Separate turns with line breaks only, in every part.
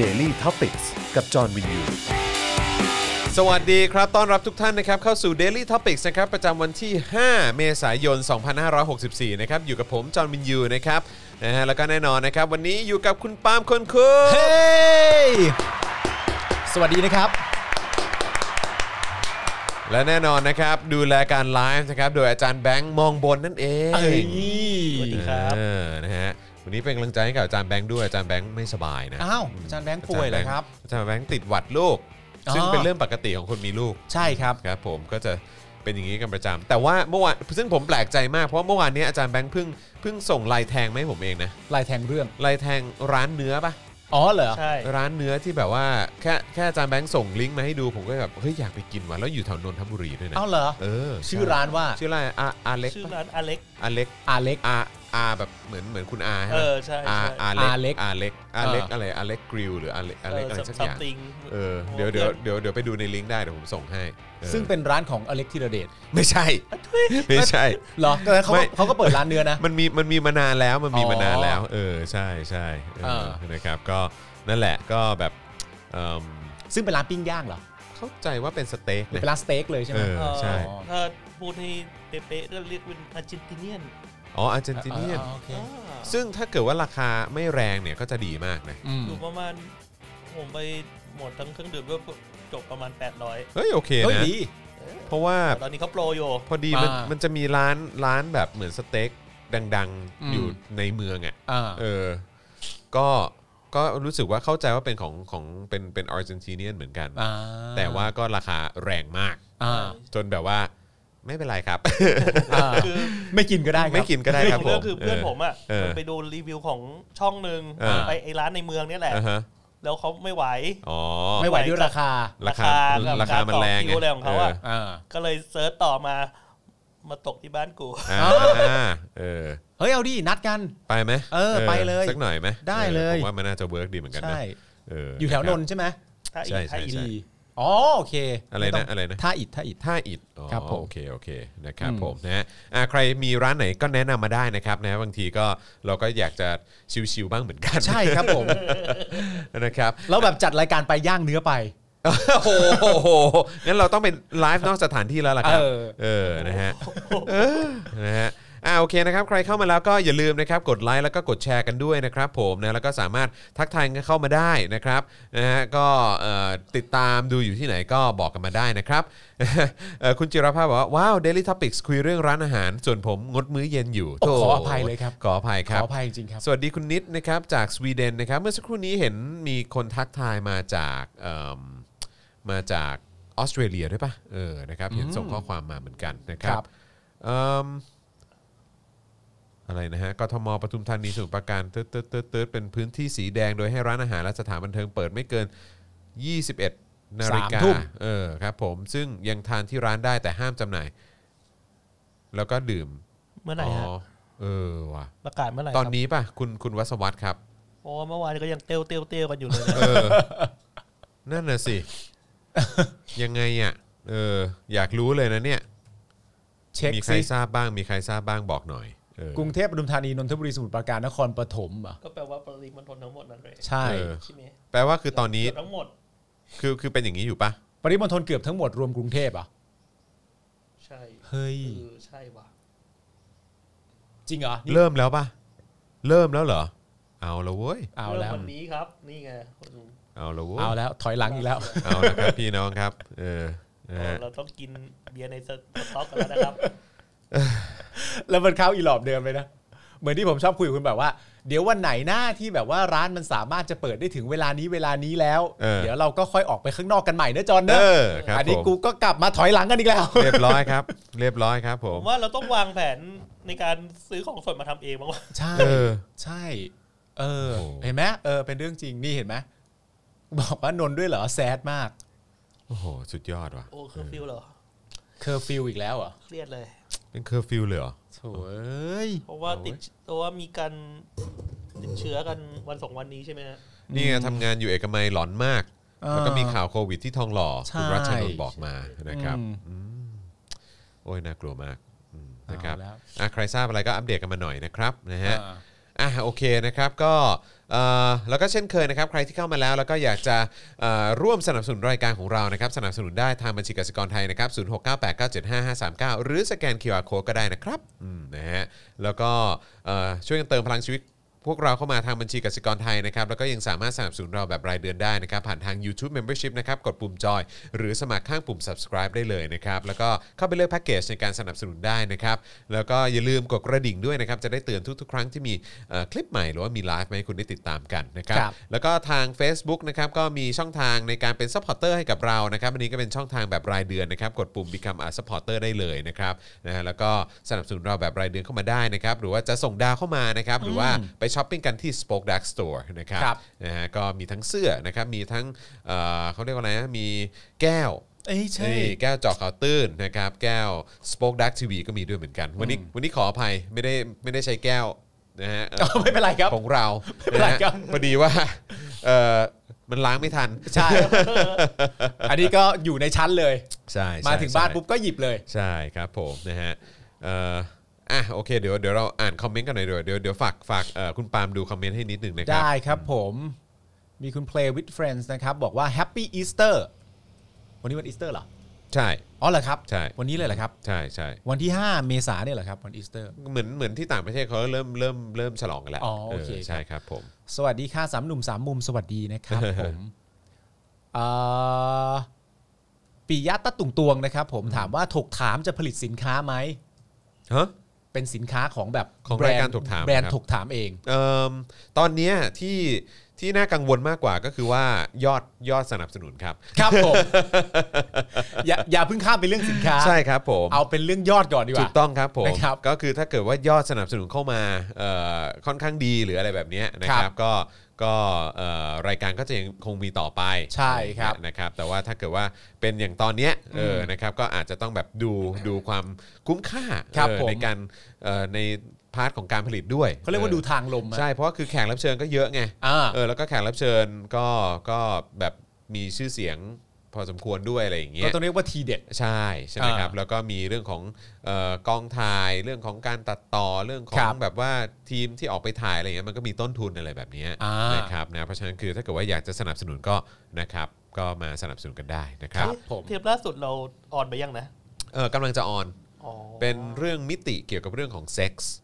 Daily t o p i c กกับจอห์นวินยู
สวัสดีครับ ต้อนรับทุกท่านนะครับ เข้าสู่ Daily Topics นะครับ ประจำวันที่ 5 เมษายน 2564 นะครับ อยู่กับผม จอห์นวินยู นะครับนะฮะแล้วก็แน่นอนนะครับ วันนี้อยู่กับคุณปาล์มคนคุ
เฮ้
ย
ยสวัสดีนะครับ
และแน่นอนนะครับ ดูแลการไลฟ์นะครับ โดยอาจารย์แบงค์มองบนนั่นเอง
เอ้ย
สวัสดีครับ
เออนะฮะ วันนี้เป็นกำลังใจให้กับอาจารย์แบงค์ด้วย อาจารย์แบงค์ไม่สบายนะ
อ้าวอาจารย์แบงค์ป่วยเหรอครับ
อาจารย์แบงค์ติดหวัดลูก ซึ่ง
อ๋อ
เป็นเรื่องปกติของคนมีลูก
ใช่ครับ
ครับผมก็จะเป็นอย่างนี้กันประจำแต่ว่าเมื่อวานซึ่งผมแปลกใจมากเพราะเมื่อวานเนี้ยอาจารย์แบงค์เพิ่งเพิ่งส่งลายแทงมาให้ผมเองนะ
ลายแทงเรื่อง
ลายแทงร้านเนื้อปะ
อ๋อเหรอ
ใช่
ร้านเนื้อที่แบบว่าแค่แค่อาจารย์แบงค์ส่งลิงก์มาให้ดูผมก็แบบเฮ้ยอยากไปกินว่ะแล้วอยู่แถวนนทบุรีด้วยนะ
เอ้าเหรอ
เออใ
ชื่อร้านว่า
ชื่ออะไรอาอาเล็ก
ชื่อร้านอเล็ก
อาเล็ก
อาเล็ก
อาอาแบบเหมือนเหมือนคุณอาใช่ไหม
เออใช่ใช่
อาอาเล็กอาเล็กอาเล็ก
เอออ
อะไรอาเล็กกริลหรืออาเล็กอาเล็กอะไรสักอย่าง
something
เออเดี๋ยวเดี๋ยวเดี๋ยวเดี๋ยวไปดูในลิงก์ได้เดี๋ยวผมส่งให้ออ
ซึ่งเป็นร้านของอเล็กธีรเดช
ไม่ใช่ ไม่ใช่
เหรอแต่เขา
ไม่
ก็เขาก็เปิดร้านเนื้อนะ
มันมีมันมีมานานแล้วมันมี
อ๋อ
มานานแล้ว เออใช่ใช่เออ
เออ
นะครับก็นั่นแหละก็แบบเอิ่ม
ซึ่งเป็นร้านปิ้งย่างเหรอ
เข้าใจว่าเป็นสเต็ก
เป็
นะ
นร้านสเต็กเลยใช่ไหม
เออ
เอ่อ
ใช่
ถ้าพูดให้เป๊ะๆก็เรียกเป็นอาร์เจนติเนียน
อ๋ออาร์เจนติเนียน
อ๋อโอเค
ซึ่งถ้าเกิดว่าราคาไม่แรงเนี่ยก็จะดีมากนะ
อืม
อยู่ประมาณ ผมไปหมดทั้งเครื่องดื่มก็จบประมาณ 800
เฮ้ยโอเค
เฮ้ย
นะ
ดี
เพราะว่า
ตอนนี้เขาโปรอยู่
พอดีมัน
อ่ามั
มันจะมีร้านร้านแบบเหมือนสเต็กดัง
อืม
ๆอยู่ในเมืองอ่ะ
อ่า
เออก็ก็รู้สึกว่าเข้าใจว่าเป็นของของเป็นเป็นอาร์เจนติเนียนเหมือนกัน
อ่า
แต่ว่าก็ราคาแรงมาก
อ่า
จนแบบว่าไม่เป็นไรครับ
อ่า
คือ
ไม่กินก็ได้ครับ
ไม่กินก็ได้ครับ
ของ
ผม
เรื่องคือเพื่อนผมอ่ะ
เออ
มันไปดูรีวิวของช่องหนึ่ง
เออ
ไปไอ้ร้านในเมืองเนี่ยแหละ
อ่าฮะ
แล้วเขาไม่ไหว
อ๋อ
ไม่ไหวด้วยราคา
ราคา
กับ
ราคามันแรงไง
ต่อคิวอะไรของเขาอะ
อ่า
ก็เลยเซิร์ชต่อมามาตกที่บ้านกู
เอออ่าเออ
เฮ้ยเอาดินัดกัน
ไปไหม
เออไปเลย
สักหน่อยไหม
ได้เลย
ออผมว่ามันน่าจะเวิร์กดีเหมือนกันนะ
ใช่
เออ
อยู่แถว
ะ
น
ครับ
นท์ใช่ไหม
ถ้าอี
ใช่
ก
ใช่
ถ้าอีก
ดีอ๋อโอเค
อะไร
ม่ต้
นะ
ง
อะไรนะ
ท่าอิดท่าอิด
ท่าอิดอ๋อ
ครับผม
โอเคโอเคนะครับ
อืม
ผมนะฮะอ่ะใครมีร้านไหนก็แนะนำมาได้นะครับนะบางทีก็เราก็อยากจะชิวๆบ้างเหมือนกัน
ใช่ครับผม
นะครับ
แล้วแบบจัดรายการไปย่างเนื้อไป
โอ้โห งั้นเราต้องเป็นไลฟ์นอกสถานที่แล้วล่ะครับ
เออ
เออ นะฮะ เออ นะฮะ อ่า โอเคนะครับ ใครเข้ามาแล้วก็อย่าลืมนะครับ กดไลค์แล้วก็กดแชร์กันด้วยนะครับผมนะ แล้วก็สามารถทักทายกันเข้ามาได้นะครับ นะฮะ ก็เอ่อติดตามดูอยู่ที่ไหนก็บอกกันมาได้นะครับ เอ่อคุณจิรภาพบอกว่า ว้าว Daily Topics คุยเรื่องร้านอาหาร ส่วนผมงดมื้อเย็นอยู่
โอ้
โถ่
ขออภัยเลยครับ
ขออภัย
ข
ค
อ
รับ
อภัยจริงๆครับ
สวัสดีคุณนิดนะครับจากสวีเดนนะครับเมื่อสักครู่นี้เห็นมีคนทักทายมาจากเอิ่มมาจากออสเตรเลียด้วยปะเออนะครับเห็นส่งข้อความมาเหมือนกันนะครับ
ครับ
เอิ่มอะไรนะฮะกทมปทุมธานีสมุทรปราการเติร์ดเติร์ดเติร์ดเติร์ดเป็นพื้นที่สีแดงโดยให้ร้านอาหารและสถานบันเทิงเปิดไม่เกิน 21 นาฬิกา
สามทุ่ม
เออครับผมซึ่งยังทานที่ร้านได้แต่ห้ามจำหน่าย แล้วก็ดื่ม
เมื่อไหร่
อ๋อ
ฮะ
เออว่ะ
ประกาศเมื่อไหร่
ต
ค
อ
รั
น
บ
นี้ป่ะคุณคุณวัสวัตครับ
โอ้เมื่อวานก็ยังเตี้ยวเตี้ยวเตี้ยวกันอยู่เลยนะ
เออ นั่นน่ะ สิ ยังไงอ่ะ เออ อยากรู้เลยนะเนี่ย
เช็ค
มีใคร
ซิ
ทราบบ้าง มีใครทราบบ้างบอกหน่อยเออก
รุงเทพปทุมธานีนนทบุรีสมุทรปราการนครปฐมเหรอ่ะ
ก็แปลว่าปริมณฑลทั้งหมดนั่นเลย
ใช่
เออ
ใช่ไหม
แปลว่าคือตอนนี้
เกืบทั้งหมด
คือคือเป็นอย่างนี้อยู่ป่ะ
ปริมณฑลเกือบทั้งหมดรวมกรุงเทพเหรอ่ะ
ใช่
เฮ้ย
เออใช่ว่ะ
จริงเหรอนี่
เริ่มแล้วป่ะ เริ่มแล้วเหรอ เอาละเว้ย
เอาแล้ว
ริ่มวันนี้ครับ นี่ไงคน
เอาละเว้ย
เอาแล้วถอยหลังอีกแล้ว
เอาละครับ พี่น้องครับ เออนะฮะ
เราต้องกินเบียร์ในสต็อกกัน แล้วนะครับ
แล้วมันเข้าอีหลอบเดิมเลยนะ เหมือนที่ผมชอบคุยกับคุณแบบว่า เดี๋ยววันไหนหน้าที่แบบว่าร้านมันสามารถจะเปิดได้ถึงเวลานี้เวลานี้แล้ว เดี๋ยวเราก็ค่อยออกไปข้างนอกกันใหม่นะจอนเน
เอ
อะ
อครับ
อันนี้
ผม
กูก็กลับมาถอยหลังกันอีกแล้ว
เรียบร้อยครับ เรียบร้อยครับ ผ
ผม มว่าเราต้องวางแผนในการซื้อของสดมาทำเอง บ้างวะ
ใช่
เออ
ใช่ เออ
โอ้โห
เห็นไหมเออ เป็นเรื่องจริง นี่เห็นไหม บอกว่านนท์ด้วยเหรอ แซดมาก
โอ้โห สุดยอดว่ะ
โอ้เคอร์ฟิวเหรอ
เคอร์ฟิวอีกแล้วเหรอ่ะ
เครียดเลย
เป็นเคอร์ฟิวเลยเหรอ
โถ่เอ้ย
เพราะว่า
โอ้ย
ติดเพราะว่ามีการติดเชื้อกันวันสองวันนี้ใช่ไหมฮะ
นี่ไงทำงานอยู่เอกมัยหลอนมาก
อ่า
แล้วก็มีข่าวโควิดที่ทองหล่อ
ใช่
คุณรัชนนท์บอกมานะครับอืมโอ้ยน่ากลัวมากอืมนะครับ
เอาแล้ว
อ่ะใครทราบอะไรก็อัปเดตกันมาหน่อยนะครับนะฮะ
อ่า
อ่ะโอเคนะครับก็ เอ่อแล้วก็เช่นเคยนะครับ ใครที่เข้ามาแล้ว แล้วก็อยากจะเอ่อร่วมสนับสนุนรายการของเรานะครับ สนับสนุนได้ทางบัญชีกสิกรไทยนะครับศูนย์หกเก้หรือสแกน QR Code ก็ได้นะครับอืมนะฮะแล้วก็เอ่อช่วยกันเติมพลังชีวิต พวกเราเข้ามาทางบัญชีกสิกรไทยนะครับ แล้วก็ยังสามารถสนับสนุนเราแบบรายเดือนได้นะครับ ผ่านทาง YouTube Membership นะครับ กดปุ่มจอย หรือสมัครข้างปุ่ม subscribe ได้เลยนะครับ แล้วก็เข้าไปเลือกแพ็กเกจในการสนับสนุนได้นะครับ แล้วก็อย่าลืมกดกระดิ่งด้วยนะครับ จะได้เตือนทุกๆ ครั้งที่มีเอ่อคลิปใหม่ หรือว่ามีไลฟ์ให้คุณได้ติดตามกันนะครับ
ครับ
แล้วก็ทาง Facebook นะครับก็มีช่องทางในการเป็นซัพพอร์เตอร์ให้กับเรานะครับอันนี้ก็เป็นช่องทางแบบรายเดือนนะครับ กดปุ่ม Become a supporter ได้เลยนะครับนะฮะแล้วก็สนับสนุนเราแบบรายเดือนเข้ามาได้นะครับ หรือว่าจะส่งดาวเข้ามานะครับ หรือว่าไปช้อปปิ้งกันที่ Spoke Dark Store นะครับ
ครับ
นะฮะก็มีทั้งเสื้อนะครับ มีทั้งเอ่อเขาเรียกว่าอะไรนะมีแก้ว
เอ้ยใช่
นี่แก้วเจอข่าวตื้นนะครับแก้ว Spoke Dark TV ก็มีด้วยเหมือนกัน วันนี้วันนี้ขออภัยไม่ได้ไม่ได้ใช้แก้วนะฮะอ่อ
เอ้ าไม่เป็นไรครับ
ของเรา
ไม่เป็นไรครับ
ะฮะพอดีว่าเอ่อมันล้างไม่ทัน
ใช่ อันนี้ก็อยู่ในชั้นเลย
ใช่ใช่
มาถึงบ้าน
ใช่
ปุ๊บก็หยิบเลย
ใช่ครับผมนะฮะเอ่ออ่ะโอเคเดี๋ยวเดี๋ยวเราอ่านคอมเมนต์กันหน่อยเดี๋ยวเดี๋ยวเดี๋ยวฝากฝากเอ่อคุณปาล์มดูคอมเมนต์ให้นิดหนึ่งนะครับ
ได้ครับผม มีคุณ play with friends นะครับ บอกว่า happy easter วันนี้วันอีสเตอร์เหรอ
ใช่
อ๋อเหรอครับ
ใช่
วันนี้เลยเหรอครับ
ใช่ใช่
วันที่ 5 เมษาเนี่ยเหรอครับ วันอีสเตอร์
เหมือนเหมือนที่ต่างประเทศเขาเริ่มเริ่มเริ่มฉลองกันแล้ว
อ๋อโอเค
ใช่ครับผม
สวัสดีค่ะสามหนุ่มสามมุมสวัสดี นะครับ ผมเอ่อปิยะตะตุงตวงนะครับ ผมถามว่าถกถามจะผลิตสินค้าไหม
ฮะ
เป็นสินค้าของแบบ
ของ
แบนด์
รายการถกถาม
แบรน
นะครั
ด์
บ
ถกถามเอง
เอิ่มตอนเนี้ยที่ที่น่ากังวลมากกว่าก็คือว่ายอดยอดสนับสนุนครับ
ครับ ผม อย่าอย่าเพิ่งข้ามไปเรื่องสินค้า
ใช่ครับผม
เอาเป็นเรื่องยอดก่อนดีก
ถูก
ว่า
ต้องครับผม
นะครับ
ก็คือถ้าเกิดว่ายอดสนับสนุนเข้ามาเอ่อค่อนข้างดีหรืออะไรแบบเนี้ยนะค
ค
รั
รั
บบ ก็ก็เอ่อรายการก็จะยังคงมีต่อไป
ใช่ครับ
นะครับแต่ว่าถ้าเกิดว่าเป็นอย่างตอนเนี้ยเอออนะครับก็อาจจะต้องแบบดูดูความคุ้มค่า
ครับ
เออ
ผม
ในการเอ่อในพาร์ทของการผลิตด้วย
เขาเรียกว่า
ออ
ดูทางลมอะ
ใช่ เพราะว่าคือแขกรับเชิญก็เยอะไง
อ่า
เออ แล้วก็แขกรับเชิญก็ก็แบบมีชื่อเสียงพอสมควรด้วยอะไรอย่างเงี้
ก็
ย
ต้องเรียกว่าทีเด็ด
ใช่ใช่ไหมครับ
อ่า
แล้วก็มีเรื่องของเออกองถ่าย เรื่องของการตัดต่อ เรื่องขอ
ค
ง
รับ
แบบว่าทีมที่ออกไปถ่ายอะไรอย่างเงี้ย มันก็มีต้นทุนอะไรแบบเนี้ย
อ่า
นะครับนะ เพราะฉะนั้นคือถ้าเกิดว่าอยากจะสนับสนุนก็นะครับ ก็มาสนับสนุนกันได้นะครับ
ผม
เทปล่าสุดเราออนไปยังนะ
เออกำลังจะออน
อ๋อ
เป็นเรื่องมิติเกี่ยวกับเรื่องของเซ็กส์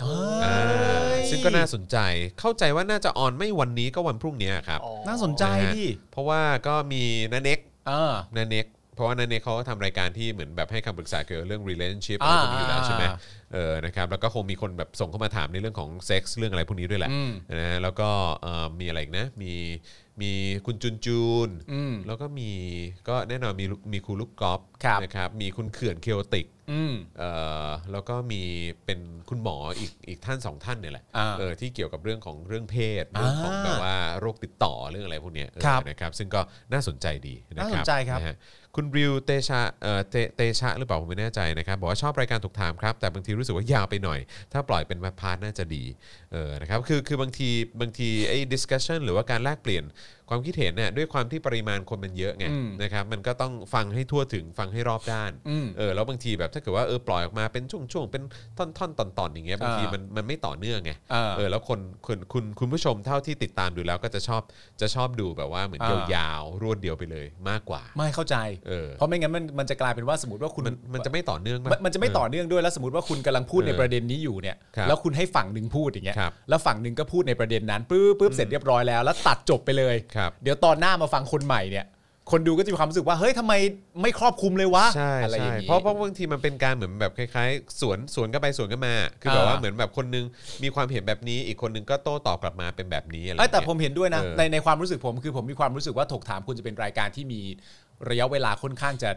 เอ้ย
อ่าซึ่งก็น่าสนใจ เข้าใจว่าน่าจะออนไม่วันนี้ก็วันพรุ่งนี้ครับ
อ๋อ
น่าสนใจ
นะฮะ
ดิ
เพราะว่าก็มีนาเน็ก
อ่า
นาเน็ก เพราะว่านาเน็กเขาก็ทำรายการที่เหมือนแบบให้คำปรึกษาเกี่ยวกับเรื่อง relationship อะ
อ่า
ไรพวกนี้อยู่แล้วใช่ไหม
อ่า
เออ นะครับ แล้วก็คงมีคนแบบส่งเข้ามาถามในเรื่องของเซ็กส์เรื่องอะไรพวกนี้ด้วยแหละ
อืม
นะฮะแล้วก็เอ่อมีอะไรอีกนะ มีมีคุณจุนจูน
อืม
แล้วก็มีก็แน่นอนมีมีครูลูกกอล์ฟ
ครับ
นะครับ มีคุณเขื่อนเคียวติก
อืม
เอ่อแล้วก็มีเป็นคุณหมออีกอีกท่านสองท่านเนี่ยแหละ
อ่า
เออที่เกี่ยวกับเรื่องของเรื่องเพศเรื่องของ
อ่า
แบบว่าโรคติดต่อเรื่องอะไรพวกเนี้ยเออ
ครับ
นะครับซึ่งก็น่าสนใจดีนะครับ
น่าสนใจครับ
ะฮะคุณริวเตชะเอ่อเตเตชะหรือเปล่าผมไม่แน่ใจนะครับบอกว่าชอบรายการถกถามครับ แต่บางทีรู้สึกว่ายาวไปหน่อย ถ้าปล่อยเป็นพาร์ทน่าจะดีเออนะครับคือคือบางทีบางทีไอ้ discussion หรือว่าการแลกเปลี่ยนความคิดเห็นเนี่ยด้วยความที่ปริมาณคนมันเยอะไง
อืม
นะครับมันก็ต้องฟังให้ทั่วถึงฟังให้รอบด้าน
อืม
เออแล้วบางทีแบบถ้าเกิดว่าเออปล่อยออกมาเป็นช่วงๆเป็นท่อนๆตอนๆอย่างเงี้ยบางที
อ่ามั
มันมันไม่ต่อเนื่องไง
อ่า
เออแล้วคนคนคุณคุณผู้ชมเท่าที่ติดตามดูแล้วก็จะชอบจะชอบดูแบบว่าเหมือน
อ่า
ยาวๆรวดเดียวไปเลยมากกว่า
ไม่เข้าใจ
เออ
เพราะไม่งั้นมันมันจะกลายเป็นว่าสมมติว่าคุณ
มันมันจะไม่ต่อเนื่อง
มันมันจะไม่ต่อเนื่องด้วยแล้วสมมติว่าคุณกำลังพูด
เออ
ในประเด็นนี้อยู่เนี่ย
ครับ
แล้วคุณให้ฝั่งหนึ่งพูดอย่างเงี้ย
ครับ
แล้วฝั่งหนึ่งก็พูดในประเด็นนั้นปุ๊บปุ๊บเสร็จเรียบร้อยแล้วแล้วตัดจบไปเลย
ครับ
เดี๋ยวตอนหน้ามาฟังคนใหม่เนี่ย คนดูก็จะมีความรู้สึกว่าเฮ้ยทำไมไม่ครอบคลุมเลยวะ
ใช่
อะไรอ
ใช่
ย่างงี้
เพราะเพราะบางทีมันเป็นการเหมือนแบบคล้ายๆ สวนสวนกันไปสวนกันมา คือแบบ
อ่า
ว่าเหมือนแบบคนนึงมีความเห็นแบบนี้ อีกคนนึงก็โต้ตอบกลับมาเป็นแบบนี้อะไร
เอ้ยแต่
เงี้ย
ผมเห็นด้วยนะ
เออ
ในในความรู้สึกผมคือผมมีความรู้สึกว่าถกถามคุณจะเป็นรายการที่มีระยะเวลาค่อนข้างจะ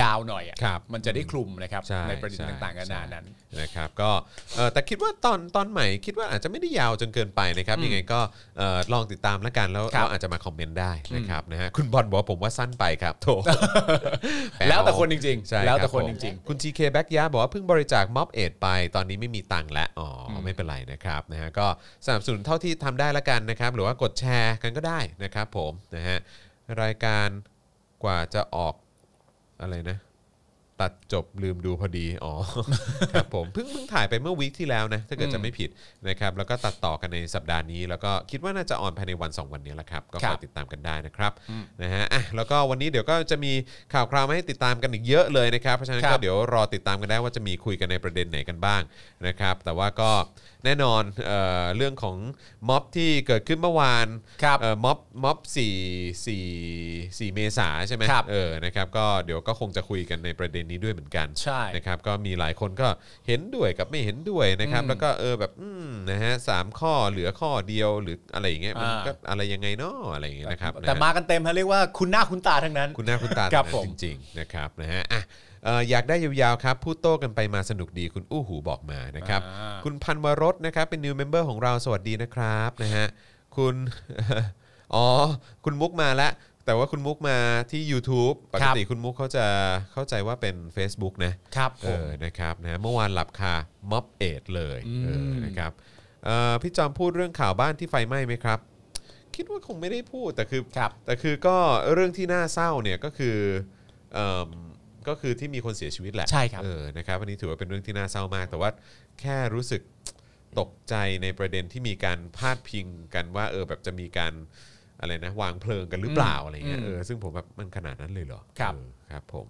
ยาวหน่อยอะ
ครับ
มันจะได้คลุมนะครับ
ช่
ในประเด็น
ช่
ต่างๆกันานานั้น
ใช่นะครับก็เอ่อแต่คิดว่าตอนตอนใหม่คิดว่าอาจจะไม่ได้ยาวจนเกินไปนะครับยังไงก็เอ่อลองติดตามแล้วกันแล้ว
ครับ
เราอาจจะมาคอมเมนต์ได้นะครับนะฮะคุณบอลบอกว่าผมว่าสั้นไปครับโถ
แล้วแต่คนจริง
ใช่
ๆ แล้ว
รั
แต่
บ
คน
ผ
จ
ม
ริง
คุณ GK b a c k y a บอกว่าเพิ่งบริจาคม็อบเอดไป ตอนนี้ไม่มีตังค์แล้วอ๋ออไม่เป็นไรนะครับนะฮะก็สนับสนุนเท่าที่ทำได้ละกันนะครับ หรือว่ากดแชร์กันก็ได้นะครับผมนะฮะรายการกว่าจะออกอะไรนะ ตัดจบลืมดูพอดี อ๋อ ครับผมเพิ่งเพิ่งถ่ายไปเมื่อวีคที่แล้วนะ ถ้าเกิด
อืม
จะไม่ผิดนะครับ แล้วก็ตัดต่อกันในสัปดาห์นี้ แล้วก็คิดว่าน่าจะออนภายในวัน 2 วันนี้แหละครับ ก็
ค
ค
รั
อบ ยติดตามกันได้นะครับ
อืม
นะฮะอ่ะแล้วก็วันนี้เดี๋ยวก็จะมีข่าวคราวมาให้ติดตามกันอีกเยอะเลยนะครับ เพราะฉะนั้น
ครั
ก็
บ
เดี๋ยวรอติดตามกันได้ว่าจะมีคุยกันในประเด็นไหนกันบ้างนะครับ แต่ว่าก็แน่นอนเอ่อเรื่องของม็อบที่เกิดขึ้นเมื่อวาน
ครับ
เอ่อม็อบม็อบสี่สี่สี่เมษาใช่ไหม
ครับ
เออนะครับก็เดี๋ยวก็คงจะคุยกันในประเด็นนี้ด้วยเหมือนกัน
ใช่
นะครับก็มีหลายคนก็เห็นด้วยกับไม่เห็นด้วยนะครับ
อืม
แล้วก็เออแบบอืมนะฮะสามข้อเหลือข้อเดียวหรืออะไรอย่างเงี้ยมัน
อ่า
ก็อะไรยังไงเนาะอะไรอย่างเงี้ยนะครับ
แต่
นะฮะ
มากันเต็มฮะเรียกว่าคุณหน้าคุณตาทั้งนั้น
คุณหน้าคุณตา
ครับ
ทั้ง
ผ
นั้
ม
นจริงๆนะครับนะฮะอ่ะเอ่ออยากได้ยาวๆครับ พูดโต้กันไปมาสนุกดีคุณอู้หูบอกมานะครับ คุณพันวรสนะครับเป็น new member ของเราสวัสดีนะครับนะฮะคุณ อ๋อ คุณมุกมาแล้ว แต่ว่าคุณมุกมาที่ YouTube ปกติคุณมุกเขาจะเข้าใจว่าเป็น Facebook นะ
ครับผ
เอ
ม
อ นะครับ นะ เมื่อวานหลับคา ม็อบเอดเลย
อืม
เออ นะครับเอ่อพี่จอมพูดเรื่องข่าวบ้านที่ไฟไหม้ไหมครับ คิดว่าคงไม่ได้พูด แต่คือ
ครับ
แต่คือก็เรื่องที่น่าเศร้าเนี่ยก็คือเอมก็คือที่มีคนเสียชีวิตแหละ
ใช่ครับ
เออนะครับอันนี้ถือว่าเป็นเรื่องที่น่าเศร้ามาก แต่ว่าแค่รู้สึกตกใจในประเด็นที่มีการพาดพิงกันว่าเออแบบจะมีการอะไรนะวางเพลิงกันหรือเปล่า
อืม
อะไรเงี้ย
อืม
เออซึ่งผมแบบมันขนาดนั้นเลยเหรอ
ครับ
เออครับผม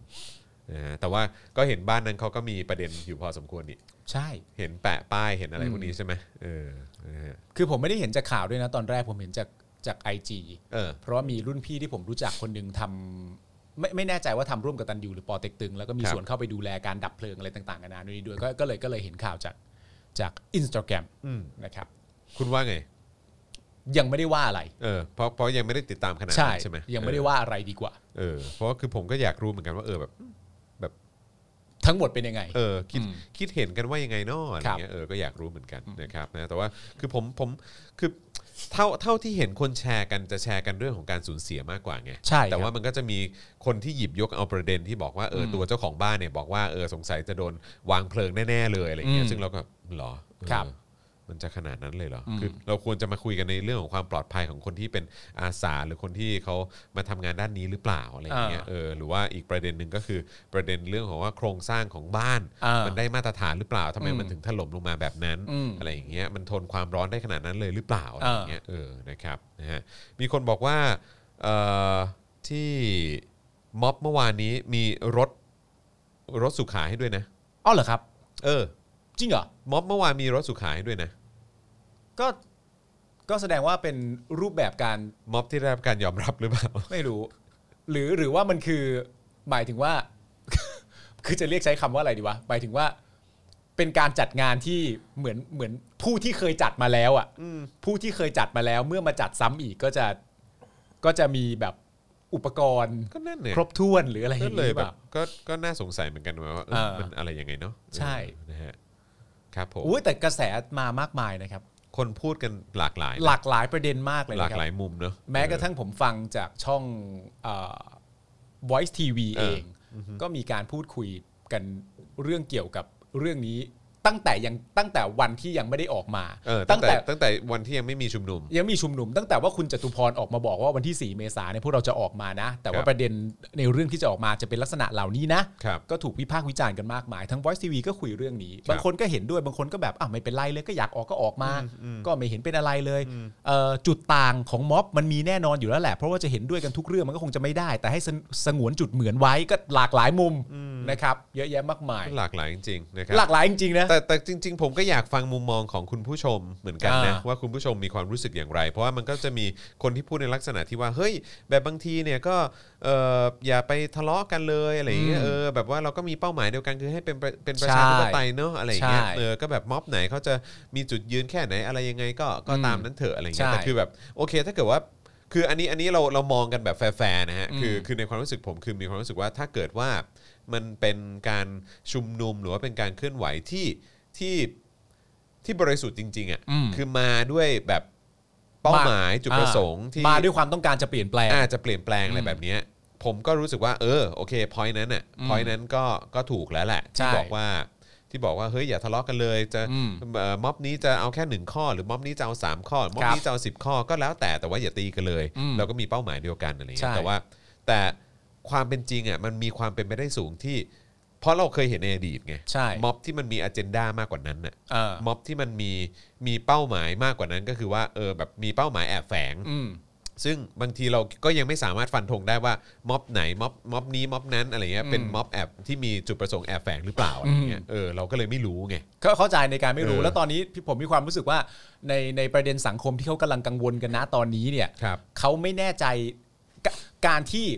นะฮะแต่ว่าก็เห็นบ้านนั้นเขาก็มีประเด็นอยู่พอสมควรนี่
ใช่
เห็นแปะป้ายเห็นอะไรพวกนี้
อืม
ใช่ไหมเออนะฮะ
คือผมไม่ได้เห็นจากข่าวด้วยนะตอนแรกผมเห็นจากจากไอจี
เออ
เพราะว่ามีรุ่นพี่ที่ผมรู้จักคนหนึ่งทำไม่ไม่แน่ใจว่าทำร่วมกับตันยูหรือปอเต็กตึง แล้วก็
ค
มี
รับ
ส่วนเข้าไปดูแลการดับเพลิงอะไรต่างๆกันานาด้วยด้วยก็ก็เลยก็เลยเห็นข่าวจากจากอินสตาแกรม
อืม
นะครับ
คุณว่าไง
ยังไม่ได้ว่าอะไร
เออเพราะเพราะยังไม่ได้ติดตามขนาด
ใช่
นั้นใช่ไหม
ยังไม่ได้ว่าอะไรดีกว่า
เออเพราะว่าคือผมก็อยากรู้เหมือนกันว่าเออแบบ
ทั้งหมดเป็นยังไง
เออคิด
อืม
คิดเห็นกันว่ายังไงเนอะอะไร
ครับ
เงี้ยเออก็อยากรู้เหมือนกันนะครับนะแต่ว่าคือผมผมคือเท่าเท่าที่เห็นคนแชร์กันจะแชร์กันเรื่องของการสูญเสียมากกว่าไง
ใช่ครับ
แต่ว่ามันก็จะมีคนที่หยิบยกเอาประเด็นที่บอกว่าเอออ
ม
ตัวเจ้าของบ้านเนี่ยบอกว่าเออสงสัยจะโดนวางเพลิงแน่ๆเลยอะไรเงี้ย
อืม
ซึ่งเราก็หรอเออ
ครับ
มันจะขนาดนั้นเลยเหรอ
อืม
คือเราควรจะมาคุยกันในเรื่องของความปลอดภัยของคนที่เป็นอาสาหรือคนที่เขามาทำงานด้านนี้หรือเปล่าอะไร อะไรอย่างเงี้ย
อ่า
เออหรือว่าอีกประเด็นหนึ่งก็คือประเด็นเรื่องของว่าโครงสร้างของบ้าน
อ่ามั
มันได้มาตรฐานหรือเปล่าทำไม
อืม
มันถึงถล่มลงมาแบบนั้น
อืม
ไรอย่างเงี้ยมันทนความร้อนได้ขนาดนั้นเลยหรือเปล่าอะไรอย่างเงี้ยเออนะครับนะฮะมีคนบอกว่าเอ่อที่ม็อบเมื่อวานนี้มีรถรถสุขาให้ด้วยนะ
อ้าวเหรอครับ
เออ
จริงเหรอ
ม็อบเมื่อวานมีรถสุขาให้ด้วยนะ
ก็ก็แสดงว่าเป็นรูปแบบการ
ม็อบที่ได้รับการยอมรับหรือเปล่า
ไม่รู้ หรือหรือว่ามันคือหมายถึงว่า คือจะเรียกใช้คำว่าอะไรดีวะหมายถึงว่า เป็นการจัดงานที่เหมือนเหมือนผู้ที่เคยจัดมาแล้วอ่ะผู้ที่เคยจัดมาแล้ว เมื่อมาจัดซ้ำอีกก็จะก็จะมีแบบอุปกรณ์
ก็นั่นเนี่ย
ครบถ้วนหรืออะไรอ
ก็
ย่าง
เลย
นี้หรือ
แบบ
เปล่า
ก็ก็น่าสงสัยเหมือนกันว่าเออ
อ่ามั
มันอะไรยังไงเนาะ
ใช่
เออนะฮะครับผม
อุ้ยแต่กระแสมามากมายนะครับ
คนพูดกันหลากหลายนะ
หลากหลายประเด็นมากเลย
หลาก
นะ
ห
ครั
ลา
บ
ยมุมเนาะ
แม้กระทั่งผมฟังจากช่องเอ่อ Voice TV
เอ
เอ
อ
ง ก็มีการพูดคุยกันเรื่องเกี่ยวกับเรื่องนี้ตั้งแต่ยังตั้งแต่วันที่ยังไม่ได้ออกมา
เออตั้งแต่ตั้งแต่วันที่ยังไม่มีชุมนุม
ยังมีชุมนุมตั้งแต่ว่าคุณจตุพรออกมาบอกว่าวันที่ 4 เมษาเนี่ยพวกเราจะออกมานะ แต่
ค
ว่า
รับ
ประเด็นในเรื่องที่จะออกมาจะเป็นลักษณะเหล่านี้นะ
ครับ
ก็ถูกวิพากษ์วิจารณ์กันมากมาย ทั้ง Voice TV ก็คุยเรื่องนี้ บางคนก็เห็นด้วยบางคนก็แบบอ่ะไม่เป็นไรเลยก็อยากออกก็ออกมา ก็ไม่เห็นเป็นอะไรเลยเอ่อจุดต่างของม็อบมันมีแน่นอนอยู่แล้วแหละ เพราะว่าจะเห็นด้วยกันทุกเรื่องมันก็คงจะไม่ได้ แต่ให้สงสงวนจุดเหมือนไว้ก็หลากหลายมุมนะครับ เยอะแยะมากมาย
หลากหลายจริงๆนะครั
หลากหลายจริงๆนะ
แต่แต่จริง ๆ ผมก็อยากฟังมุมมองของคุณผู้ชมเหมือนกันนะ
อ่า
ว่าคุณผู้ชมมีความรู้สึกอย่างไร เพราะว่ามันก็จะมีคนที่พูดในลักษณะที่ว่าเฮ้ย แบบบางทีเนี่ยก็เอออย่าไปทะเลาะกันเลยอะไรอย่างเงี้ย
อืม
เออแบบว่าเราก็มีเป้าหมายเดียวกันคือให้เป็นประเป็นประชาธิปไตยเนอะอะไรอย่างเงี้ย
ใช่
เออก็แบบม็อบไหนเขาจะมีจุดยืนแค่ไหนอะไรยังไงก็ก็ตามนั้นเถอะอะไรอย่างเงี้ย
ใช่
แต่คือแบบโอเค ถ้าเกิดว่า คืออันนี้อันนี้เราเรามองกันแบบแฟร์ๆนะฮะคือคือในความรู้สึกผมคือมีความรู้สึกว่าถ้าเกิดว่ามันเป็นการชุมนุมหรือว่าเป็นการเคลื่อนไหวที่ที่ที่บริสุทธิ์จริง ๆ
อืม
อะ่ะคือมาด้วยแบบเป้าหมายจุดประสงค์ที่
มาด้วยความต้องการจะเปลี่ยนแปลง
อาจจะเปลี่ยนแปลงอะไร
อืม
แบบเนี้ยผมก็รู้สึกว่าเออโอเคพอยนั้นน่ะ
อืม
พอยนั้นก็ก็ถูกแล้วแหละ
ใช่
ที่บอกว่าที่บอกว่าเฮ้ยอย่าทะเลาะกันเลยจะ
อืม
เอ่อม็อบนี้จะเอาแค่หนึ่งข้อ หรือม็อบนี้จะเอาสามข้อม็อบ
ครับ
นี้จะเอาสิบข้อก็แล้วแต่แต่ว่าอย่าตีกันเลย
อืม
เราก็มีเป้าหมายเดียวกันอะไรอย่างเงี้ย
ใช่
แต่ว่า แต่ความเป็นจริงอ่ะมันมีความเป็นไปได้สูงที่ เพราะเราเคยเห็นในอดีตไง
ใช่
ม็อบที่มันมีอเจนดามากกว่านั้นน่ะ
เออ
ม็อบที่มันมีมีเป้าหมายมากกว่านั้นก็คือว่าเออแบบมีเป้าหมายแอบแฝง
อืม
ซึ่งบางทีเราก็ยังไม่สามารถฟันธงได้ว่าม็อบไหนม็อบม็อบนี้ม็อบนั้นอะไรเงี้ยเป็น
อืม
ม็อบแอบที่มีจุดประสงค์แอบแฝงหรือเปล่าอะไรเงี้ย
อืม
เออเราก็เลยไม่รู้ไง
ก็เข้าใจในการไม่รู้
เออ
แล้วตอนนี้พี่ผมมีความรู้สึกว่าในในประเด็นสังคมที่เขากำลังกังวลกันนะตอนนี้เนี่ย
ครับ
เขาไม่แน่ใจกการที่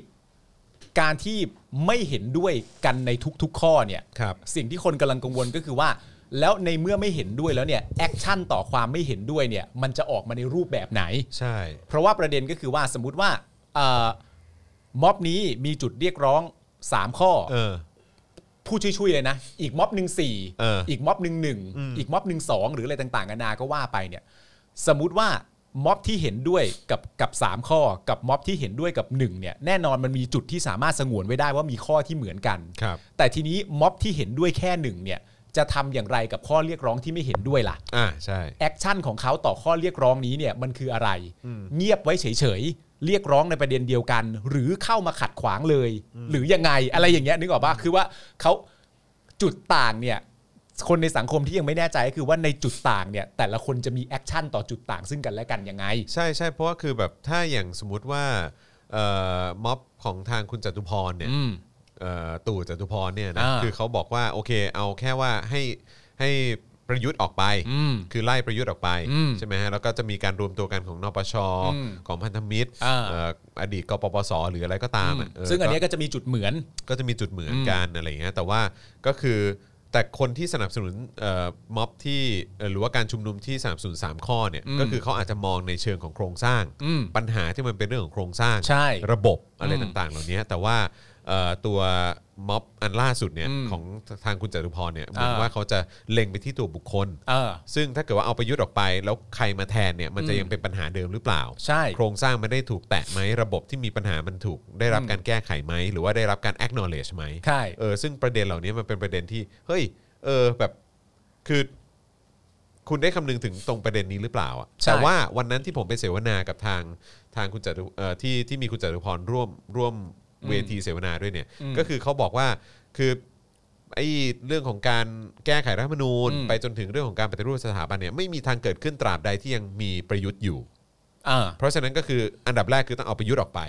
การที่ไม่เห็นด้วยกันในทุก ๆ ข้อเนี่ย
ครับ
สิ่งที่คนกำลังกังวลก็คือว่า แล้วในเมื่อไม่เห็นด้วยแล้วเนี่ยแอคชั่นต่อความไม่เห็นด้วยเนี่ยมันจะออกมาในรูปแบบไหน
ใช่
เพราะว่าประเด็นก็คือว่าสมมติว่าเอ่อม็อบนี้มีจุดเรียกร้อง 3 ข้อ
เออ
ผู้ช่วยๆเลยนะ อีกม็อบหนึ่งสี่
เอออี
อีกม็อบหนึ่งหนึ่ง
อืม
อีกม็อบหนึ่งสองหรืออะไรต่างๆนานาก็ว่าไปเนี่ย สมมุติว่าม็อบที่เห็นด้วยกับกับสามข้อกับม็อบที่เห็นด้วยกับหนึ่งเนี่ยแน่นอนมันมีจุดที่สามารถสงวนไว้ได้ว่ามีข้อที่เหมือนกัน
ครับ
แต่ทีนี้ม็อบที่เห็นด้วยแค่หนึ่งเนี่ยจะทำอย่างไรกับข้อเรียกร้องที่ไม่เห็นด้วยล่ะ
อ่าใช่
แอคชั่นของเขาต่อข้อเรียกร้องนี้เนี่ยมันคืออะไร เงียบไว้เฉยๆ เรียกร้องในประเด็นเดียวกัน หรือเข้ามาขัดขวางเลย หรือยังไงอะไรอย่างเงี้ยนึกออกปะคือว่าเขาจุดต่างเนี่ยคนในสังคมที่ยังไม่แน่ใจก็คือว่าในจุดต่างเนี่ยแต่ละคนจะมีแอคชั่นต่อจุดต่างซึ่งกันและกันยังไง
ใช่ใช่เพราะว่าคือแบบถ้าอย่างสมมติว่าเอ่อม็อบของทางคุณจตุพรเนี่ย
อืม
เอ่อตู่จตุพรเนี่ยนะ
อ่า
คือเขาบอกว่าโอเคเอาแค่ว่าให้ให้ประยุทธ์ออกไป
อืม
คือไล่ประยุทธ์ออกไป
อืม
ใช่ไหมฮะแล้วก็จะมีการรวมตัวกันของนปช
อืม
ของพันธมิตร
อ่า
เอ่ออดีตกปปสหรืออะไรก็ตามะเ
ซึ่งอันเนี้ยก็จะมีจุดเหมือน
ก็จะมีจุดเหมือนกันอะไรอย่างเงี้ยแต่ว่าก็คือแต่คนที่สนับสนุนเอ่อม็อบที่เอ่อหรือว่าการชุมนุมที่สนับสนุน 3 ข้อเนี่ย
อืม
ก็คือเขาอาจจะมองในเชิงของโครงสร้าง
อืม
ปัญหาที่มันเป็นเรื่องของโครงสร้าง
ใช่
ระบบอะไร
อืม
ต่างๆ เหล่านี้แต่ว่าเอ่อตัวม็อบอันล่าสุดเนี่ย
อืม
ของทางคุณจตุพรเนี่ยเหมือน
อ่า
ว่าเขาจะเล็งไปที่ตัวบุคคล
เออ
ซึ่งถ้าเกิดว่าเอาประยุทธ์ออกไป แล้วใครมาแทนเนี่ยมันจะ
อืม
ยังเป็นปัญหาเดิมหรือเปล่า
ใช่
โครงสร้างมันได้ถูกแตะไหมระบบที่มีปัญหามันถูกได้รับ
อืม
การแก้ไขไหม หรือว่าได้รับการ acknowledge ไหม
ใช่
เออซึ่งประเด็นเหล่านี้มันเป็นประเด็นที่เฮ้ยเออแบบคือคุณได้คำนึงถึงตรงประเด็นนี้หรือเปล่าอะ
ใช่
แต่ว่าวันนั้นที่ผมไปเสวนากับทางทางคุณจตุเอ่อที่ที่มีคุณจตุพรร่วมร่วมเวทีเสวนาด้วยเนี่ย
อืม
ก็คือเขาบอกว่าคือไอ้เรื่องของการแก้ไขรัฐธรรมนูญ
อืม
ไป จนถึงเรื่องของการปฏิรูปสถาบันเนี่ยไม่มีทางเกิดขึ้นตราบใดที่ยังมีประยุทธ์อยู่
เออ
เพราะฉะนั้นก็คืออันดับแรกคือต้องเอาประยุทธ์ออกไป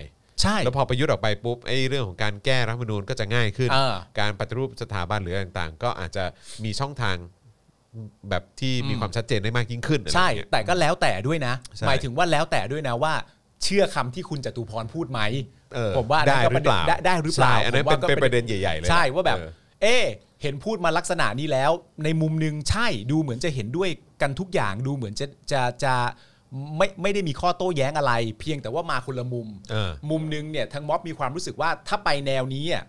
ใช่
แล้วพอประยุทธ์ออกไปปุ๊บไอ้เรื่องของการแก้รัฐธรรมนูญก็จะง่ายขึ้น
อ่า
การปฏิรูปสถาบันหรืออะไรต่างๆ ก็อาจจะมีช่องทางแบบที่มี
อืม
ความชัดเจนได้มากยิ่งขึ้นอะไร
ใช่
อย่างเงี้ย
แต่ก็แล้วแต่ด้วยนะ
ใช่
หมายถึงว่าแล้วแต่ด้วยนะว่า เชื่อคำที่คุณจตุพรพูดไหม
เออ
ผมว่า
ได้
นั่น
ห
ก็
รือเปล่า
ะด็นได้ได้หรือเปล่า
ใช่อันนั้น
ผมว่า
เป็น
ก็
เป็นประเด็นใหญ่ๆเลย
ใช่ว่าแบบ
เออ
เอ๊ะเห็นพูดมาลักษณะนี้แล้ว ในมุมหนึ่งใช่ดูเหมือนจะเห็นด้วยกันทุกอย่างดูเหมือนจะจะจะไม่ไม่ได้มีข้อโต้แย้งอะไร เพียงแต่ว่ามาคนละมุม
เออ
มุมหนึงเนี่ยทางม็อบมีความรู้สึกว่าถ้าไปแนวนี้อ่ะ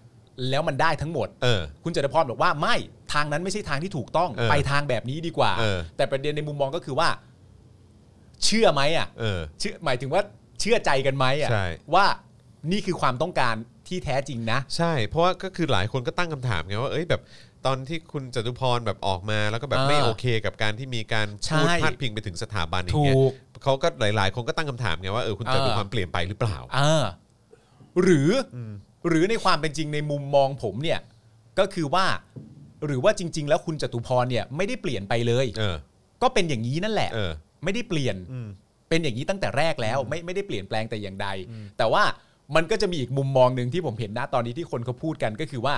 แล้วมันได้ทั้งหมด
เออ
คุณจตุพรบอกว่าไม่ทางนั้นไม่ใช่ทางที่ถูกต้อง
เออ
ไปทางแบบนี้ดีกว่า
เออ
แต่ประเด็นในมุมมองก็คือว่า เชื่อไหมอ่ะ
เออ
เชื่อหมายถึงว่าเชื่อใจกันไหมอ่ะ
ใช่
ว่านี่คือความต้องการที่แท้จริงนะ
ใช่ เพราะว่าก็คือหลายคนก็ตั้งคำถามไงว่า เอ้ยแบบตอนที่คุณจตุพรแบบออกมาแล้วก็แบบ
อ่า
ไม่โอเคกับการที่มีการพูด
ใช่
พาดพิงไปถึงสถาบันอย่างเงี้ย
ถูก
เขาก็หลาย ๆ คนก็ตั้งคำถามไงว่าเออคุณจตุพร
อ่า
เปลี่ยนไปหรือเปล่า
เออหรืออหรือในความเป็นจริงในมุมมองผมเนี่ย ก็คือว่า หรือว่าจริง ๆ แล้วคุณจตุพรเนี่ย ไม่ได้เปลี่ยนไปเลย
เออ
ก็เป็นอย่างนี้นั่นแหละ
เออ
ไม่ได้เปลี่ยน
อืม
เป็นอย่างนี้ตั้งแต่แรกแล้ว ไม่ไม่ได้เปลี่ยนแปลงแต่อย่างใด แต่ว่ามันก็จะมีอีกมุมมองหนึ่งที่ผมเห็นนะตอนนี้ที่คนเขาพูดกันก็คือว่า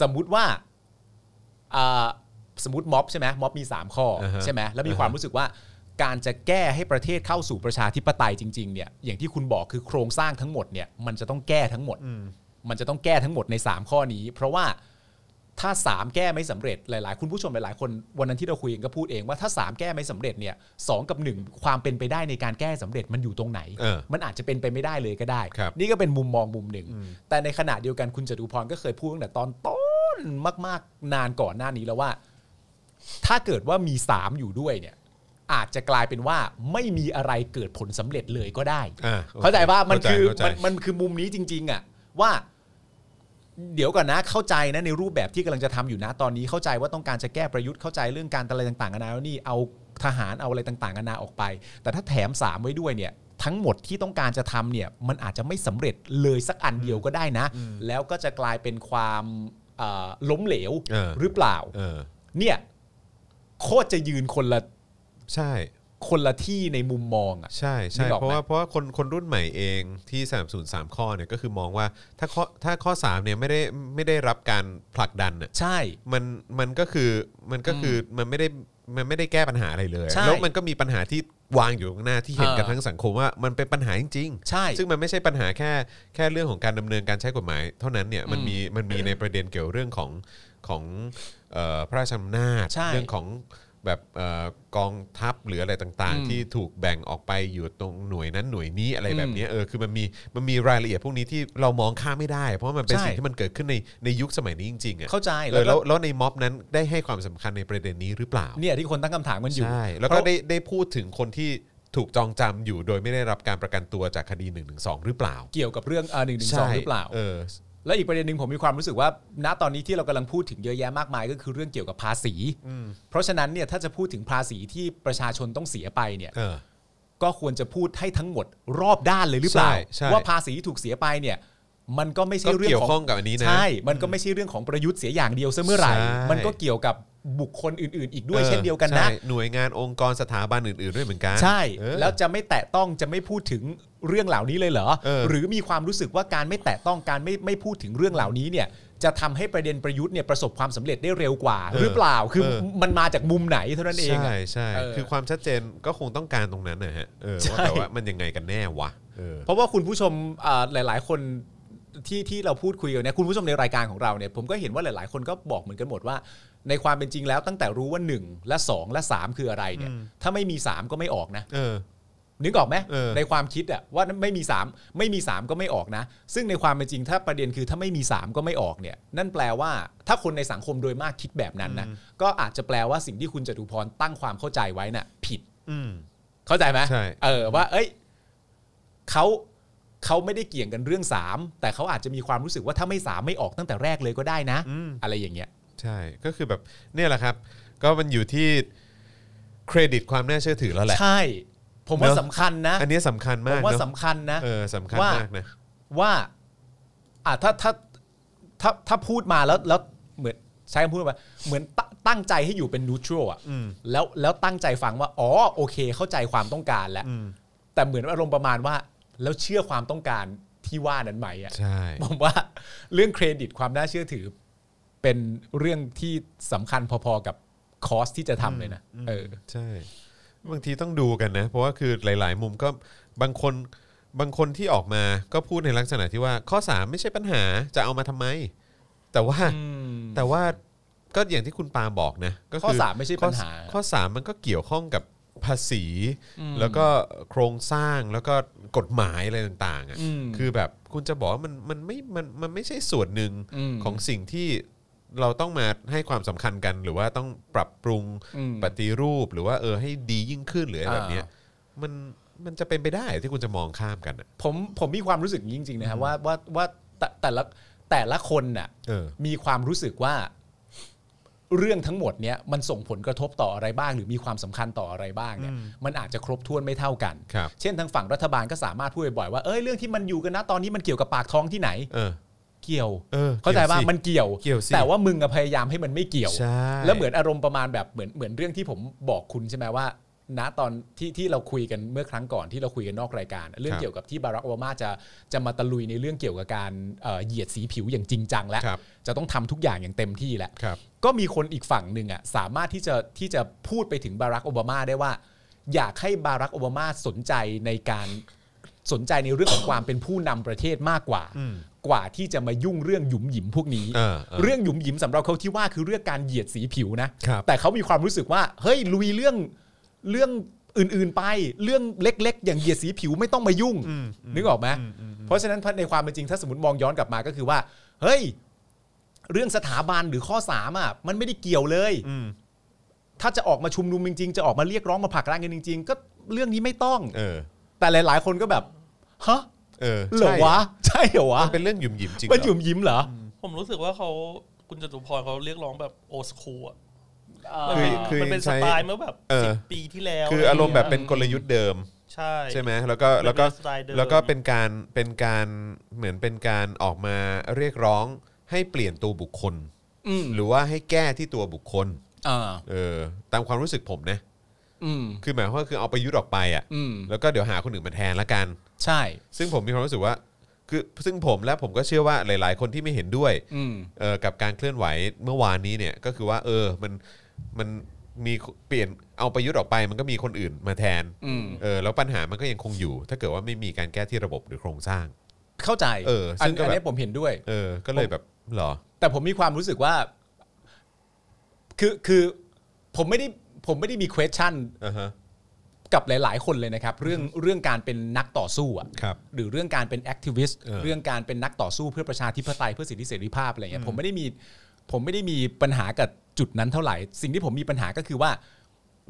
สมมุติว่าอ่าสมมติม็อบใช่ไหมม็อบมี 3 ข้อ
อ่าฮะ
ใช่ไหมแล้วมี
อ่าฮะ
ความรู้สึกว่า การจะแก้ให้ประเทศเข้าสู่ประชาธิปไตยจริงๆเนี่ยอย่างที่คุณบอกคือโครงสร้างทั้งหมดเนี่ยมันจะต้องแก้ทั้งหมด มันจะต้องแก้ทั้งหมดใน 3 ข้อนี้ เพราะว่าถ้า 3 แก้ไม่สำเร็จหลาย ๆ คุณผู้ชมหลายๆคนวันนั้นที่เราคุยกันก็พูดเองว่าถ้า 3 แก้ไม่สำเร็จเนี่ยสกับ 1 ความเป็นไปได้ในการแก้สำเร็จมันอยู่ตรงไหน
เออ
มันอาจจะเป็นไปไม่ได้เลยก็ได้
ครับ
นี่ก็เป็นมุมมองมุมหนึ่ง แต่ในขณะเดียวกันคุณจตุพรก็เคยพูดตั้งแต่ตอนต้นมาก ๆ นานก่อนหน้านี้แล้วว่า ถ้าเกิดว่ามี 3 อยู่ด้วยเนี่ยอาจจะกลายเป็นว่าไม่มีอะไรเกิดผลสำเร็จเลยก็ได้
อ่าโอเค
เข้าใจว่ามัน
เข้าใจ
คือ
เข้าใจ
มันมันคือมุมนี้จริง ๆ อ่ะ ว่า เดี๋ยวก่อนนะเข้าใจนะในรูปแบบที่กำลังจะทำอยู่นะตอนนี้เข้าใจว่าต้องการจะแก้ประยุทธ์เข้าใจเรื่องการอะไรต่างๆนานาแล้วนี่เอาทหารเอาอะไรต่างๆนานาออกไป แต่ถ้าแถมสามไว้ด้วยเนี่ย ทั้งหมดที่ต้องการจะทำเนี่ย มันอาจจะไม่สำเร็จเลยสักอันเดียวก็ได้นะ แล้วก็จะกลายเป็นความ อ่าล้มเหลว
เออ
หรือเปล่า
เออ
เนี่ยโคตรจะยืนคนละ
ใช่
คนละที่ในมุมมองอ่ะ
ใช่
นึ
ใช่
กออกไหม
เพราะว่าเพราะว่าคนคนรุ่นใหม่เองที่สามศูนย์สามข้อเนี่ยก็คือมองว่าถ้าข้อถ้าข้อสามเนี่ยไม่ได้ไม่ได้รับการผลักดันน่ะ
ใช่
มันมันก็คือมันก็คือมันไม่ได้มันไม่ได้แก้ปัญหาอะไรเลย
ใช่
แล้วมันก็มีปัญหาที่วางอยู่ข้างหน้าที่เห็น
เออ
กันทั้งสังคมว่ามันเป็นปัญหาจริง ๆ
ใช่
ซึ่งมันไม่ใช่ปัญหาแค่แค่เรื่องของการดำเนินการใช้กฎหมาย เท่านั้นเนี่ยมันมีมันมีในประเด็นเกี่ยวเรื่องของของเอ่อพระราชอำนาจ
ใช่
เรื่องของแบบเออกองทัพหรืออะไรต่าง
อืม
ๆ ที่ถูกแบ่งออกไปอยู่ตรงหน่วยนั้นหน่วยนี้อะไร
อืม
แบบเนี้ยเออคือมันมีมันมีรายละเอียดพวกนี้ที่เรามองข้ามไม่ได้ เพราะมันเป็น
ใช่
สิ่งที่มันเกิดขึ้นในในยุคสมัยนี้จริงๆอ่ะ
เข้าใจ
เออแล้วแล้วในม็อบนั้นได้ให้ความสำคัญในประเด็นนี้หรือเปล่า
เนี่ยที่คนตั้งคำถามกันอยู่
ใช่แล้ว
เพ
ก็
ราะ
ได้ได้พูดถึงคนที่ถูกจองจำอยู่โดยไม่ได้รับการประกันตัวจากคดี1นึหรือเปล่า
เกี่ยวกับเรื่องหนึ่งหนึ่งสองหรือเปล่า
ใช่เออ
และอีกประเด็นหนึ่งผมมีความรู้สึกว่า ณตอนนี้ที่เรากำลังพูดถึงเยอะแยะมากมายก็คือเรื่องเกี่ยวกับภาษี
อืม
เพราะฉะนั้นเนี่ยถ้าจะพูดถึงภาษีที่ประชาชนต้องเสียไปเนี่ย
เออ
ก็ควรจะพูดให้ทั้งหมดรอบด้านเลยหรือเปล่า
ใช่ใช่
ว่าภาษีที่ถูกเสียไปเนี่ย มันก็ไม่ใช่
ก็
เรื่อง
เกี่ยว
ของ
ข้องกับอันนี้นะ
ใช่ มันก็ไม่ใช่เรื่องของประยุทธ์เสียอย่างเดียวซะเมื่อไหร่
ใช่
มันก็เกี่ยวกับบุคคลอื่น ๆ อีกด้วย
ออ
เช่นเดียวกันนะ
ใช่หน่วยงานองค์กรสถาบันอื่น ๆ ด้วยเหมือนกัน
ใช่
เออ
แล้วจะไม่แตะต้องจะไม่พูดถึงเรื่องเหล่านี้เลยเหรอ
เออ
หรือมีความรู้สึกว่าการไม่แตะต้องการไม่ไม่พูดถึงเรื่องเหล่านี้เนี่ย จะทำให้ประเด็นประยุทธ์เนี่ยประสบความสำเร็จได้เร็วกว่า หรือเปล่า คือมันมาจากมุมไหนเท่านั้นเองอะ
ใช่ใช่
เออ
คือความชัดเจนก็คงต้องการตรงนั้นนะฮะเออว่า
ใช่
แต่ว่ามันยังไงกันแน่วะเออ
เพราะว่าคุณผู้ชมอ่าหลาย ๆ คนที่ที่เราพูดคุยกันเนี่ยคุณผู้ชมในรายการของเราเนี่ยผมก็เห็นว่าหลาย ๆ คนก็บอกเหมือนกันหมดว่า ในความเป็นจริงแล้วตั้งแต่รู้ว่า 1 และ 2 และ 3 คืออะไรเนี่ย
อืม
ถ้าไม่มี 3 ก็ไม่ออกนะ
เออ
นึกออกไหม
เออ
ในความคิดอะว่าไม่มี 3 ไม่มี 3 ก็ไม่ออกนะ ซึ่งในความเป็นจริงถ้าประเด็นคือถ้าไม่มี 3 ก็ไม่ออกเนี่ยนั่นแปลว่าถ้าคนในสังคมโดยมากคิดแบบนั้นนะก็อาจจะแปลว่าสิ่งที่คุณจตุพรตั้งความเข้าใจไว้น่ะผิด
อืม
เข้าใจไหม
ใช่
เออว่า เอ้ยเขาเขาไม่ได้เกี่ยงกันเรื่องสามแต่เขาอาจจะมีความรู้สึกว่าถ้าไม่สามไม่ออกตั้งแต่แรกเลยก็ได้นะ
อืม
อะไรอย่างเงี้ย
ใช่ ก็คือแบบเนี่ยแหละครับ ก็มันอยู่ที่เครดิตความน่าเชื่อถือแล้วแหละ
ใช่ ผมว่า
เนอะ
สำคัญนะ
อันนี้สำคัญ
ผม
าก
ม
เน
ว่า
อะ
สำคัญนะ
เออสำคัญ
ว่า
มากนะ
ว่าอ่ะถ้าถ้าถ้าถ้าพูดมาแล้วแล้วเหมือนใช้คำพูดว่าเหมือนตตั้งใจให้อยู่เป็นนูทรัลอ่ะแล้วแล้วตั้งใจฟังว่าอ๋อโอเค เข้าใจความต้องการแล้ว
อืม
แต่เหมือนอารมณ์ประมาณว่า แล้วเชื่อความต้องการที่ว่านั้นไหมอ่ะ
ใช่
ผมว่าเรื่องเครดิตความน่าเชื่อถือ เป็นเรื่องที่สำคัญพอๆกับคอสที่จะทำเลยนะเออ
ใช่ บางทีต้องดูกันนะ เพราะว่าคือหลาย ๆ มุมก็บางคนบางคนที่ออกมาก็พูดในลักษณะที่ว่าข้อ 3 ไม่ใช่ปัญหาจะเอามาทำไม แต่ว่าแต่ว่าก็อย่างที่คุณปาบอกนะก็
ข้อสามไม่ใช่ปัญหา
ข้อข้อ 3 มันก็เกี่ยวข้องกับภาษี แล้วก็โครงสร้างแล้วก็กฎหมายอะไรต่างๆอะ
อืม
คือแบบคุณจะบอกว่ามันมันไม่มันมันไม่ใช่ส่วนหนึ่ง
อืม
ของสิ่งที่เราต้องมาให้ความสำคัญกันหรือว่าต้องปรับปรุง
อืม
ปฏิรูปหรือว่าเออให้ดียิ่งขึ้นหรืออะไร
อ่า
แบบเนี้ยมันมันจะเป็นไปได้เหรอที่คุณจะมองข้ามกันอ่ะ
ผมผมมีความรู้สึกอย่างนี้จริงๆนะครับว่าว่าว่าแต่แต่ละแต่ละคนน่ะ
เออ
มีความรู้สึกว่า เรื่องทั้งหมดเนี้ยมันส่งผลกระทบต่ออะไรบ้าง หรือมีความสำคัญต่ออะไรบ้างเนี่ยมันอาจจะครบถ้วนไม่เท่ากัน
ครับ
เช่นทางฝั่งรัฐบาลก็สามารถพูดบ่อยๆว่าเอ้ยเรื่องที่มันอยู่กันนะตอนนี้มันเกี่ยวกับปากท้องที่ไหน
เออ
เกี่ยว
เออ
เข้าใจว่า
เกี่ยวสิ
มันเกี่ยว
เกี่ยวสิ
แต่ว่ามึงอะพยายามให้มันไม่เกี่ยว
ใช่
แล้วเหมือนอารมณ์ประมาณแบบเหมือนเหมือนเรื่องที่ผมบอกคุณใช่ไหมว่า ณตอนที่ที่เราคุยกันเมื่อครั้งก่อนที่เราคุยกันนอกรายการ เรื่องเกี่ยวกับที่บารักโอบามาจะจะมาตะลุยในเรื่องเกี่ยวกับการเอ่อเหยียดสีผิวอย่างจริงจังแล้ว
ครับ
จะต้องทำทุกอย่างอย่างเต็มที่แล้ว
ครับ
ก็มีคนอีกฝั่งหนึ่งอ่ะสามารถที่จะที่จะพูดไปถึงบารักโอบามาได้ว่า อยากให้บารักโอบามาสนใจในการสนใจในเรื่องของความเป็นผู้นำประเทศมากกว่า
อืม
กว่าที่จะมายุ่งเรื่องหยุมหยิมพวกนี้
เออเออ
เรื่องหยุมหยิมสำหรับเขาที่ว่าคือเรื่องการเหยียดสีผิวนะ
ครับ
แต่เขามีความรู้สึกว่าเฮ้ยลุยเรื่องเรื่องอื่นๆไป เรื่องเล็ก ๆ อย่างเหยียดสีผิวไม่ต้องมายุ่ง นึกออกไหมเพราะฉะนั้นในความเป็นจริงถ้าสมมติมองย้อนกลับมาก็คือว่า เฮ้ย เรื่องสถาบันหรือข้อสามอ่ะมันไม่ได้เกี่ยวเลย
อืม
ถ้าจะออกมาชุมนุมจริงๆ จะออกมาเรียกร้องมาผลักดันกันจริง ๆ ก็เรื่องนี้ไม่ต้อง
เออ
แต่หลาย ๆ คนก็แบบฮะ
เออ
เหรอวะ ใช่เหรอวะ
มันเป็นเรื่องหยุ่มหยิมจริง
มันห
เหรอ
ยุมยิ้มเหรอ
ผมรู้สึกว่าเขาคุณจตุพรเขาเรียกร้องแบบโอสคูอ่ะ
คือคือ
มันเป็นส
ใช้
ไตล์เมื่อแบบ
เออ
สิบปีที่แล้ว
คืออารมณ์แบบเป็นกลยุทธ์เดิม
ใช่
ใช่ไหมแล้วก็แล้วก็
เป็นสไตล์เดิม
แล้วก็เป็นการเป็นการเหมือนเป็นการออกมาเรียกร้อง ให้เปลี่ยนตัวบุคคล
อืม
หรือว่าให้แก้ที่ตัวบุคคล
อ่า
เออตามความรู้สึกผมนะ
อืม
คือหมายความว่าคือเอาประยุทธ์ออกไปอ่ะ
อืม
แล้วก็เดี๋ยวหาคนอื่นมาแทนละกัน
ใช่
ซึ่งผมมีความรู้สึกว่าคือซึ่งผมและผมก็เชื่อว่าหลาย ๆ คนที่ไม่เห็นด้วย
อืม
เอ่อกับการเคลื่อนไหวเมื่อวานนี้เนี่ยก็คือว่า เออมันมันมีเปลี่ยนเอาประยุทธ์ออกไป มันก็มีคนอื่นมาแทน
อืม
เออแล้วปัญหามันก็ยังคงอยู่ ถ้าเกิดว่าไม่มีการแก้ที่ระบบหรือโครงสร้าง
เข้าใจ
เออซึ่
อัน
งก็
อัน
แบบ
นี้ผมเห็นด้วย
เออ ก็เลยแบบเหรอ
แต่ผมมีความรู้สึกว่า คือคือผมไม่ได้ผมไม่ได้มี question
อ่าฮะ
กับหลาย ๆ คนเลยนะครับ เรื่องเรื่องการเป็นนักต่อสู้อะ
ครับ
หรือเรื่องการเป็นแอคทิวิสต์
เออ
เรื่องการเป็นนักต่อสู้เพื่อประชาธิปไตยเพื่อสิทธิเสรีภาพอะไรเงี้ยผมไม่ได้มีผมไม่ได้มีปัญหากับจุดนั้นเท่าไหร่ สิ่งที่ผมมีปัญหาก็คือว่า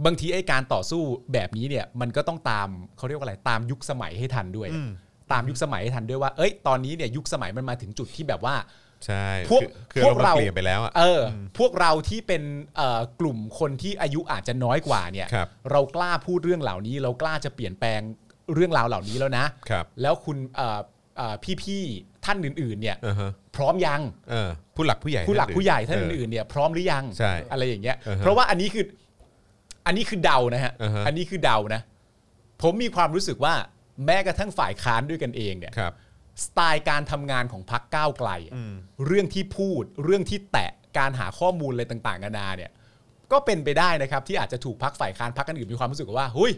บางทีไอ้การต่อสู้แบบนี้เนี่ย มันก็ต้องตามเขาเรียกว่าอะไรตามยุคสมัยให้ทันด้วยอะตามยุคสมัยให้ทันด้วยว่า เอ้ยตอนนี้เนี่ยยุคสมัยมันมาถึงจุดที่แบบว่า
ใช่
พวก
คือคือ
พวก
เรามา
เรา
เปลี่ยนไปแล้วอ่ะ
เอออพวกเราที่เป็นเอ่อกลุ่มคนที่อายุอาจจะน้อยกว่าเนี่ย
ครับ
เรากล้าพูดเรื่องเหล่านี้ เรากล้าจะเปลี่ยนแปลงเรื่องราวเหล่านี้แล้วนะครับ แล้วคุณเอ่อเอ่อพี่ๆท่านอื่นๆเนี่ย
อ่าฮะ
พร้อมยัง
เออผู้หลักผู้ใหญ่
ผู้หลัก
นั่น
ผู้ใหญ่ท่าน
เ
อื่นๆเนี่ยพร้อมหรือยัง
ใช่
อะไรอย่างเงี้ย
อือฮะ
เพราะว่าอันนี้คืออันนี้คือเดานะฮะ
อือฮะ
นนี้คือเดานะ ผมมีความรู้สึกว่าแม้กระทั่งฝ่ายค้านด้วยกันเองเนี่ย
ครับ
สไตล์การทำงานของพักก้าวไกลอะเรื่องที่พูด เรื่องที่แตะการหาข้อมูลอะไรต่างๆนานาเนี่ย ก็เป็นไปได้นะครับที่อาจจะถูกพักฝ่ายค้านพักกันอื่นมีความรู้สึกว่าเฮ้ย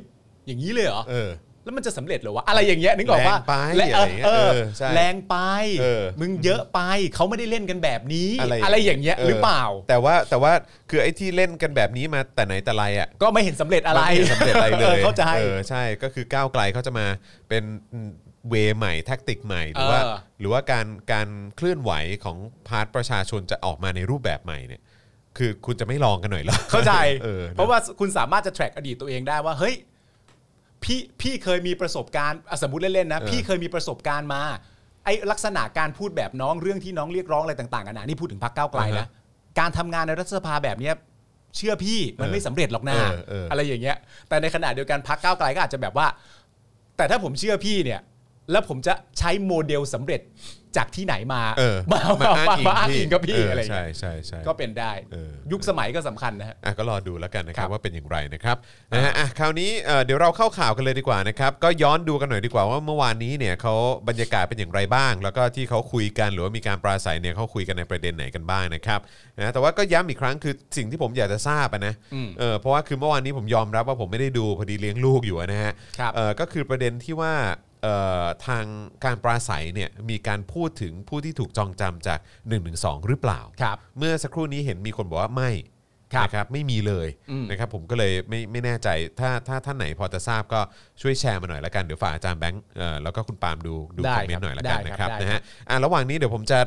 อย่างนี้เลยเหรอ
เออ
แล้วมันจะสำเร็จเหรอวะอะไรอย่างเงี้ยนึกออกปะ
แรงไป
และเอ
อะ
อ
ไรเงี้ย
เออ
เออใช่
แรงไป
เออ
มึงเยอะไปเขาไม่ได้เล่นกันแบบนี้
อะไร
อะไรอย่างเงี้ยหรือเปล่า
แต่ว่าแต่ว่าคือไอ้ที่เล่นกันแบบนี้มาแต่ไหนแต่ไรอ่ะ
ก็ไม่เห็นสำเร็จอะไร
มันม่สำเร็จอะไรเลย
เข้าใจ
ออใช่ก็คือก้าวไกลเขาจะมาเป็นเวใหม่แท็กติกใหม่หรือ
เออ
ว่า หรือว่าการการเคลื่อนไหวของพาร์ทประชาชนจะออกมาในรูปแบบใหม่เนี่ย คือคุณจะไม่ลองกันหน่อยหรอ
เข้าใจ
ออ
เพราะว่าคุณสามารถจะ track อดีตตัวเองได้ว่า เฮ้ย พี่พี่เคยมีประสบการณ์อ่ะสมมติเล่นๆนะ พี่เคยมีประสบการณ์มา ไอ้ลักษณะการพูดแบบน้องเรื่องที่น้องเรียกร้องอะไรต่างๆกันนะนี่พูดถึงพรรคก้าวไกลนะ การทำงานในรัฐสภาแบบเนี้ยเชื่อพี่มันไม่สำเร็จหรอกนะอะไรอย่างเงี้ย แต่ในขณะเดียวกันพรรคก้าวไกลก็อาจจะแบบว่า แต่ถ้าผมเชื่อพี่เนี่ย แล้วผมจะใช้โมเดลสำเร็จจากที่ไหนมา
เออ
มามามาอ้างอิงกับ
เ
พี่อะไรอย่าง
ใช่
เงี้ย
ใช่ใช่
ก็เป็นได้
เออ
ยุคสมัยก็สำคัญนะฮะ
อ่ะก็รอดูแล้วกันนะครั
ครับ บ
ว่าเป็นอย่างไรนะครับนะฮะอ่ะคราวนี้เอ่อเดี๋ยวเราเข้าข่าวกันเลยดีกว่านะครับก็ย้อนดูกันหน่อยดีกว่าว่าเมื่อวานนี้เนี่ยเขาบรรยากาศเป็นอย่างไรบ้าง แล้วก็ที่เขาคุยกันหรือว่ามีการปราศัยเนี่ยเขาคุยกันในประเด็นไหนกันบ้างนะครับนะแต่ว่าก็ย้ำอีกครั้งคือสิ่งที่ผมอยากจะทราบอะนะ
อืม
เออเพราะว่าคือเมื่อวานนี้ผมยอมรับว่าผมไม่ได้ดูพอดีเลี้ยงลูกอยู่อะนะฮะ
ครับ
เออก็คือประเด็นที่ว่าเอ่อทางการปราศัยเนี่ยมีการพูดถึงผู้ที่ถูกจองจำจาก1นึหรือเปล่า
ครับ
เมื่อสักครู่นี้เห็นมีคนบอกว่าไม่
ครับ
นะครับไม่มีเลย
อืม
นะครับผมก็เลยไม่ไม่แน่ใจถ้าถ้าท่านไหนพอจะทราบก็ช่วยแชร์มาหน่อยละกันเดี๋ยวฝากอาจารย์แบงค์เอ่อแล้วก็คุณปาล์มดูดู
ได้
คอมเมนต์หน่อยละกัน
ได้
นะค
ค
รั
รั
บบ
ได้
นะฮะอ่ะระหว่างนี้เดี๋ยวผมจะ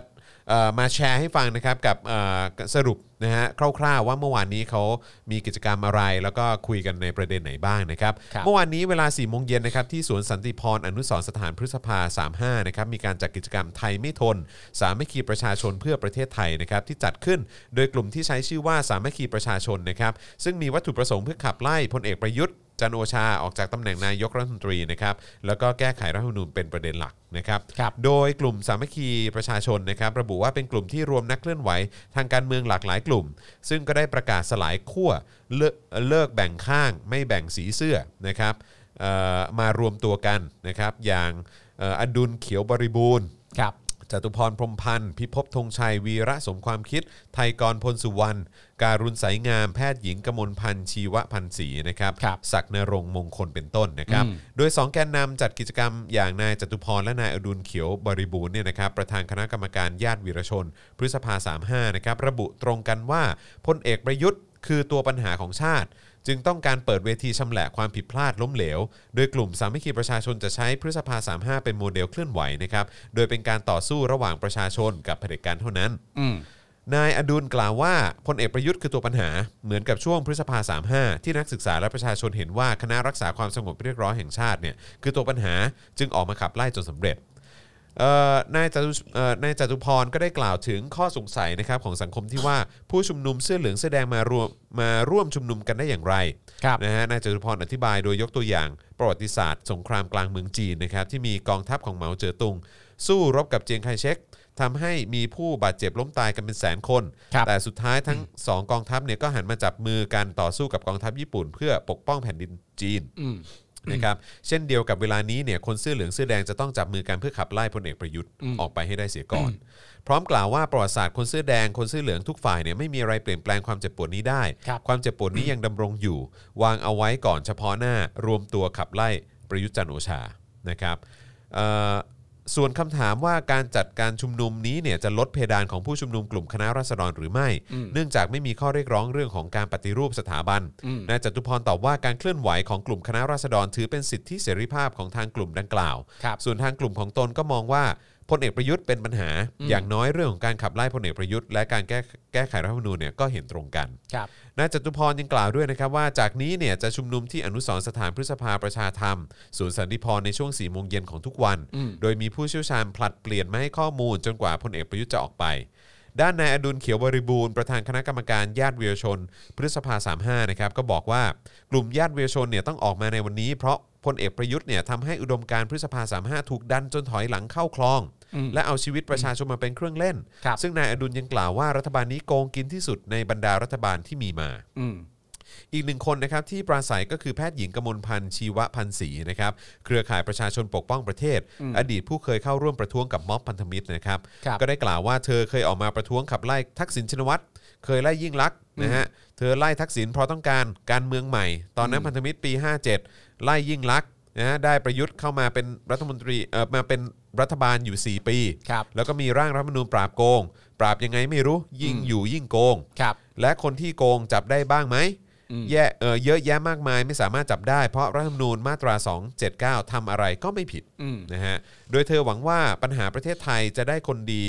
เอ่อมาแชร์ให้ฟังนะครับกับเอ่อสรุปนะฮะคร่าวๆว่าเมื่อวานนี้เขามีกิจกรรมอะไร แล้วก็คุยกันในประเด็นไหนบ้างนะครับ
ครับ
เมื่อวานนี้เวลา4ี่โมงเย็นนะครับที่สวนสันติพรอนุสรณ์สถานพฤษภา 35 นะครับมีการจัดกิจกรรมไทยไม่ทน สามัคคีประชาชนเพื่อประเทศไทยนะครับที่จัดขึ้นโดยกลุ่มที่ใช้ชื่อว่าสามัคคีประชาชนนะครับซึ่งมีวัตถุประสงค์เพื่อขับไล่พลเอกประยุทธ์ จันทร์โอชาออกจากตำแหน่งนายกรัฐมนตรีนะครับแล้วก็แก้ไขรัฐธรรมนูญเป็นประเด็นหลักนะครับ
ครับ
โดยกลุ่มสามัคคีประชาชนนะครับระบุว่าเป็นกลุ่มที่รวมนักเคลื่อนไหว ทางการเมืองหลากหลายกลุ่ม ซึ่งก็ได้ประกาศสลายขั้วเลกเลิกแบ่งข้าง ไม่แบ่งสีเสื้อนะครับเอ่อมารวมตัวกันนะครับอย่างเอ่ออดุลเขียวบริบูรณ์
ครับ
จตุพรพรหมพันธ์ พิภพธงชัย วีระสมความคิด ไทยกรพลสุวรรณ การุณสายงาม แพทย์หญิงกมลพันธ์ชีวพันธ์ศรีนะครับ
ครับ
ศักดิ์นรงค์มงคลเป็นต้นนะครับ โดย 2 แกนนำจัดกิจกรรมอย่างนายจตุพรและนายอดุลเขียวบริบูรณ์เนี่ยนะครับ ประธานคณะกรรมการญาติวีรชน พฤษภา 35 นะครับ ระบุตรงกันว่าพลเอกประยุทธ์ คือตัวปัญหาของชาติ จึงต้องการเปิดเวทีชำแหละความผิดพลาดล้มเหลว โดยกลุ่มสามัคคีประชาชนจะใช้พฤษภา 35 เป็นโมเดลเคลื่อนไหวนะครับ โดยเป็นการต่อสู้ระหว่างประชาชนกับเผด็จการเท่านั้น นายอดุลกล่าวว่าพลเอกประยุทธ์คือตัวปัญหา เหมือนกับช่วงพฤษภา 35 ที่นักศึกษาและประชาชนเห็นว่าคณะรักษาความสงบเรียกร้องแห่งชาติเนี่ยคือตัวปัญหาจึงออกมาขับไล่จนสำเร็จ เอ่อนายจตุเอ่อนายจตุพรก็ได้กล่าวถึงข้อสงสัยนะครับของสังคมที่ว่าผู้ชุมนุมเสื้อเหลืองเสื้อแดงมารวมมาร่วมชุมนุมกันได้อย่างไร
ครับ
นะฮะนายจตุพรอธิบายโดยยกตัวอย่างประวัติศาสตร์สงครามกลางเมืองจีนนะครับที่มีกองทัพของเหมาเจ๋อตุง สู้รบกับเจียงไคเชกทำให้มีผู้บาดเจ็บล้มตายกันเป็นแสนคน
ครับ
แต่สุดท้ายทั้งสองกองทัพเนี่ยก็หันมาจับมือกันต่อสู้กับกองทัพญี่ปุ่น เพื่อปกป้องแผ่นดินจีนนะครับเช่นเดียวกับเวลานี้เนี่ยคนเสื้อเหลืองเสื้อแดงจะต้องจับมือกันเพื่อขับไล่พลเอกประยุทธ์ออกไปให้ได้เสียก่อน พร้อมกล่าวว่าประวัติศาสตร์คนเสื้อแดงคนเสื้อเหลืองทุกฝ่ายเนี่ยไม่มีอะไรเปลี่ยนแปลงความเจ็บปวดนี้ได้
ครับ
ความเจ็บปวดนี้ยังดำรงอยู่ วางเอาไว้ก่อนเฉพาะหน้ารวมตัวขับไล่ประยุทธ์จันทร์โอชานะครับเอ่อส่วนคำถามว่าการจัดการชุมนุมนี้เนี่ยจะลดเพดานของผู้ชุมนุมกลุ่มคณะราษฎรหรือไม่ เนื่องจากไม่มีข้อเรียกร้องเรื่องของการปฏิรูปสถาบันนายจตุพรตอบว่าการเคลื่อนไหวของกลุ่มคณะราษฎรถือเป็นสิทธิเสรีภาพของทางกลุ่มดังกล่าว
ครับ
ส่วนทางกลุ่มของตนก็มองว่าพลเอกประยุทธ์เป็นปัญหา อย่างน้อยเรื่องของการขับไล่พลเอกประยุทธ์และการแก้แก้ไขรัฐธรรมนูญเนี่ยก็เห็นตรงกัน
ครับ
นายจตุพรยังกล่าวด้วยนะครับว่าจากนี้เนี่ยจะชุมนุมที่อนุสรณ์สถานพฤษภาประชาธรรมศูนย์สันติพรในช่วง4ี่โมงเย็นของทุกวัน โดยมีผู้เชี่ยวชาญผลัดเปลี่ยนมาให้ข้อมูลจนกว่าพลเอกประยุทธ์จะออกไป ด้านนายอดุลเขียวบริบูรณ์ประธานคณะกรรมการญาติเวียชน พฤษภา 35นะครับก็บอกว่ากลุ่มญาติเวียชนเนี่ยต้องออกมาในวันนี้เพราะพลเอกประยุทธ์เนี่ยทำให้อุดมการณ์พฤษภา 35 ถูกดันจนถอยหลังเข้าคลอง และเอาชีวิตประชาชนมาเป็นเครื่องเล่น
ครับ
ซึ่งนายอดุลยังกล่าวว่ารัฐบาลนี้โกงกินที่สุดในบรรดารัฐบาลที่มีมา
อืม
อีกหนึ่งคนนะครับที่ปราศัยก็คือแพทย์หญิงกมลพันธ์ชีวพันธ์ศรีนะครับเครือข่ายประชาชนปกป้องประเทศ อดีตผู้เคยเข้าร่วมประท้วงกับม็อบพันธมิตรนะครับ
ครับ
ก็ได้กล่าวว่าเธอเคยออกมาประท้วงขับไล่ทักษิณชินวัตรเคยไล่ยิ่งลักษณ์นะฮะเธอไล่ทักษิณเพราะต้องการการเมืองใหม่ ตอนนั้นพันธมิตรปี 57 ไล่ยิ่งลักษณ์นะฮะได้ประยุทธ์เข้ามาเป็นรัฐมนตรีเออมาเป็นรัฐบาลอยู่ 4 ปี
ครับ
แล้วก็มีร่างรัฐธรรมนูญปราบโกง ปราบยังไงไม่รู้ยิ่งอยู่ยิ่งโกง
ครับ
และคนที่โกงจับได้บ้างไหมแย่เออเยอะแยะมากมายไม่สามารถจับได้เพราะรัฐธรรมนูญมาตรา 279ทำอะไรก็ไม่ผิด
อืม
นะฮะโดยเธอหวังว่าปัญหาประเทศไทยจะได้คนดี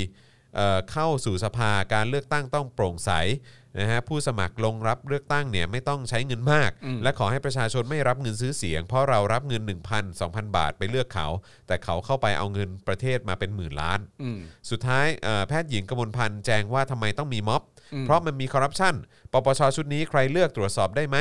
เอ่อเข้าสู่สภาการเลือกตั้งต้องโปร่งใสนะฮะผู้สมัครลงรับเลือกตั้งเนี่ยไม่ต้องใช้เงินมาก และขอให้ประชาชนไม่รับเงินซื้อเสียง เพราะเรารับเงิน 1,000 2,000 บาทไปเลือกเขา แต่เขาเข้าไปเอาเงินประเทศมาเป็นหมื่นล้าน
อืม
สุดท้ายเอ่อแพทย์หญิงกมลพันธ์แจงว่าทำไมต้องมีม็อบ เพราะมันมีคอร์รัปชันปปชชุดนี้ใครเลือกตรวจสอบได้ไหม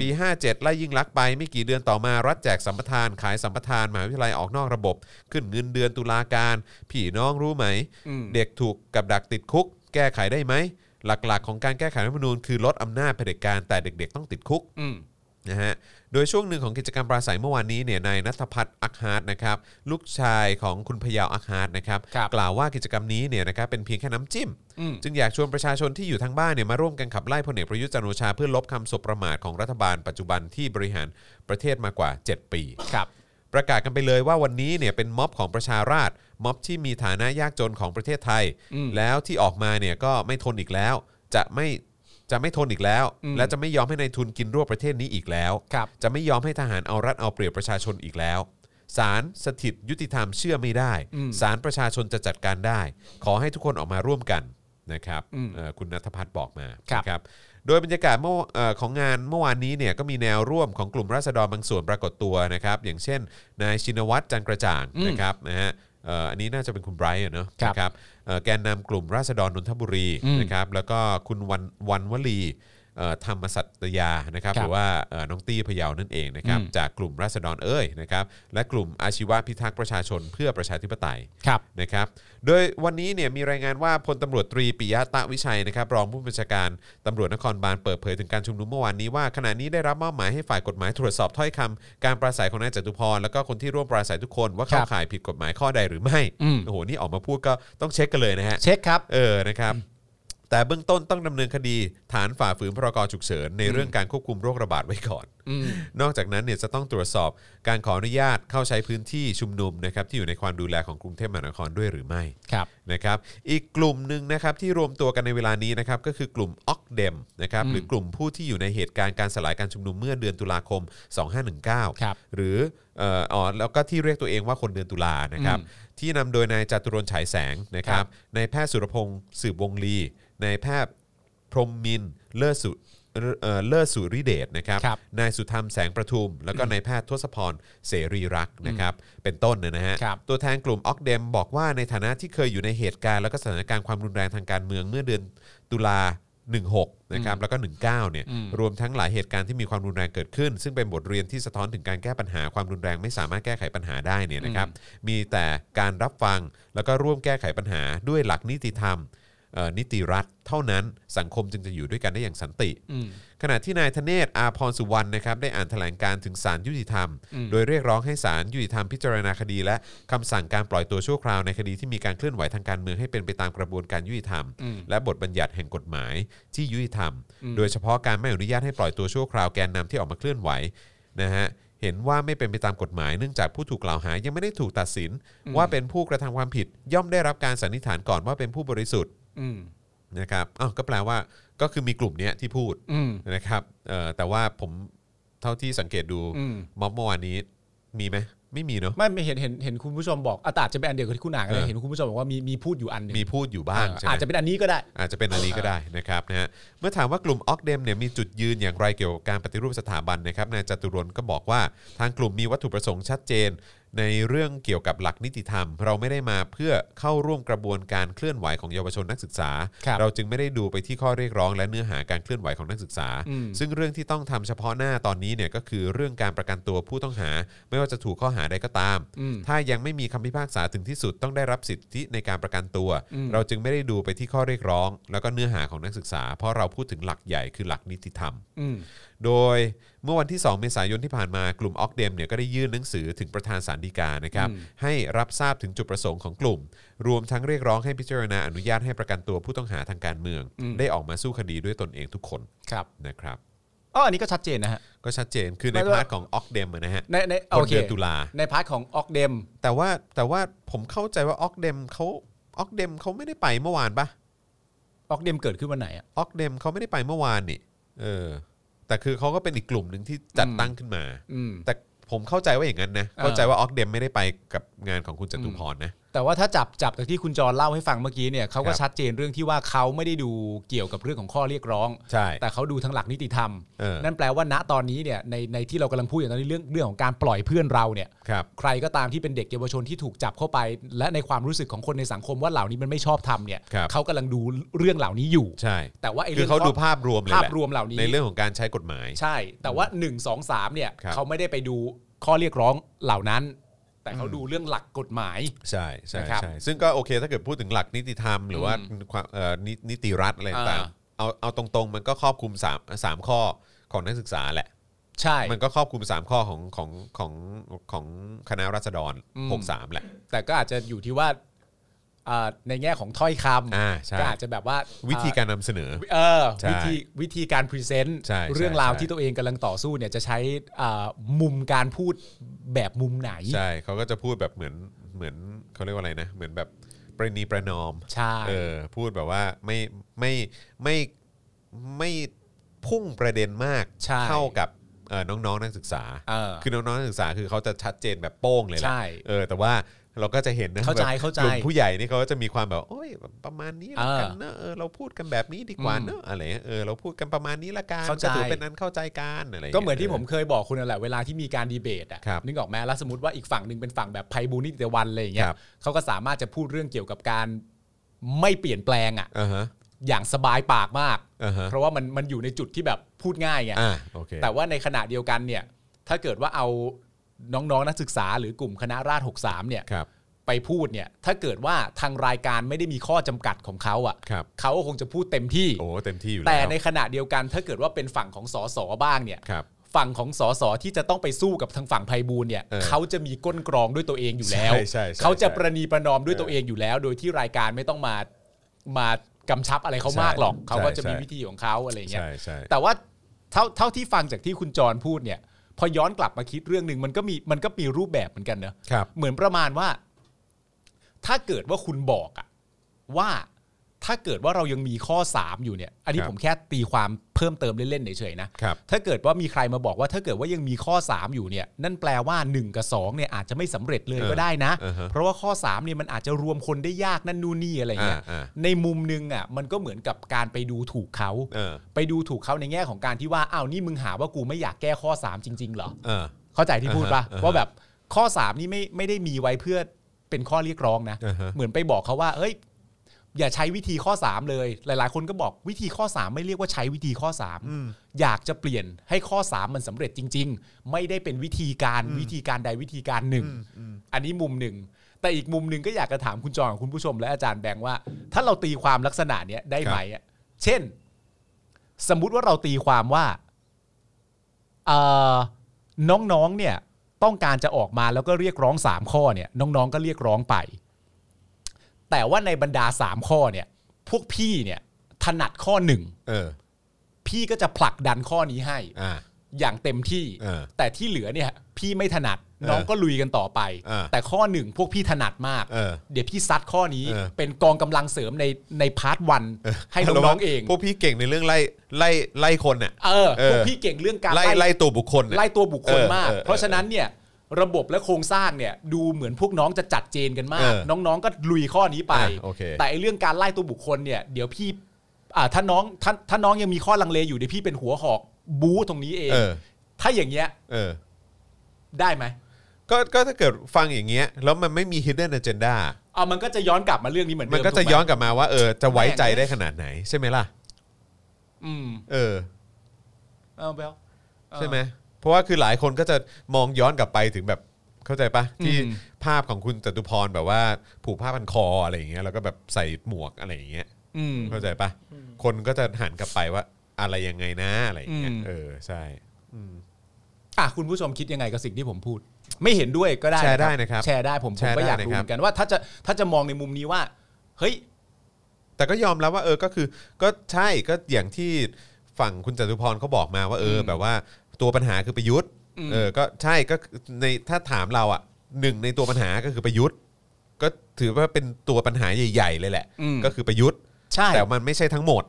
ปี 57 ไล่ยิ่งลักษณ์ไป ไม่กี่เดือนต่อมารัฐแจกสัมปทาน ขายสัมปทานมหาวิทยาลัยออกนอกระบบ ขึ้นเงินเดือนตุลาการ พี่น้องรู้ไหม
อืม
เด็กถูกกับดักติดคุก แก้ไขได้ไหม หลักๆ ของการแก้ไขรัฐธรรมนูญคือลดอำนาจเผด็จการแต่เด็ก ๆ ต้องติดคุก
อืม
นะฮะ โดยช่วงหนึ่งของกิจกรรมปราศัยเมื่อวานนี้เนี่ย นายนัทพัฒน์อักฮาร์ดนะครับ ลูกชายของคุณพยาวอักฮาร์ดนะครับ
ครับ
กล่าวว่ากิจกรรมนี้เนี่ยนะครับเป็นเพียงแค่น้ำจิ้ม
อืม
จึงอยากชวนประชาชนที่อยู่ทางบ้านเนี่ยมาร่วมกันขับไล่พลเอกประยุทธ์จันทร์โอชาเพื่อลบคำสบประมาทของรัฐบาลปัจจุบันที่บริหารประเทศมากว่า 7 ปี
ครับ
ประกาศกันไปเลยว่าวันนี้เนี่ยเป็นม็อบของประชาราษฎร์ม็อบที่มีฐานะยากจนของประเทศไทย
อืม
แล้วที่ออกมาเนี่ยก็ไม่ทนอีกแล้ว จะไม่จะไม่ทนอีกแล้ว
อืม
และจะไม่ยอมให้ในายทุนกินรั่วประเทศนี้อีกแล้ว
ครับ
จะไม่ยอมให้ทหารเอารัดเอาเปรียบประชาชนอีกแล้วศาลสถิตยุติธรรมเชื่อไม่ได้ศาลประชาชนจะจัดการได้ ขอให้ทุกคนออกมาร่วมกันนะครับ
อืม
เอ่อคุณนัทพัฒน์บอกมา
ครับ
นะโดยบรรยากาศเมื่อเอ่อของงานเมื่อวานนี้เนี่ยก็มีแนวร่วมของกลุ่มราษฎรบางส่วนปรากฏตัวนะครับ อย่างเช่น นายชินวัตรจันทร์กระจ่างนะครับนะฮะเอ่ออันนี้น่าจะเป็นคุณไบรท์อะเนาะ
ครับ
นะครับเอ่อแกนนำกลุ่มราษฎรนนทบุรีนะครับแล้วก็คุณวันวันวลีเอ่อธรรมสัตยานะครับ
ค
ห
รับ
รือว่าเอ่อน้องตี้พะเยาวนั่นเองนะครับ
อืม
จากกลุ่มราษฎรเอ้ยนะครับและกลุ่มอาชีวะพิทักษ์ประชาชนเพื่อประชาธิปไตย
ครับ
นะครับโดยวันนี้เนี่ยมีรายงานว่าพลตำรวจตรีปิยะตะวิชัยนะครับรองผู้บัญชาการตำรวจนครบาลเปิดเผยถึงการชุมนุมเมื่อวานนี้ว่าขณะนี้ได้รับมอบหมายให้ฝ่ายกฎหมายตรวจสอบถ้อยคำการปราศัยของนายจตุพรแล้วก็คนที่ร่วมปราศัยทุกคนว่าเข้า
ครับ
ข่ายผิดกฎหมายข้อใดหรือไม่
อืม
โอ้โหนี่ออกมาพูดก็ต้องเช็คกันเลยนะฮะ
เช็คครับ
เออ นะครับ แต่เบื้องต้นต้องดำเนินคดี ฐานฝ่าฝืนพรกฉุกเฉิน ในเรื่องการควบคุมโรคระบาดไว้ก่อน นอกจากนั้นเนี่ยจะต้องตรวจสอบการขออนุญาตเข้าใช้พื้นที่ชุมนุมนะครับที่อยู่ในความดูแลของกรุงเทพมหานครด้วยหรือไม่
ครับ
นะครับอีกกลุ่มหนึ่งนะครับที่รวมตัวกันในเวลานี้นะครับก็คือกลุ่มออกเดมนะครับหรือกลุ่มผู้ที่อยู่ในเหตุการณ์การสลายการชุมนุมเมื่อเดือนตุลาคม 2519
ครับ
หรือเอ่ออ๋อแล้วก็ที่เรียกตัวเองว่าคนเดือนตุลานะครับที่นำโดยนายจาตุรนต์ฉายแสงนะค
ค
รั
รั
บบ นายแพทย์สุรพงศ์สืบวงศ์ลีนายแพทย์พรหมมินทร์เลิศสุ เอ่อเลิศสุริเดชนะครับ
ครับ
นายสุธรรมแสงประทุม แล้วก็นายแพทย์ทศพรเสรีรักษ์นะครับ เป็นต้นนะฮะ
ครับ
ตัวแทนกลุ่มออกเดมบอกว่าในฐานะที่เคยอยู่ในเหตุการณ์ แล้วก็สถานการณ์ความรุนแรงทางการเมืองเมื่อเดือนตุลา 16 นะครับ แล้วก็ 19 เนี่ย รวมทั้งหลายเหตุการณ์ที่มีความรุนแรงเกิดขึ้น ซึ่งเป็นบทเรียนที่สะท้อนถึงการแก้ปัญหาความรุนแรงไม่สามารถแก้ไขปัญหาได้เนี่ยนะครับ มีแต่การรับฟังแล้วก็ร่วมแก้ไขปัญหาด้วยหลักนิติธรรมเอ่อนิติรัฐ เท่านั้นสังคมจึงจะอยู่ด้วยกันได้อย่างสันติ ขณะที่นายธเนศอาพรสุวรรณนะครับได้อ่านแถลงการถึงศาลยุติธรรม โดยเรียกร้องให้ศาลยุติธรรมพิจารณาคดี และคำสั่งการปล่อยตัวชั่วคราวในคดีที่มีการเคลื่อนไหวทางการเมืองให้เป็นไปตามกระบวนการยุติธรรม และบทบัญญัติแห่งกฎหมายที่ยุติธรรม โดยเฉพาะการไม่อนุญาตให้ปล่อยตัวชั่วคราวแกนนำที่ออกมาเคลื่อนไหวนะฮะเห็นว่าไม่เป็นไปตามกฎหมายเนื่องจากผู้ถูกกล่าวหายังไม่ได้ถูกตัดสิน ว่าเป็นผู้กระทำความผิดย่อมได้รับการสันนิษฐานก่อนว่าเป็นผู้บริสุทธิ์
อืม
นะครับอ้าวก็แปลว่าก็คือมีกลุ่มเนี้ยที่พูด
อืม
นะครับเอ่อแต่ว่าผมเท่าที่สังเกตดู
อืม
ม็อบเมื่อวานนี้มีไหมไม่มีเนาะ
ไม่ไม่เห็นเห็นเห็นคุณผู้ชมบอกอาจจะเป็นอันเดียวกับที่คุณอ่านกันเล
เอย อ
เห็นคุณผู้ชมบอกว่ามีมีพูดอยู่อันหนึง
มีพูดอยู่บ้างใช่ไหม
อาจจะเป็นอันนี้ก็ได้
อาจจะเป็นอันนี้ก็ได้นะครับนะฮะเมื่อถามว่ากลุ่มออกเดมเนี่ยมีจุดยืนอย่างไรเกี่ยวกับการปฏิรูปสถาบันนะครับนายจตุรนต์ก็บอกว่าทางกลุ่มมีวัตถุประสงค์ชัดเจน ในเรื่องเกี่ยวกับหลักนิติธรรม เราไม่ได้มาเพื่อเข้าร่วมกระบวนการเคลื่อนไหวของเยาวชนนักศึกษา
ครับ
เราจึงไม่ได้ดูไปที่ข้อเรียกร้องและเนื้อหาการเคลื่อนไหวของนักศึกษา
อืม
ซึ่งเรื่องที่ต้องทำเฉพาะหน้าตอนนี้เนี่ยก็คือเรื่องการประกันตัวผู้ต้องหา ไม่ว่าจะถูกข้อหาใดก็ตาม
อืม
ถ้ายังไม่มีคำพิพากษาถึงที่สุดต้องได้รับสิทธิในการประกันตัว
อืม
เราจึงไม่ได้ดูไปที่ข้อเรียกร้อง แล้วก็เนื้อหาของนักศึกษา เพราะเราพูดถึงหลักใหญ่คือหลักนิติธรรม
อืม
โดยเมื่อวันที่ 2 เมษายนที่ผ่านมากลุ่มออกเดมเนี่ยก็ได้ยื่นหนังสือถึงประธานสารดีกานะครับ
อืม
ให้รับทราบถึงจุดประสงค์ของกลุ่ม รวมทั้งเรียกร้องให้พิจารณาอนุญาตให้ประกันตัวผู้ต้องหาทางการเมือง ได้ออกมาสู้คดีด้วยตนเองทุกคน
ครับ
นะครับ
อ๋ออันนี้ก็ชัดเจนนะฮะ
ก็ชัดเจนคือใน
ไม่ว่า
พาร์ทของออกเดมนะฮะ
ในใน
ค
โอน เค
เดือนตุลา
ในพาร์ทของออกเดม
แต่ว่าแต่ว่าผมเข้าใจว่าออกเดมเขาออกเดมเขาไม่ได้ไปเมื่อวานปะ
ออกเดมเกิดขึ้นวันไหนอ่ะ
ออกเดมเขาไม่ได้ไปเมื่อวานนี่เออ แต่คือเขาก็เป็นอีกกลุ่มหนึ่งที่จัดตั้งขึ้นมา
อืม
แต่ผมเข้าใจว่าอย่างนั้นนะ
อ่า
เข้าใจว่าออกเดมไม่ได้ไปกับงานของคุณจตุพรนะ
แต่ว่าถ้าจับจับจากที่คุณจรเล่าให้ฟังเมื่อกี้เนี่ยเขาก็
ครับ
ชัดเจนเรื่องที่ว่าเขาไม่ได้ดูเกี่ยวกับเรื่องของข้อเรียกร้อง
ใช่
แต่เขาดูทางหลักนิติธรรม
เออ
นั่นแปลว่าณตอนนี้เนี่ยในในที่เรากำลังพูดอย่างตอนนี้เรื่องเรื่องของการปล่อยเพื่อนเราเนี่ย
ครับ
ใครก็ตามที่เป็นเด็กเยาวชนที่ถูกจับเข้าไป และในความรู้สึกของคนในสังคมว่าเหล่านี้มันไม่ชอบทำเนี่ย
ครับ
เขากำลังดูเรื่องเหล่านี้อยู่
ใช่
แต่ว่าไอ้
คือ
เรื่อง
เขาดู
ข้อ
ภาพรวมเลยแหละ
ภาพรวมเหล่านี้
ในเรื่องของการใช้กฎหมาย
ใช่ แต่ว่า 1 2 3เนี่ย
ครับ
เขาไม่ได้ไปดูข้อเรียกร้องเหล่านั้น แต่เขาดูเรื่องหลักกฎหมาย
ใช่ใช่
นะครับ
ใช่ซึ่งก็โอเคถ้าเกิดพูดถึงหลักนิติธรรม หรือว่าความเอ่อนินิติรัฐอะไรต่าง
อ่า
ๆเอาเอาตรงๆ มันก็ครอบคลุม3มข้อของนักศึกษาแหละ
ใช่
มันก็ครอบคลุม 3 ข้อของของของของคณะราษฎร
อืม
63 แหละ
แต่ก็อาจจะอยู่ที่ว่าอ่าในแง่ของถ้อยค
อ่าใช่
ำก็อาจจะแบบว่า
วิธีการนำเสนอ
เออ
ใช่
วิธีวิธีการพรีเซนต์
ใช่ใช่
เรื่องราว
ใช่
ที่ตัวเองกำลังต่อสู้เนี่ยจะใช้อ่ามุมการพูดแบบมุมไหน
ใช่เขาก็จะพูดแบบเหมือนเหมือนเขาเรียกว่าอะไรนะ เหมือนแบบประนีประนอม
ใช่
เออพูดแบบว่าไม่ไม่ไม่ไม่พุ่งประเด็นมาก
ใช่
เท่ากับเอ่อน้องๆนักศึกษา
เออ
คือน้องๆนักศึกษาคือเขาจะชัดเจนแบบโป้งเลยแหละ
ใช่
เออแต่ว่าเราก็จะเห็นนะ
เข้าใจ
แบบ
เข้าใจ
กลุ่มผู้ใหญ่นี่เขาก็จะมีความแบบโอ้ยแบบประมาณนี้ละกัน
เออ
เนอะเออเราพูดกันแบบนี้ดีกว่าเนอะอะไรเงี้ยเออเราพูดกันประมาณนี้ละกัน
เข้าใจ
ก็ถือเป็นนั้นเข้าใจกันอะไรงี้ย
ก็เหมือนที่ผมเคยบอกคุณนั่นแหละเวลาที่มีการดีเบตอ่ะ
ครับ
นึกออกไหมแล้วสมมติว่าอีกฝั่งหนึ่งเป็นฝั่งแบบไพบูลย์นิติวันอะไรอย่างเงี้
ค
ย
รับ
เขาก็สามารถจะพูดเรื่องเกี่ยวกับการไม่เปลี่ยนแปลงอ่ะ
อ่าฮะ
อย่างสบายปากมาก
อ่าฮะ
เพราะว่ามันมันอยู่ในจุดที่แบบพูดง่ายไง
อ่าโอเค
แต่ว่าในขณะเดียวกันเนี่ย ถ้าเกิดว่าเอาน้องๆนักศึกษาหรือกลุ่มคณะราษฎร63เนี่ย
ครับ
ไปพูดเนี่ย ถ้าเกิดว่าทางรายการไม่ได้มีข้อจำกัดของเขาอ่ะ
ครับ
เขาก็คงจะพูดเต็มที่
โอ้เต็มที่อยู่
แต่
ล้ว
ในขณะเดียวกันถ้าเกิดว่าเป็นฝั่งของสสบ้างเนี่ย
ครับ
ฝั่งของสสที่จะต้องไปสู้กับทางฝั่งไพบูลย์เนี่ย
เออ
เขาจะมีก้นกรองด้วยตัวเองอยู่แล้ว
ใช่ใช่ใช่
เขาจะ
ใช่
ประนีประนอมด้วย
เออ
ตัวเองอยู่แล้ว โดยที่รายการไม่ต้องมามากำชับอะไรเขามากหรอก
ใช่
เขาก็จะ
ใช่
มีวิธีของเขาอะไรเงี้ย
ใช่ใช่
แต่ว่าเท่าเท่าที่ฟังจากที่คุณจรพูดเนี่ย พอย้อนกลับมาคิดเรื่องหนึ่งมันก็มีมันก็มีรูปแบบเหมือนกันเนอะ
ครับ
เหมือนประมาณว่า ถ้าเกิดว่าคุณบอกอะว่า ถ้าเกิดว่าเรายังมีข้อ 3 อยู่เนี่ย อันนี้
ครับ
ผมแค่ตีความเพิ่มเติมเล่นๆเฉยๆนะ
ครับ
ถ้าเกิดว่ามีใครมาบอกว่าถ้าเกิดว่ายังมีข้อ 3 อยู่เนี่ย นั่นแปลว่า 1 กับ 2 เนี่ยอาจจะไม่สำเร็จเลย
เออ
ก็ได้นะ
อ่าฮะ
เพราะว่าข้อ 3 เนี่ยมันอาจจะรวมคนได้ยากนั่นนู่นนี่อะไรเงี้ย
อ่า
ในมุมนึงอ่ะมันก็เหมือนกับการไปดูถูกเขา
เออ
ไปดูถูกเขาในแง่ของการที่ว่าอ้าวนี่มึงหาว่ากูไม่อยากแก้ข้อ 3 จริง ๆ เหรอ
เออ
เข้าใจที่พูดปะ
อ่าฮะ
ว่าแบบข้อ 3 นี่ไม่ไม่ได้มีไว้เพื่อเป็นข้อเรียกร้องนะ
อ่าฮะ
เหมือนไปบอกเขาว่า เอ้ย อย่าใช้วิธีข้อ 3 เลย หลาย ๆ คนก็บอกวิธีข้อ 3 ไม่เรียกว่าใช้วิธีข้อ 3 อยากจะเปลี่ยนให้ข้อ 3 มันสำเร็จจริง ๆ ไม่ได้เป็นวิธีการวิธีการใดวิธีการหนึ่ง อันนี้มุมหนึ่ง แต่อีกมุมหนึ่งก็อยากจะถามคุณจอนกับคุณผู้ชมและอาจารย์แบงค์ว่า ถ้าเราตีความลักษณะเนี้ยได้ไหมอะเช่น สมมุติว่าเราตีความว่าเอ่อน้องๆเนี่ยต้องการจะออกมาแล้วก็เรียกร้องสามข้อเนี่ย น้องๆก็เรียกร้องไป แต่ว่าในบรรดาสามข้อเนี่ย พวกพี่เนี่ย ถนัดข้อหนึ่ง
เออ
พี่ก็จะผลักดันข้อนี้ให้
อ่า
อย่างเต็มที่
เออ
แต่ที่เหลือเนี่ย พี่ไม่ถนัดน้องก็ลุยกันต่อไป
เออ
แต่ข้อหนึ่งพวกพี่ถนัดมาก
เออ
เดี๋ยวพี่ซัดข้อนี้
เออ
เป็นกองกำลังเสริมในในพาร์ทวันให้น้องๆเอง
พวกพี่เก่งในเรื่องไล่ไล่ไล่คนน่ะ
เออ
เออ
พวกพี่เก่งเรื่องการ
ไล่ไล่ตัวบุคคลน่ะ
ไล่ตัวบุคคล
เออ
มาก
เออเออ
เพราะฉะนั้นเนี่ยระบบและโครงสร้างเนี่ยดูเหมือนพวกน้องจะจัดเจนกันมาก
เออ
น้องๆก็ลุยข้อนี้ไป
อ่ะโอเค
แต่ไอ้เรื่องการไล่ตัวบุคคลเนี่ยเดี๋ยวพี่อ่าถ้าน้องถ้าถ้าน้องยังมีข้อลังเลอยู่เดี๋ยวพี่เป็นหัวหอกบู๊ตรงนี้เอง
เออ
ถ้าอย่างเงี้ย
เออ
ได้ไหม
ก็ก็ถ้าเกิดฟังอย่างเงี้ยแล้วมันไม่มี hidden agenda
เอามันก็จะย้อนกลับมาเรื่องนี้เหมือนเดิม
มันก็จะ
ถูไห
ย้อนกลับมาว่าเออจะไว้ใจได้ขนาดไหนใช่ไหมล่ะ
อืม
เออ
เอาไปเอา
ใช่ไหม
เอ
เพราะว่าคือหลายคนก็จะมองย้อนกลับไปถึงแบบเข้าใจปะที่
อืม
ภาพของคุณจตุพรแบบว่าผูกผ้าพันคออะไรอย่างเงี้ยแล้วก็แบบใส่หมวกอะไรอย่างเงี้ย
ออืม
เข้าใจปะคนก็จะหันกลับไปว่าอะไรยังไงนะอะไรอย่างเงี้ย
อืม
เออใช่
อ่ะคุณผู้ชมคิดยังไงกับสิ่งที่ผมพูด ไม่เห็นด้วยก็ได้
แชร์ได้นะครับ
แชร์ได้ผม
แช
ผม
ร์ได้
ก็อยากรู้
นะครับ
เหมือนกันว่า ถ้าจะถ้าจะมองในมุมนี้ว่า เฮ้ย
แต่ก็ยอมรับว่าเออก็คือก็ใช่ก็อย่างที่ฝั่งคุณจตุพรเขาบอกมาว่าเอออ
ม
แบบว่าตัวปัญหาคือประยุทธ์
อืม
เออก็ใช่ก็ในถ้าถามเราอ่ะหนึ่งในตัวปัญหาก็คือประยุทธ์ ก็ถือว่าเป็นตัวปัญหาใหญ่ ๆ เลยแหละ
อืม
ก็คือประยุทธ์
ใช่
แต่มันไม่ใช่ทั้งหมด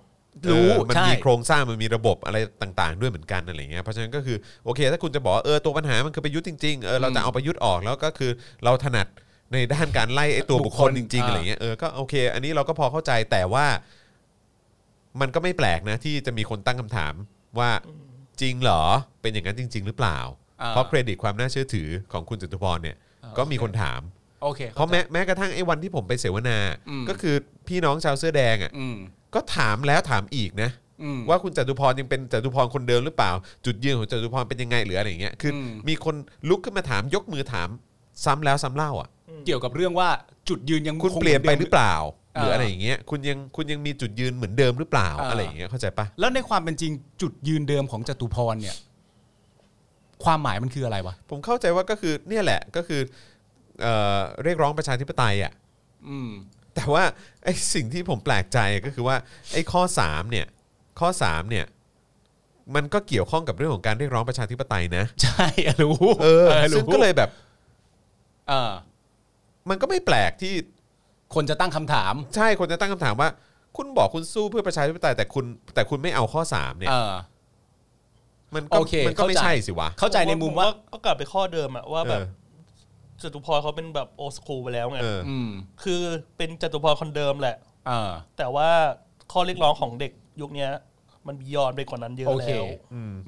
รู้
เออมัน
ใช่
มีโครงสร้างมันมีระบบอะไรต่าง ๆ ด้วยเหมือนกันอะไรเงี้ยเพราะฉะนั้นก็คือโอเค ถ้าคุณจะบอกว่าเออตัวปัญหามันคือประยุทธ์จริงๆเออเราจะเอาประยุทธ์ออกแล้วก็คือเราถนัดในด้านการไล่ไอ้ตัวบุคคลจริงๆอะไรเงี้ยเออก็โอเค อันนี้เราก็พอเข้าใจแต่ว่ามันก็ไม่แปลกนะที่จะมีคนตั้งคำถามว่าจริงเหรอเป็นอย่างนั้นจริง ๆ หรือเปล่า
อ่า
เพราะเครดิตความน่าเชื่อถือของคุณจตุพรเนี่ย
อ่า
ก็มีคนถาม
โอเค
เพราะแม้แม้กระทั่งไอ้วันที่ผมไปเสวนา
อืม
ก็คือพี่น้องชาวเสื้อแดงอ่ะ
อืม
ก็ถามแล้วถามอีกนะ
อืม
ว่าคุณจตุพรยังเป็นจตุพรคนเดิมหรือเปล่า จุดยืนของจตุพรเป็นยังไงหรืออะไรอย่างเงี้ยคืออ
ม
มีคนลุกขึ้นมาถามยกมือถามซ้ำแล้วซ้ำเล่าอ่ะ
เกี่ยวกับเรื่องว่าจุดยืนยัง
คุณ
ง
เปลี่ยนไป
มืดิม
หรือเปล่า หรือ
เอออ
อะไรอย่างเงี้ยคุณยังคุณยังมีจุดยืนเหมือนเดิมหรือเปล่า
เอออ
อะไรอย่างเงี้ยเข้าใจปะ
แล้วในความเป็นจริงจุดยืนเดิมของจตุพรเนี่ย ความหมายมันคืออะไรวะ
ผมเข้าใจว่าก็คือเนี่ยแหละก็คือเอ่อเรียกร้องประชาธิปไตยอ่ะ
อืม
แต่ว่าไอ้สิ่งที่ผมแปลกใจก็คือว่าไอ้ข้อสามเนี่ยข้อสามเนี่ยมันก็เกี่ยวข้องกับเรื่องของการเรียกร้องประชาธิปไตยนะ
ใช่ รู้
เออ
รู้
ซึ่งก็เลยแบบ
เออ
มันก็ไม่แปลกที่
คนจะตั้งคำถาม
ใช่คนจะตั้งคำถามว่า คุณบอกคุณสู้เพื่อประชาธิปไตยแต่คุณแต่คุณไม่เอาข้อ 3 เนี่ย
เออ
มันก็
โอเค
มันก็ไม่
เข้าใจ
ใช่สิวะ
เข้าใจในมุมว่า
ก็กลับไปข้อเดิมอะว่าแบบ
เออ
จตุพรเขาเป็นแบบโอสคูไปแล้วไง
เออ
อืม
คือเป็นจตุพรคนเดิมแหละ
เออ
แต่ว่าข้อเรียกร้องของเด็กยุคเนี้ย มันบียอนไปกว่านั้นเยอะ
โอเค
แล้ว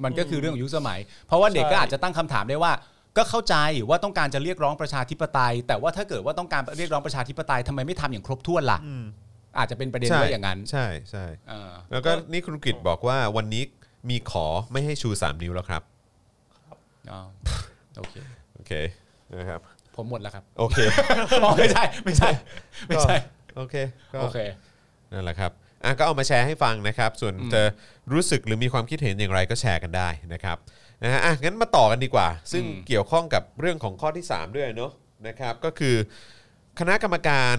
มันก็คือเรื่องของยุคสมัย เพราะว่าเด็กก็
ใช่
อาจจะตั้งคำถามได้ว่า ก็เข้าใจว่าต้องการจะเรียกร้องประชาธิปไตย แต่ว่าถ้าเกิดว่าต้องการเรียกร้องประชาธิปไตยทำไมไม่ทำอย่างครบถ้วนล่ะอาจจะเป็นประเด็น
ใช่
ว่าอย่างนั้น
ใช่ใช่
เออ
แล้วก็นี่คุณกฤษบอกว่าวันนี้มีขอไม่ให้ชู 3 นิ้วแล้วครับ
อ๋อโอเค
โอเคนะครับ
ผมหมดแล้วครับ
โอเค
อ๋อไม่ใช่ไม่ใช่ ไม่ใช่
โอเคก็
โอเค
นั่นแหละครับอ่ะก็เอามาแชร์ให้ฟังนะครับ ส่วนจะรู้สึกหรือมีความคิดเห็นอย่างไรก็แชร์กันได้นะครับนะฮะอ่ะงั้นมาต่อกันดีกว่า ซึ่ง
อืม
เกี่ยวข้องกับเรื่องของข้อที่ 3 ด้วยเนอะนะครับ ก็คือคณะกรรมการ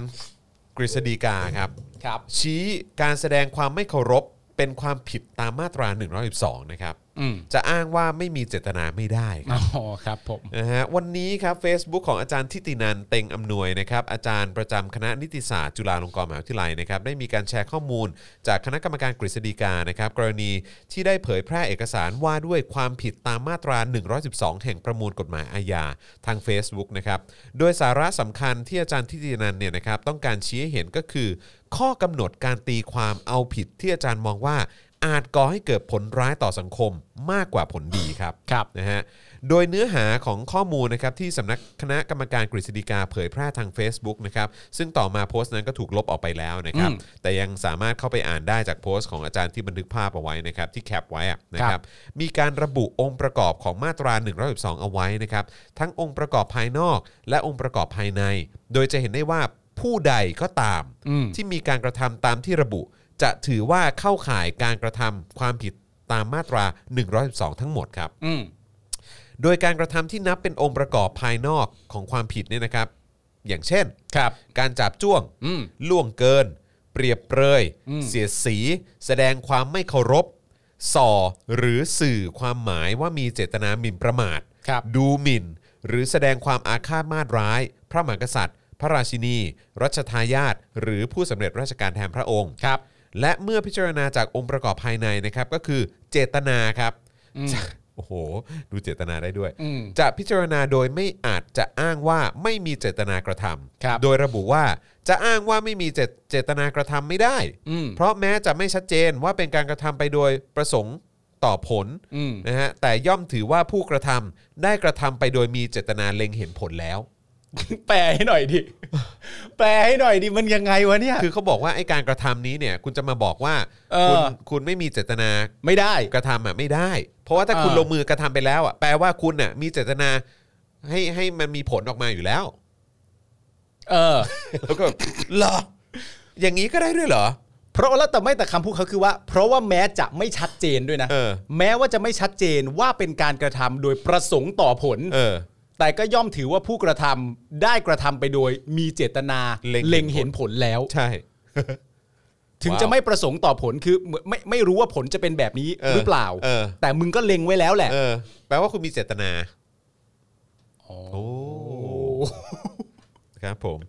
กฤษฎีกาครับ
ครับ
ชี้การแสดงความไม่เคารพเป็นความผิดตามมาตรา 112 นะครับ
อืม
จะอ้างว่าไม่มีเจตนาไม่ได้ครับ
อ๋อครับผม
นะฮะวันนี้ครับ Facebook ของอาจารย์ทิตินันเต็งอำนวยนะครับอาจารย์ประจำคณะนิติศาสตร์จุฬาลงกรณ์มหาวิทยาลัยนะครับได้มีการแชร์ข้อมูล จากคณะกรรมการกฤษฎีกานะครับกรณีที่ได้เผยแพร่เอกสารว่าด้วยความผิดตามมาตรา 112 แห่งประมวลกฎหมายอาญาทาง Facebook นะครับโดยสาระสำคัญที่อาจารย์ทิตินันเนี่ยนะครับต้องการชี้ให้เห็นก็คือ ข้อกำหนดการตีความเอาผิดที่อาจารย์มองว่า อาจก่อให้เกิดผลร้ายต่อสังคมมากกว่าผลดีครับ
ครับ
นะฮะ โดยเนื้อหาของข้อมูลนะครับที่สำนักคณะกรรมการกฤษฎีกาเผยแพร่ทาง Facebook นะครับซึ่งต่อมาโพสต์นั้นก็ถูกลบออกไปแล้วนะครับ
อืม
แต่ยังสามารถเข้าไปอ่านได้จากโพสต์ของอาจารย์ที่บันทึกภาพเอาไว้นะครับที่แคปไว้อะนะค
ครั
รับบ มีการระบุองค์ประกอบของมาตรา 112 เอาไว้นะครับทั้งองค์ประกอบภายนอกและองค์ประกอบภายใน โดยจะเห็นได้ว่าผู้ใดก็ตาม
อืม
ที่มีการกระทำตามที่ระบุ จะถือว่าเข้าข่ายการกระทำความผิดตามมาตรา 112 ทั้งหมดครับ
อืม
โดยการกระทำที่นับเป็นองค์ประกอบภายนอกของความผิดเนี่ยนะครับ อย่างเช่น
ครับ
การจับจ้วง
อืม
ล่วงเกิน เปรียบเปรย
อืม
เสียดสี แสดงความไม่เคารพ ส่อหรือสื่อความหมายว่ามีเจตนาหมิ่นประมาท
ครับ
ดูหมิ่น หรือแสดงความอาฆาตมาตร้าย พระมหากษัตริย์ พระราชินี รัชทายาทหรือผู้สำเร็จราชการแทนพระองค์
ครับ
และเมื่อพิจารณาจากองค์ประกอบภายในนะครับก็คือเจตนาครับจะโอ้โห ดูเจตนาได้ด้วย
อืม
จะพิจารณาโดยไม่อาจจะอ้างว่าไม่มีเจตนากระท
ครับ
ำโดยระบุว่าจะอ้างว่าไม่มีเจตเจตนากระทำไม่ได้
อืม
เพราะแม้จะไม่ชัดเจนว่าเป็นการกระทำไปโดยประสงค์ต่อผล
อืม
นะฮะแต่ย่อมถือว่าผู้กระทำได้กระทำไปโดยมีเจตนาเล็งเห็นผลแล้ว
แปลให้หน่อยดิ แปลให้หน่อยดิ มันยังไงวะเนี่ย
คือเขาบอกว่าไอ้การกระทำนี้เนี่ยคุณจะมาบอกว่า
เออ
คุณคุณไม่มีเจตนา
ไม่ได้
กระทำอ่ะไม่ได้ เพราะว่าถ้า
อ่า
คุณลงมือกระทำไปแล้วอ่ะแปลว่าคุณน่ะมีเจตนาให้ให้มันมีผลออกมาอยู่แล้ว
เออ
แล้วก็ เหรออย่างนี้ก็ได้ด้วยเหรอ
เพราะแล้วแต่ไม่แต่คำพูดเขาคือว่า เพราะว่าแม้จะไม่ชัดเจนด้วยนะ
เออ
แม้ว่าจะไม่ชัดเจนว่าเป็นการกระทำโดยประสงค์ต่อผล
เออ
แต่ก็ย่อมถือว่าผู้กระทำได้กระทำไปโดยมีเจตนา
เล็ง
งเห็นผลแล้ว
ใช่
ถึง
ว้าว
จะไม่ประสงค์ต่อผลคือเหมือนไม่ไม่รู้ว่าผลจะเป็นแบบนี้
เออ
หรือเปล่า
เออ
แต่มึงก็เล็งไว้แล้วแหละ
เออ แปลว่าคุณมีเจตนา
โอ้
ครับผม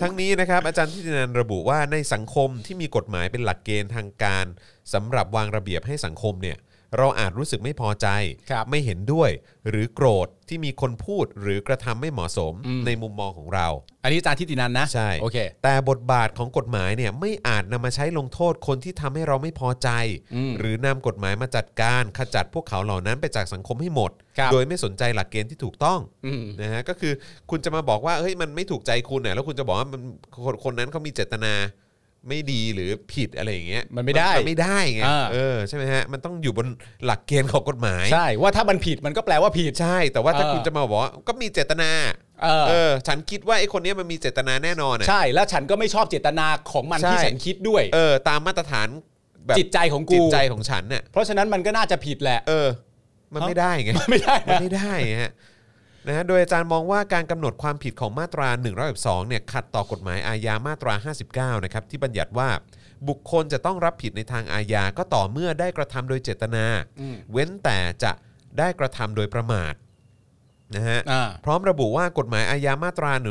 ทั้งนี้นะครับอาจารย์ทิตินันระบุว่าในสังคมที่มีกฎหมายเป็นหลักเกณฑ์ทางการสำหรับวางระเบียบให้สังคมเนี่ย เราอาจรู้สึกไม่พอใจ
ครับ
ไม่เห็นด้วย หรือโกรธที่มีคนพูดหรือกระทำไม่เหมาะสม
อืม
ในมุมมองของเรา
อันนี้อาจารย์ทิตินันนะ
ใช่
โอเค
แต่บทบาทของกฎหมายเนี่ยไม่อาจนำมาใช้ลงโทษคนที่ทำให้เราไม่พอใจ
อืม
หรือนำกฎหมายมาจัดการขจัดพวกเขาเหล่านั้นไปจากสังคมให้หมด
ครับ
โดยไม่สนใจหลักเกณฑ์ที่ถูกต้อง
อืม
นะฮะก็คือคุณจะมาบอกว่าเฮ้ยมันไม่ถูกใจคุณน่ะแล้วคุณจะบอกว่ามันคนคนนั้นเขามีเจตนาไม่ดีหรือผิดอะไรอย่างเงี้ย
มันไม่ได้
มันไม่ได้ไง
อ่า
เออใช่ไหมฮะมันต้องอยู่บนหลักเกณฑ์ของกฎหมาย
ใช่ว่าถ้ามันผิดมันก็แปลว่าผิด
ใช่ แต่ว่าถ้า
เออ
คุณจะมาบอกว่าก็มีเจตนา
เออ
เออ ฉันคิดว่าไอ้คนเนี้ยมันมีเจตนาแน่นอนอ่ะ
ใช่แล้วฉันก็ไม่ชอบเจตนาของมัน
ใช่
ที่ฉันคิดด้วย
เออ ตามมาตรฐานแบบ
จิตใจของ
จิ
กู
ตใจของฉันเนี่ย
เพราะฉะนั้นมันก็น่าจะผิดแหละ
เออ มันไม่ได้ไง
ไม่ได้
มัน
นะ
ไม่ได้ฮะนะฮะโดยอาจารย์มองว่าการกำหนดความผิดของมาตรา1นึเนี่ยขัดต่อกฎหมายอาญามาตรา 59 นะครับที่บัญญัติว่าบุคคลจะต้องรับผิดในทางอาญาก็ต่อเมื่อได้กระทำโดยเจตนา
อืม
เว้นแต่จะได้กระทำโดยประมาทนะฮะ
อ่า
พร้อมระบุว่ากฎหมายอาญามาตรา1นึ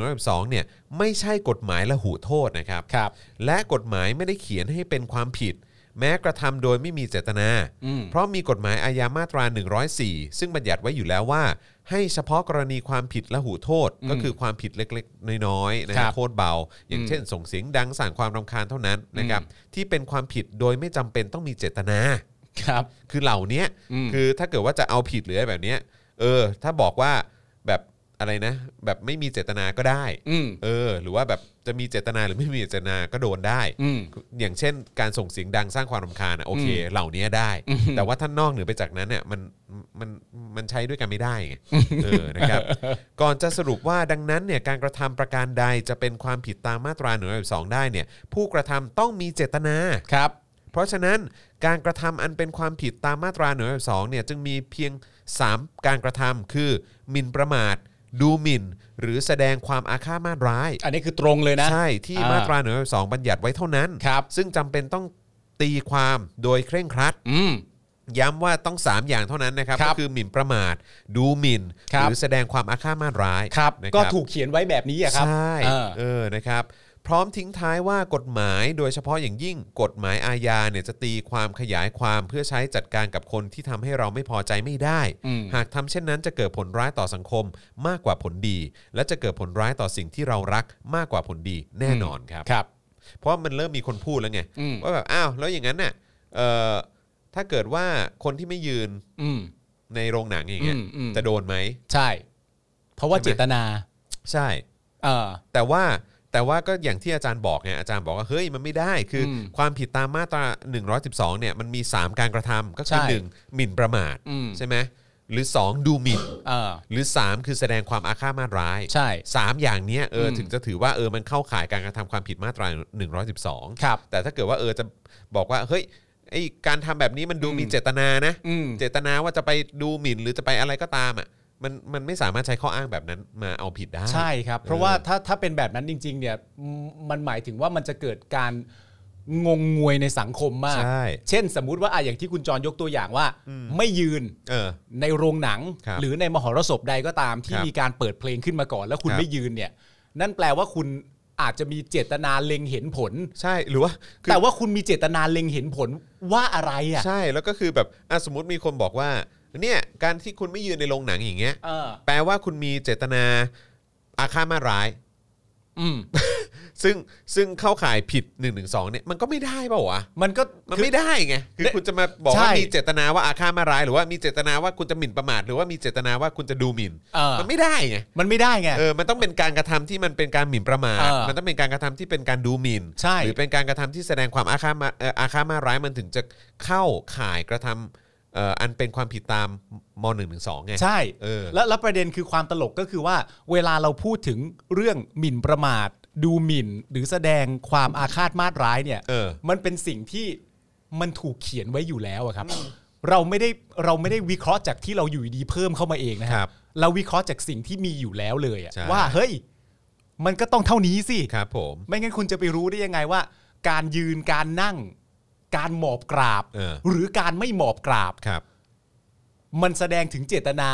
เนี่ยไม่ใช่กฎหมายละหูโทษนะครับ
ครับ
และกฎหมายไม่ได้เขียนให้เป็นความผิด แม้กระทำโดยไม่มีเจตนา
อืม
เพราะมีกฎหมายอาญามาตรา 104 ซึ่งบัญญัติไว้อยู่แล้วว่า ให้เฉพาะกรณีความผิดละหูโทษ ก็คือความผิดเล็กๆ น้อยๆนะค
ครั
รับบ โทษเบา อย่างเช่น ส่งเสียงดังสั่งความรำคาญเท่านั้นนะครับที่เป็นความผิดโดยไม่จำเป็นต้องมีเจตนา
ครับ
คือเหล่าเนี้ย
อืม
คือถ้าเกิดว่าจะเอาผิดหรืออะไรแบบเนี้ยเออ ถ้าบอกว่าแบบอะไรนะ แบบไม่มีเจตนาก็ได้
อืม
เออ หรือว่าแบบจะมีเจตนาหรือไม่มีเจตนาก็โดนได้
อืม
อย่างเช่น การส่งเสียงดังสร้างความรำคาญอะโอเค เหล่านี้ได้ แต่ว่าท่านนอกเหนือไปจากนั้นเนี่ยมันมันมันใช้ด้วยกันไม่ได้ไงเออนะครับ ก่อนจะสรุปว่าดังนั้นเนี่ยการกระทำประการใดจะเป็นความผิดตามมาตราหนึ่งร้อยสองได้เนี่ย ผู้กระทำต้องมีเจตนา
ครับ
เพราะฉะนั้นการกระทำอันเป็นความผิดตามมาตราหนึ่งสองเนี่ยจึงมีเพียง 3 การกระทำคือหมิ่นประมาท ดูหมิ่น หรือแสดงความอาฆาตมาตร้าย
อันนี้คือตรงเลยนะ
ใช่ ที่
อ่าม
มาตราหนึ่งสองบัญญัติไว้เท่านั้น
ครับ
ซึ่งจำเป็นต้องตีความโดยเคร่งครัด
อืม
ย้ำว่าต้อง 3 อย่างเท่านั้นนะครับ
ครับ
ก็คือหมิ่นประมาท ดูหมิ่น
ครั
ห
บ
รือแสดงความอาฆาตมาตร้าย
ครับ
นะ
ก็ถูกเขียนไว้แบบนี้อะครับ
ใช่
เออ
เออนะครับ พร้อมทิ้งท้ายว่ากฎหมายโดยเฉพาะอย่างยิ่งกฎหมายอาญาเนี่ยจะตีความขยายความเพื่อใช้จัดการกับคนที่ทำให้เราไม่พอใจไม่ได้
อืม
หากทำเช่นนั้นจะเกิดผลร้ายต่อสังคมมากกว่าผลดี และจะเกิดผลร้ายต่อสิ่งที่เรารักมากกว่าผลดีแน่นอนครับ
ครับ
เพราะมันเริ่มมีคนพูดแล้วไง
อืม
ว่าแบบอ้าวแล้วอย่างนั้นน่ะเอ่อถ้าเกิดว่าคนที่ไม่ยืน
อืม
ในโรงหนังอย่างเงี้ย
อืมอืม
จะโดนไหม
ใช่ เพราะว่า
ใช่ไหม
เจตนา
ใช่
เออ
แต่ว่าแต่ว่าก็อย่างที่อาจารย์บอกไงอาจารย์บอกว่าเฮ้ยมันไม่ได้คืออ
ม
ความผิดตามมาตรา 112เนี่ยมันมี 3 การกระทำก็คือ
ใช่
1หมิ่นประมาท
อืม
ใช่ไหมหรือ 2 ดูหมิ่น
เออ
หรือ 3 คือแสดงความอาฆาตมาตร้าย
ใช่
สามอย่างเนี้ยเอออ
ม
ถึงจะถือว่าเออมันเข้าข่ายการกระทำความผิดมาตรา 112
ครับ
แต่ถ้าเกิดว่าเออจะบอกว่าเฮ้ยไอการทำแบบนี้มันดูมีเจตนานะ
อืม
เจตนาว่าจะไปดูหมิ่นหรือจะไปอะไรก็ตามอ่ะมันมันไม่สามารถใช้ข้ออ้างแบบนั้นมาเอาผิดได้
ใช่ครับ เพราะว่าถ้าถ้าเป็นแบบนั้นจริง ๆ เนี่ยมมันหมายถึงว่ามันจะเกิดการงงงวยในสังคมมาก
ใช่
เช่นสมมุติว่าอะอย่างที่คุณจรยกตัวอย่างว่า ไม่ยืน
เออ
ในโรงหนัง
ครับ
หรือในมหรสพใดก็ตามที่
ครับ
มีการเปิดเพลงขึ้นมาก่อน แล้วคุณ
ครับ
ไม่ยืนเนี่ย นั่นแปลว่าคุณอาจจะมีเจตนาเล็งเห็นผล
ใช่หรือว่าคือ
แต่ว่าคุณมีเจตนาเล็งเห็นผลว่าอะไรอ่ะ
ใช่แล้วก็คือแบบอ่ะสมมติมีคนบอกว่าเนี่ยการที่คุณไม่ยืนในโรงหนังอย่างเงี้ย
เออ
แปลว่าคุณมีเจตนาอาฆาตมาร้าย
อืม
ซึ่งซึ่งเข้าข่ายผิด1นึเนี่ยมันก็ไม่ได้เปล่าวะ
มันก็
มันไม่ได้ไงคือ
ได้
คุณจะมาบอกว่า
ใช่
มีเจตนาว่าอาฆาตมาร้ายหรือว่ามีเจตนาว่าคุณจะหมิ่นประมาทหรือว่ามีเจตนาว่าคุณจะดูหมิ่น
เออ
มันไม่ได้ไง
มันไม่ได้ไง
เออมันต้องเป็นการกระทำที่มันเป็นการหมิ่นประมาท
เออ
มันต้องเป็นการกระทำที่เป็นการดูหมิ่น
ใช่
หรือเป็นการกระทำที่แสดงความอาฆาตมาเอ่ออาฆาตมาร้ายมันถึงจะเข้าข่ายกระทำเอ่ออันเป็นความผิดตามม .112 ไง
ใช่
เออ
แล้วแล้วประเด็นคือความตลกก็คือว่า เวลาเราพูดถึงเรื่องหมิ่นประมาท ดูหมิ่น หรือแสดงความอาฆาตมาตร้ายเนี่ย
เออ
มันเป็นสิ่งที่มันถูกเขียนไว้อยู่แล้วอะครับ เราไม่ได้เราไม่ได้วิเคราะห์จากที่เราอยู่ดีๆเพิ่มเข้ามาเองนะค
ครั
รั
บบ
เราวิเคราะห์จากสิ่งที่มีอยู่แล้วเลยอะ
ใช่
ว่าเฮ้ย มันก็ต้องเท่านี้สิ
ครับผม
ไม่งั้นคุณจะไปรู้ได้ยังไงว่า การยืนการนั่ง การหมอบกราบ
เออ
หรือการไม่หมอบกราบ
ครับ
มันแสดงถึงเจตนา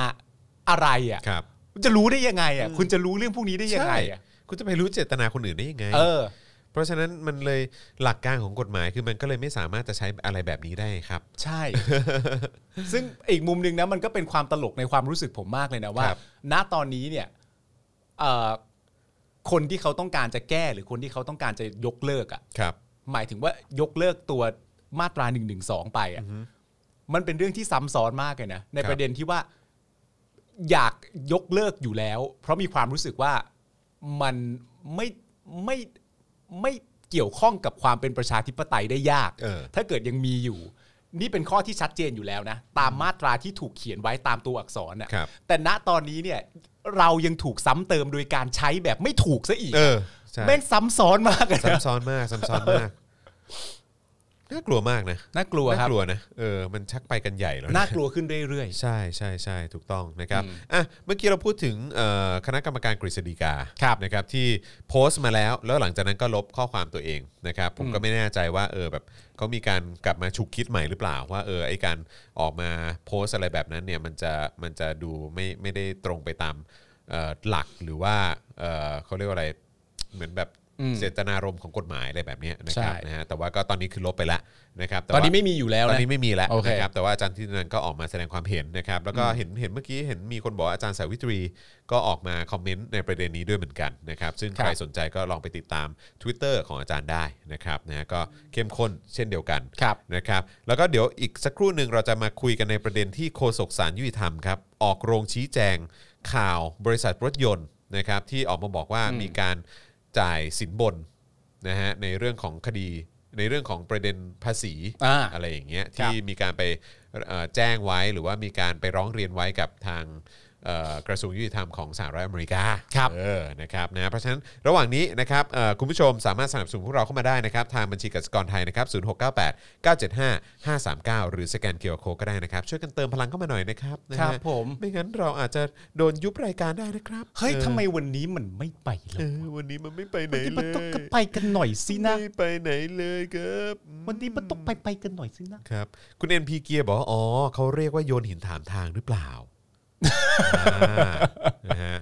อะไรอ่ะ
ครับ
จะรู้ได้ยังไงอ่ะ คุณจะรู้เรื่องพวกนี้ได้ยังไงอ่ะ
ใช่คุณจะไปรู้เจตนาคนอื่นได้ยังไง
เออ
เพราะฉะนั้นมันเลยหลักการของกฎหมายคือมันก็เลยไม่สามารถจะใช้อะไรแบบนี้ได้ครับ
ใช่ ซึ่งอีกมุมหนึ่งนะมันก็เป็นความตลกในความรู้สึกผมมากเลยนะว่า
ครับ
ณตอนนี้เนี่ยเอ่อคนที่เขาต้องการจะแก้หรือคนที่เขาต้องการจะยกเลิกอ่ะ
ครับ
หมายถึงว่ายกเลิกตัวมาตราหนึ่งหนึ่งสองไปอ่ะมันเป็นเรื่องที่ซ้ำซ้อนมากเลยนะในประเด็นที่ว่า อยากยกเลิกอยู่แล้ว เพราะมีความรู้สึกว่ามันไม่ไม่ไม่เกี่ยวข้องกับความเป็นประชาธิปไตยได้ยาก
เออ
ถ้าเกิดยังมีอยู่ นี่เป็นข้อที่ชัดเจนอยู่แล้วนะ ตามมาตราที่ถูกเขียนไว้ตามตัวอักษรนะครับ แต่ณตอนนี้เนี่ย เรายังถูกซ้ำเติมโดยการใช้แบบไม่ถูกซะอีก
เออใช่
แม่งซ้ำซ้อน มากเลย
ซับ
นะ
ซ้อนมากซับซ้อนมากน่ากลัวมากนะ
น่ากลัว
น่า
ครับ
กลัวนะเออมันชักไปกันใหญ่แล้วะ
น่ากลัวขึ้นเรื่อย
ใช่ใช่ใช่ถูกต้องนะครับอ่ะเมื่อกี้เราพูดถึงเอ่อคณะกรรมการกฤษฎีกา
ครับ
นะครับที่โพสต์มาแล้ว แล้วหลังจากนั้นก็ลบข้อความตัวเองนะครับผมก็ไม่แน่ใจว่าเออแบบเขามีการกลับมาฉุกคิดใหม่หรือเปล่า ว่าเออไอการออกมาโพสต์อะไรแบบนั้นเนี่ยมันจะมันจะดูไม่ไม่ได้ตรงไปตามเอ่อหลักหรือว่าเอ่อเขาเรียกว่าอะไรเหมือนแบบ
อืม
เจตนารมณ์ของกฎหมายอะไรแบบเนี้ยนะครับ
ใช่
นะฮะแต่ว่าก็ตอนนี้คือลบไปแล้วนะครับ
ๆ
แว่า
ตอนนี้ไม่มีอยู่แล้ว
ตอน
นะ
นี้ไม่มีแล้ว
โอเค
นะครับแต่ว่าอาจารย์ที่นันก็ออกมาแสดงความเห็นนะครับ แล้วก็เห็นเห็นเมื่อกี้เห็นมีคนบอกว่าอาจารย์สาวิตรี ก็ออกมาคอมเมนต์ในประเด็นนี้ด้วยเหมือนกันนะครับ ซึ่ง
ครับ
ใครสนใจก็ลองไปติดตาม Twitter ของอาจารย์ได้นะครับนะฮะก็เข้มข้นเช่นเดียวกัน
ครับ
นะครับ แล้วก็เดี๋ยวอีกสักครู่หนึ่งเราจะมาคุยกันในประเด็นที่โฆษกสารยุติธรรมครับออกโรงชี้แจงข่าวบริษัทรถยนต์นะครับที่ออกมาบอกว่า
อืม
มีการจ่ายสินบนนะฮะในเรื่องของคดีในเรื่องของประเด็นภาษี
อ่า
อะไรอย่างเงี้ย
ครับ
ที่มีการไปเอ่อแจ้งไว้หรือว่ามีการไปร้องเรียนไว้กับทาง เอ่อกระทรวงยุติธรรมของสหรัฐอเมริกา
ครับ
เออนะครับนะเพราะฉะนั้นระหว่างนี้นะครับเอ่อคุณผู้ชมสามารถสนับสนุนพวกเราเข้ามาได้นะครับทางบัญชีกสิกรไทยนะครับศูนย์หกเก้หรือสแกนเคอร์โคก็ได้นะครับ ช่วยกันเติมพลังเข้ามาหน่อยนะครับนะฮะ
ครับผม
ไม่งั้นเราอาจจะโดนยุบรายการได้นะครับ
เฮ้ย
ออ
ทำไมวันนี้มันไม่ไปเล
เอย อวันนี้มันไม่ไปไหน
วัน
เล
นี้มันต้อง
ย
ก็ไปกันหน่อยสินะ
ไม่ไปไหนเลยครับอืม
วันนี้มันต้องไปไปกันหน่อยสินะ
ครับ คุณ NP เกียร์บอกว่าอ๋อเขาเรียกว่าโยนหินถามทางหรือเปล่าอ่านะฮะ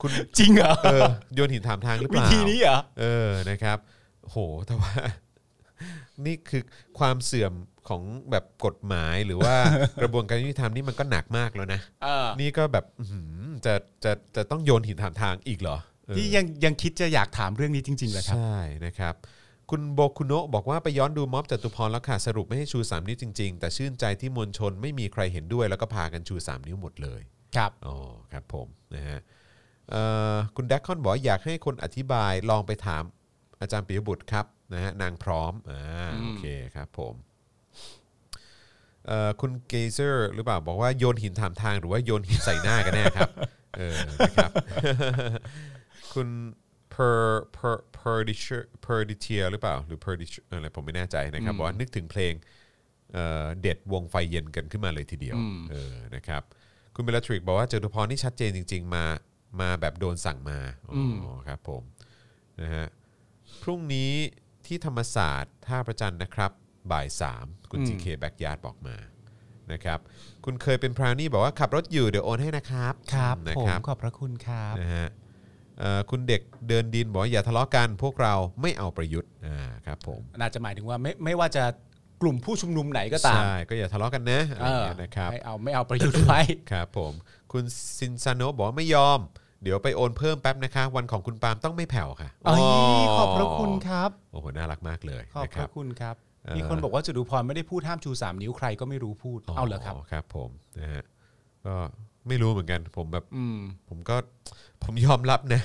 คุณ
จริงเหรอ
เออโยนหินถามทางหรือเป
วิ
ล่า
ธีนี้เหรอ
เออนะครับ โหแต่ว่า นี่คือความเสื่อมของแบบกฎหมายหรือ ว่า กระบวนการยุติธรรมนี่มันก็หนักมากแล้วนะ
เออ
นี่ก็แบบอื้อหือจะจะจะต้องโยนหินถามทางอีกเหรอเออ
นี่ยังยังคิดจะอยากถามเรื่องนี้จริงๆเหรอครับ
ใช่นะครับ คุณโบคุโนะบอกว่าไปย้อนดูม็อบจตุพรแล้วค่ะ สรุปไม่ให้ชู 3 นิ้วจริง ๆ แต่ชื่นใจที่มวลชนไม่มีใครเห็นด้วย แล้วก็พากันชู 3 นิ้วหมดเลย
ครับ
อ๋อครับผมนะฮะเอ่อคุณแดกคอนบอกว่าอยากให้คนอธิบายลองไปถามอาจารย์ปิยบุตรครับนะฮะนางพร้อมอ่าโอเคครับผมเอ่อคุณเกเซอร์หรือเปล่าบอกว่าโยนหินถามทางหรือว่าโยนหินใส่หน้ากันแน่ครับ เออนะครับ คุณ per per per d i t i r per d i t i r หรือเปล่า หรือ per d i t i r อะไรผมไม่แน่ใจนะครับบอกว่านึกถึงเพลงเอ่อเด็ดวงไฟเย็นกันขึ้นมาเลยทีเดียวเออนะครับคุณเบลทริกบอกว่าจตุพรนี่ชัดเจนจริง ๆ มามาแบบโดนสั่งมาอ๋อครับผมนะฮะพรุ่งนี้ที่ธรรมศาสตร์ท่าประจันทร์นะครับ บ่ายสามคุณจีเคแบ็กยาร์ดบอกมานะครับคุณเคยเป็นพราวนี่บอกว่าขับรถอยู่เดี๋ยวโอนให้นะครับ
ครับ
นะ
ผ
ค
ม
รับ
ขอบพระคุณครับ
นะฮะเอ่อคุณเด็กเดินดินบอกว่าอย่าทะเลาะกันพวกเราไม่เอาประยุทธ์อ่าครับผม
น่าจะหมายถึงว่าไม่ไม่ว่าจะกลุ่มผู้ชุมนุมไหนก็ตาม
ใช่ก็อย่าทะเลาะกันนะอะไร
เอ
อย่าง
อ
เงี้ยนะครับ
ไม่เอาไม่เอาประยุทธ์ไว้
ครับผมคุณซินซาโนะบอกว่าไม่ยอม เดี๋ยวไปโอนเพิ่มแป๊บนะคะ วันของคุณปาล์มต้องไม่แผ่วค่ะ
เอ้ย
โ
ขอบพระคุณครับ
โอ้โหน่ารักมากเลย
ขอบ
นะ
พ
ครั
ระ
บ
คุณครับ
เอ่อ
มีคนบอกว่าจตุพรไม่ได้พูดห้ามชูสามนิ้วใครก็ไม่รู้พูด เอาเหรอครับ
ครับผมนะฮะก็ไม่รู้เหมือนกัน ผมแบบ
อืม
ผมก็ผมยอมรับนะ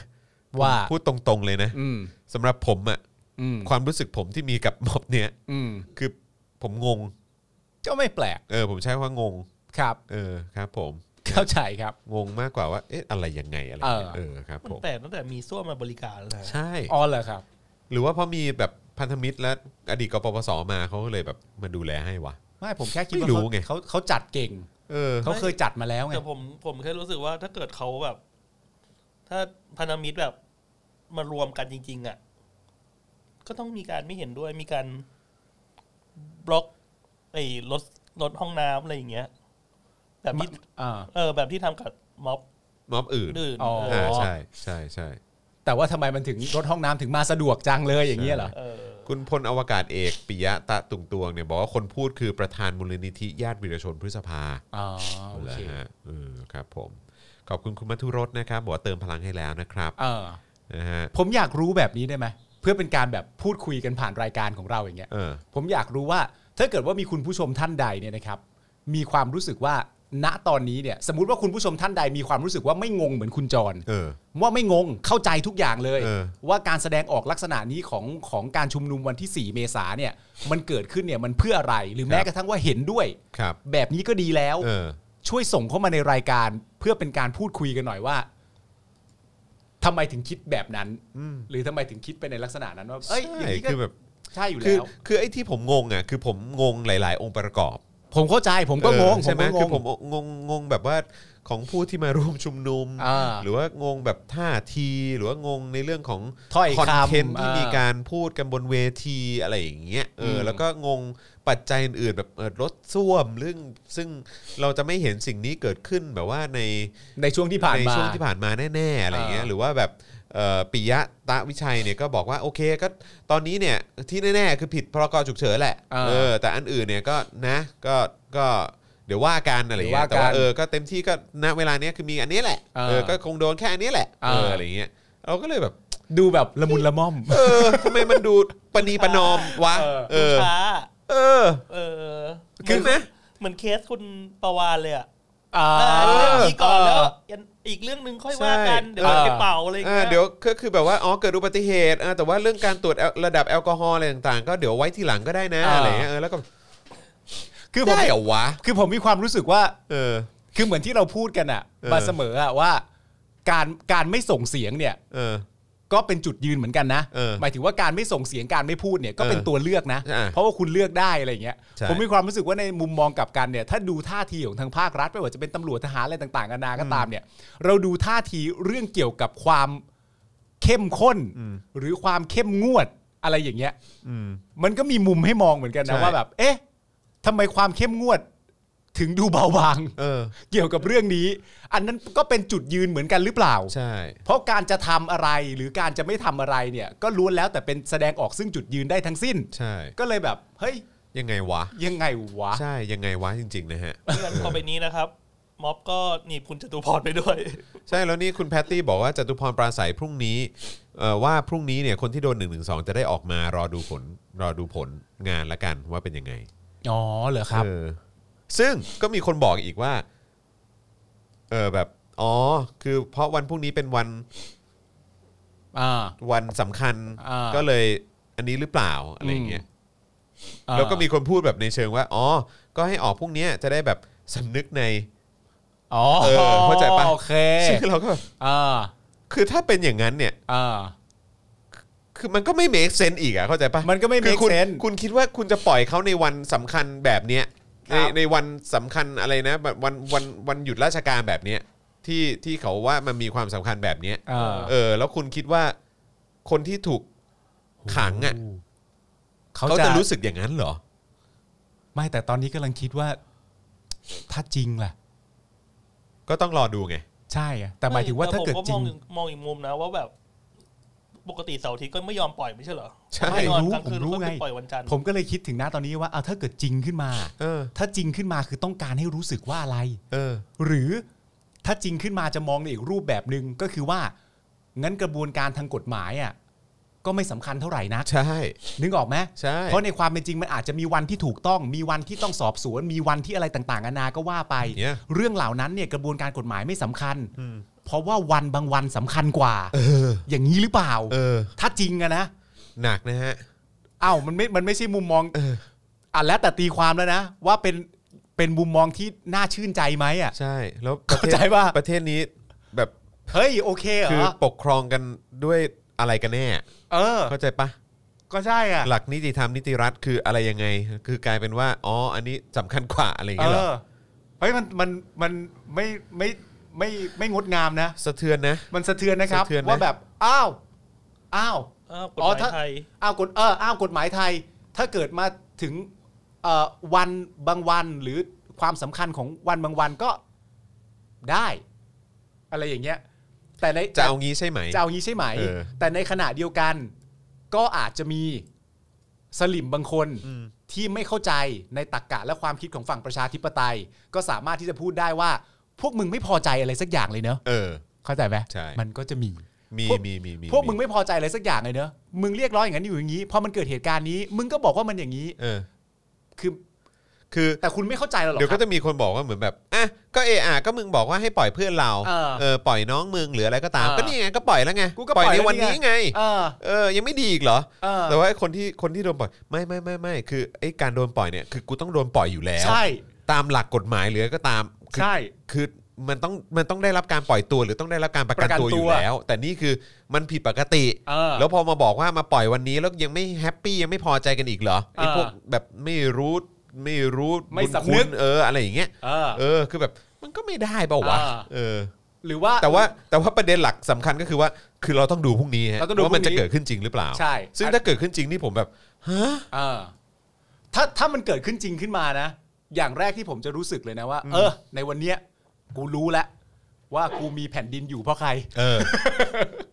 ว่า
ผมพูดตรงๆเลยนะ
อืม
สำหรับผมอะ
อืม
ความรู้สึกผมที่มีกับม็อบเนี้ย
อืม
คือผมงง
ก็ไม่แปลก
เออผมใช้คำว่างง
ครับ
เออครับผม
เข้าใจครับ
งงมากกว่าว่าเอ๊ะอะไรยังไงอะไรเนี่ย
เออ
เออครับ
มั
ผ
น
ม
แต่ตั้งแต่มีส้วมมาบริการแล้วนะ
ใช่
อ๋อเหรอครับ
หรือว่าเพราะมีแบบพันธมิตรและอดีตกปปสมาเขาก็เลยแบบมาดูแลให้วะ
ไม่ผมแค่คิดว่า
ไม่รู้
เขา
ไง
เขาเขาจัดเก่ง
เออ
เขาเคยจัดมาแล้วไง
แต่ผมผมแค่รู้สึกว่าถ้าเกิดเขาแบบ ถ้าพันธมิตรแบบมารวมกันจริง ๆ อ่ะ ก็ต้องมีการไม่เห็นด้วยมีการบล็อกไอ้รถรถห้องน้ำอะไรอย่างเงี้ย แบบที่
อ่า
เออ แบบที่ทำกับม็อบ
ม็อบอื่น
อื่น
อ๋อ
เอ
อ่า
อ
ใช่ใช่ใช่
แต่ว่าทำไมมันถึงรถห้องน้ำถึงมาสะดวกจังเลยอย่างเงี้ยเหรอ
เออ
คุณพลอวกาศเอกปิยะตะตุงตวงเนี่ยบอกว่าคนพูดคือประธานมูลนิธิญาติวีรชนพฤษภา
อ๋อโอเค
หรฮะเออครับผม ขอบคุณคุณมัทุรสนะครับบอกว่าเติมพลังให้แล้วนะครับ
เออ
นะฮะ
ผมอยากรู้แบบนี้ได้ไหมเพื่อเป็นการแบบพูดคุยกันผ่านรายการของเราอย่างเงี้ย
เออ
ผมอยากรู้ว่าถ้าเกิดว่ามีคุณผู้ชมท่านใดเนี่ยนะครับ มีความรู้สึกว่าณตอนนี้เนี่ยสมมติว่าคุณผู้ชมท่านใดมีความรู้สึกว่าไม่งงเหมือนคุณจร
เออ
ว่าไม่งงเข้าใจทุกอย่างเลย
เออ
ว่าการแสดงออกลักษณะนี้ของของการชุมนุมวันที่ 4 เมษาเนี่ย มันเกิดขึ้นเนี่ยมันเพื่ออะไรหรือแม้กระทั่งว่าเห็นด้วย
ครับ
แบบนี้ก็ดีแล้ว
เออ
ช่วยส่งเข้ามาในรายการเพื่อเป็นการพูดคุยกันหน่อยว่าทำไมถึงคิดแบบนั้น หรือทำไมถึงคิดไปในลักษณะนั้นว่าเอ้ยอย่างนี้
ใช่
ก็
คือแบบ
ใช่อยู่
คือ
แล้ว
คือไอ้ที่ผมงงอ่ะคือผมงงหลาย ๆ องค์ประกอบ
ผมเข้าใจผมก็งง
เออ
ผ
ใช่
ม
ไหม
ก็ง
คือผ
ง
มงงงงแบบว่าของผู้ที่มาร่วมชุมนุม
อ่า
หรือว่างงแบบท่าที หรือว่างงในเรื่องของ
ถ้อย
คอ
คำ
นเทนต์ที่
อ่ามี
มีการพูดกันบนเวทีอะไรอย่างเงี้ยเอออ
ม
แล้วก็งงปัจจัยอื่นๆแบบเออรถส้วมเรื่องซึ่งเราจะไม่เห็นสิ่งนี้เกิดขึ้นแบบว่าใน
ในช่วงที่ผ่าน
ใน
มา
ช่วงที่ผ่านมาแน่ๆอะไรอย่างเงี้ย
อ่า
หรือว่าแบบเอ่อปิยะตะวิชัยเนี่ยก็บอกว่าโอเคก็ตอนนี้เนี่ยที่แน่ๆคือผิดพรกฉุกเฉินแหละ
เออ
เออแต่อันอื่นเนี่ยก็นะก็ก็เดี๋ยวว่ากันอะไรอย่างเงี้ย
เดี๋
แต่
ยวว่า
ว่า
กั
น เออก็เต็มที่ก็ณเวลาเนี้ยคือมีอันนี้แหละ
เออ
เออก็คงโดนแค่อันนี้แหละ
เออ
เอออะไรอย่างเงี้ยเราก็เลยแบบ
ดูแบบละมุนละม่อม
เออทำไมมันดูปณีประนอมวะ
เออ
เออ
ช้า
เออ
เออ
คือไหม
เหมือนเคสคุณประวานเลยอ่ะ
อ่า
อ่าเรื่องนี้ก่อนแล้ว
เออ
ยันอีกเรื่องหนึ่งค่อยว่ากัน
ใช่
เดี๋ยวเราไปเป่าอะไรอย่าง
อ่า
เงี้ย
เดี๋ยวก็คือแบบว่าอ๋อเกิดอุบัติเหตุอ่าแต่ว่าเรื่องการตรวจแอลระดับแอลกอฮอล์อะไรต่างๆ ก็เดี๋ยวไว้ทีหลังก็ได้นะ
เอออ
อะไรเงี้ยเออแล้วก็
คือผม
ได้เหรอวะ
คือผมมีความรู้สึกว่า
เออ
คือเหมือนที่เราพูดกันอะ
เออ
มาเสมออะว่า การการไม่ส่งเสียงเนี่ย
เออ
ก็เป็นจุดยืนเหมือนกันนะ
เออ
หมายถึงว่าการไม่ส่งเสียงการไม่พูดเนี่ยก็เป็น
เออ
ตัวเลือกนะ
อ่ะ
เพราะว่าคุณเลือกได้อะไรอย่างเงี้ย
ใช่
ผมมีความรู้สึกว่าในมุมมองกลับกันเนี่ย ถ้าดูท่าทีของทางภาครัฐไม่ว่าจะเป็นตำรวจทหารอะไรต่างๆกันานาก็ตามเนี่ย เราดูท่าทีเรื่องเกี่ยวกับความเข้มข้น หรือความเข้มงวดอะไรอย่างเงี้ย
อืม
มันก็มีมุมให้มองเหมือนกัน
ใช่
นะว่าแบบ เอ๊ะทำไมความเข้มงวด ถึงดูเบาบาง
เออ
เกี่ยวกับเรื่องนี้ อันนั้นก็เป็นจุดยืนเหมือนกันหรือเปล่า
ใช่
เพราะการจะทำอะไรหรือการจะไม่ทำอะไรเนี่ย ก็ล้วนแล้วแต่เป็นแสดงออกซึ่งจุดยืนได้ทั้งสิ้น
ใช่
ก็เลยแบบ เฮ้ย
ยังไงวะ
ยังไงวะ
ใช่ ยังไงวะจริง ๆ นะฮะ
ไม่งั้น ต่อไปนี้นะครับ ม็อบก็หนีบคุณจตุพรไปด้วย
ใช่ แล้วนี่คุณแพตตี้บอกว่าจตุพรปราศัยพรุ่งนี้เอ่อว่าพรุ่งนี้เนี่ยคนที่โดน1นึจะได้ออกมารอดูผลรอดูผลงานละกันว่าเป็นยังไง
อ๋อเหรอครับ
เออซึ่งก็มีคนบอกอีกว่า เออแบบ อ๋อ คือเพราะวันพรุ่งนี้เป็นวัน
อ่า
วันสำคัญ
อ่า
ก็เลยอันนี้หรือเปล่าอะไรอย่างเงี้ย
อ่า
แล้วก็มีคนพูดแบบในเชิงว่า อ๋อ ก็ให้ออกพรุ่งเนี้ยจะได้แบบสำนึกใน
อ๋อ
เออเข้าใจปะ
โอเค
ซึ่งเราก็แบบ
อ่า
คือถ้าเป็นอย่างนั้นเนี่ย
อ่า
คือมันก็ไม่ make sense อีกอะเข้าใจปะ
มันก็ไม่
คือ
make
คุณ
sense
คุณคิดว่าคุณจะปล่อยเขาในวันสำคัญแบบเนี้ย
ค
ใน
รับ
ในวันสำคัญอะไรนะแบบวันวันวันหยุดราชการแบบเนี้ยที่ที่เขาว่ามันมีความสำคัญแบบเนี้ย
อ่า
เออ แล้วคุณคิดว่าคนที่ถูกขังอะ
เขา
เขา
จะ
จะ
รู้
รู้สึกอย่างนั้นเหรอ
ไม่แต่ตอนนี้กำลังคิดว่า ถ้าจริงล่ะ
ก็ต้องรอดูไง
ใช่อะแต่หมายถึงว่า
ไ
ถ้าเกิด
ผม
จริง
มออีมองอีกมุมนะว่าแบบ ปกติเสาร์อาทิตย์ก็ไม่ยอมปล่อยไม่ใช่เหรอ
ใช่
ไม่ยอม
รู้
กลางคืน
ผมรู้
ก็
ไง
ปล่อยวันจันทร์
ผมก็เลยคิดถึงนะตอนนี้ว่าเอาถ้าเกิดจริงขึ้นมา
เออ
ถ้าจริงขึ้นมาคือต้องการให้รู้สึกว่าอะไร
เออ
หรือถ้าจริงขึ้นมาจะมองในอีกรูปแบบหนึ่งก็คือว่างั้นกระบวนการทางกฎหมายอ่ะก็ไม่สำคัญเท่าไหร่นัก
ใช่
นึกออกไหม
ใช่
เพราะในความเป็นจริงมันอาจจะมีวันที่ถูกต้อง มีวันที่ต้องสอบสวน มีวันที่อะไรต่างๆนานาก็ว่าไป
Yeah.
เรื่องเหล่านั้นเนี่ยกระบวนการกฎหมายไม่สำคัญ เพราะว่าวันบางวันสำคัญกว่าอย่างนี้หรือเปล่า
เออ
ถ้าจริงอะนะ
หนักนะฮะ
อ้าวมันไม่มันไม่ใช่มุมมองอ่ะแล้วแต่ตีความแล้วนะว่าเป็นเป็นมุมมองที่น่าชื่นใจไหมอ่ะ
ใช่ แล้วประเทศ
เข้าใจป่ะ
ประเทศนี้แบบ
เฮ้ยโอเคเหร
คือ
อ
ปกครองกันด้วยอะไรกันแน่
เออ
เข้าใจปะ
ก็ใช่อ่ะ
หลักนิติธรรมนิติรัฐคืออะไรยังไง คือกลายเป็นว่า อ๋อ อันนี้สำคัญกว่าอะไรอย่าง
เอ
เงี้ยเหรอ
อ เฮ้ยมันมันมันไม่ไม่ไม่ไม่งดงามนะ
สะเทือนนะ
มันสะเทือนนะครับ
สะเทือนนะ
ว่าแบบ อ้าว อ้าว
เออกฎ
อ๋
ห
อ
มาย
ถ้า
ไทย
อ้าวกฎเอออ้าวกฎหมายไทย ถ้าเกิดมาถึงเอ่อวันบางวันหรือความสำคัญของวันบางวันก็ได้ อะไรอย่างเงี้ย แต่ใน
จะเอางี้ใช่ไหม
จะเอางี้ใช่ไหม
เออ
แต่ในขณะเดียวกัน ก็อาจจะมีสลิมบางคน
อืม
ที่ไม่เข้าใจในตรกกะและความคิดของฝั่งประชาธิปไตย ก็สามารถที่จะพูดได้ว่า พวกมึงไม่พอใจอะไรสักอย่างเลยเนอะ
เออ
เข้าใจไหม
ใช่
มันก็จะมี
มี
พวก
มีมีมี
พวกมึงไม่พอใจอะไรสักอย่างเลยเนอะมึงเรียกร้องอย่างนั้นอยู่อย่างนี้พอมันเกิดเหตุการณ์นี้ มึงก็บอกว่ามันอย่างนี้
เออ
คือ
คือ
แต่คุณไม่เข้าใจเราหรอก
เดี๋ยว
ครั
ก็
บ
จะมีคนบอกว่าเหมือนแบบ อ่ะ ก็เออก็มึงบอกว่าให้ปล่อยเพื่อนเรา
เออ
ปล่อยน้องมึงหรืออะไรก็ตาม
เออ
ก็นี่ไง ก็ปล่อยแล้วไง
กูก็ปล่อย
ใน
แล้ว
วัน
นี่
นี้
ไง
ไง
เออ
เออ ยังไม่ดีอีกเหรอ
เออ
แต่ว่าไอ้คนที่ คนที่โดนปล่อย ไม่ไม่ไม่ไม่ คือไอ้การโดนปล่อยเนี่ย คือกูต้องโดนปล่อยอยู่แล้ว
ใช่
ตามหลักกฎหมายหรืออะไรก็ตามคือ
ใช่
คือมันต้องมันต้องได้รับการปล่อยตัวหรือต้องได้รับการประกัน
ประกันตั
ตัววอยู่แล้ว แต่นี่คือมันผิดปกติ
เออ
แล้วพอมาบอกว่ามาปล่อยวันนี้แล้วยังไม่แฮปปี้ยังไม่พอใจกันอีกเหรอไอ้
เออ
พวกแบบไม่รู้ไม่รู้
ไม่
บุญ
สำ
คุ
นึ
ณ
ก
เอออะไรอย่างเงี้ย
เออ
เออคือแบบมันก็ไม่ได้เปล่าวะ
เออ
เออ
หรือว่า
แต่ว่าแต่ว่าประเด็นหลักสำคัญก็คือว่าคือเราต้องดูพรุ่งนี้ฮะ
เราต้องดู
ว่ามัน
พรุ่
จะ
งนี้
เกิดขึ้นจริงหรือเปล่า
ใช่
ซึ่งถ้าเกิดขึ้นจริงนี่ผมแบบฮะ
เออถ้าถ้ามันเกิดขึ้นจริงขึ้นมานะ อย่างแรกที่ผมจะรู้สึกเลยนะว่า เออ ในวันเนี้ยกูรู้แล้วว่ากูมีแผ่นดินอยู่เพราะใคร
เออ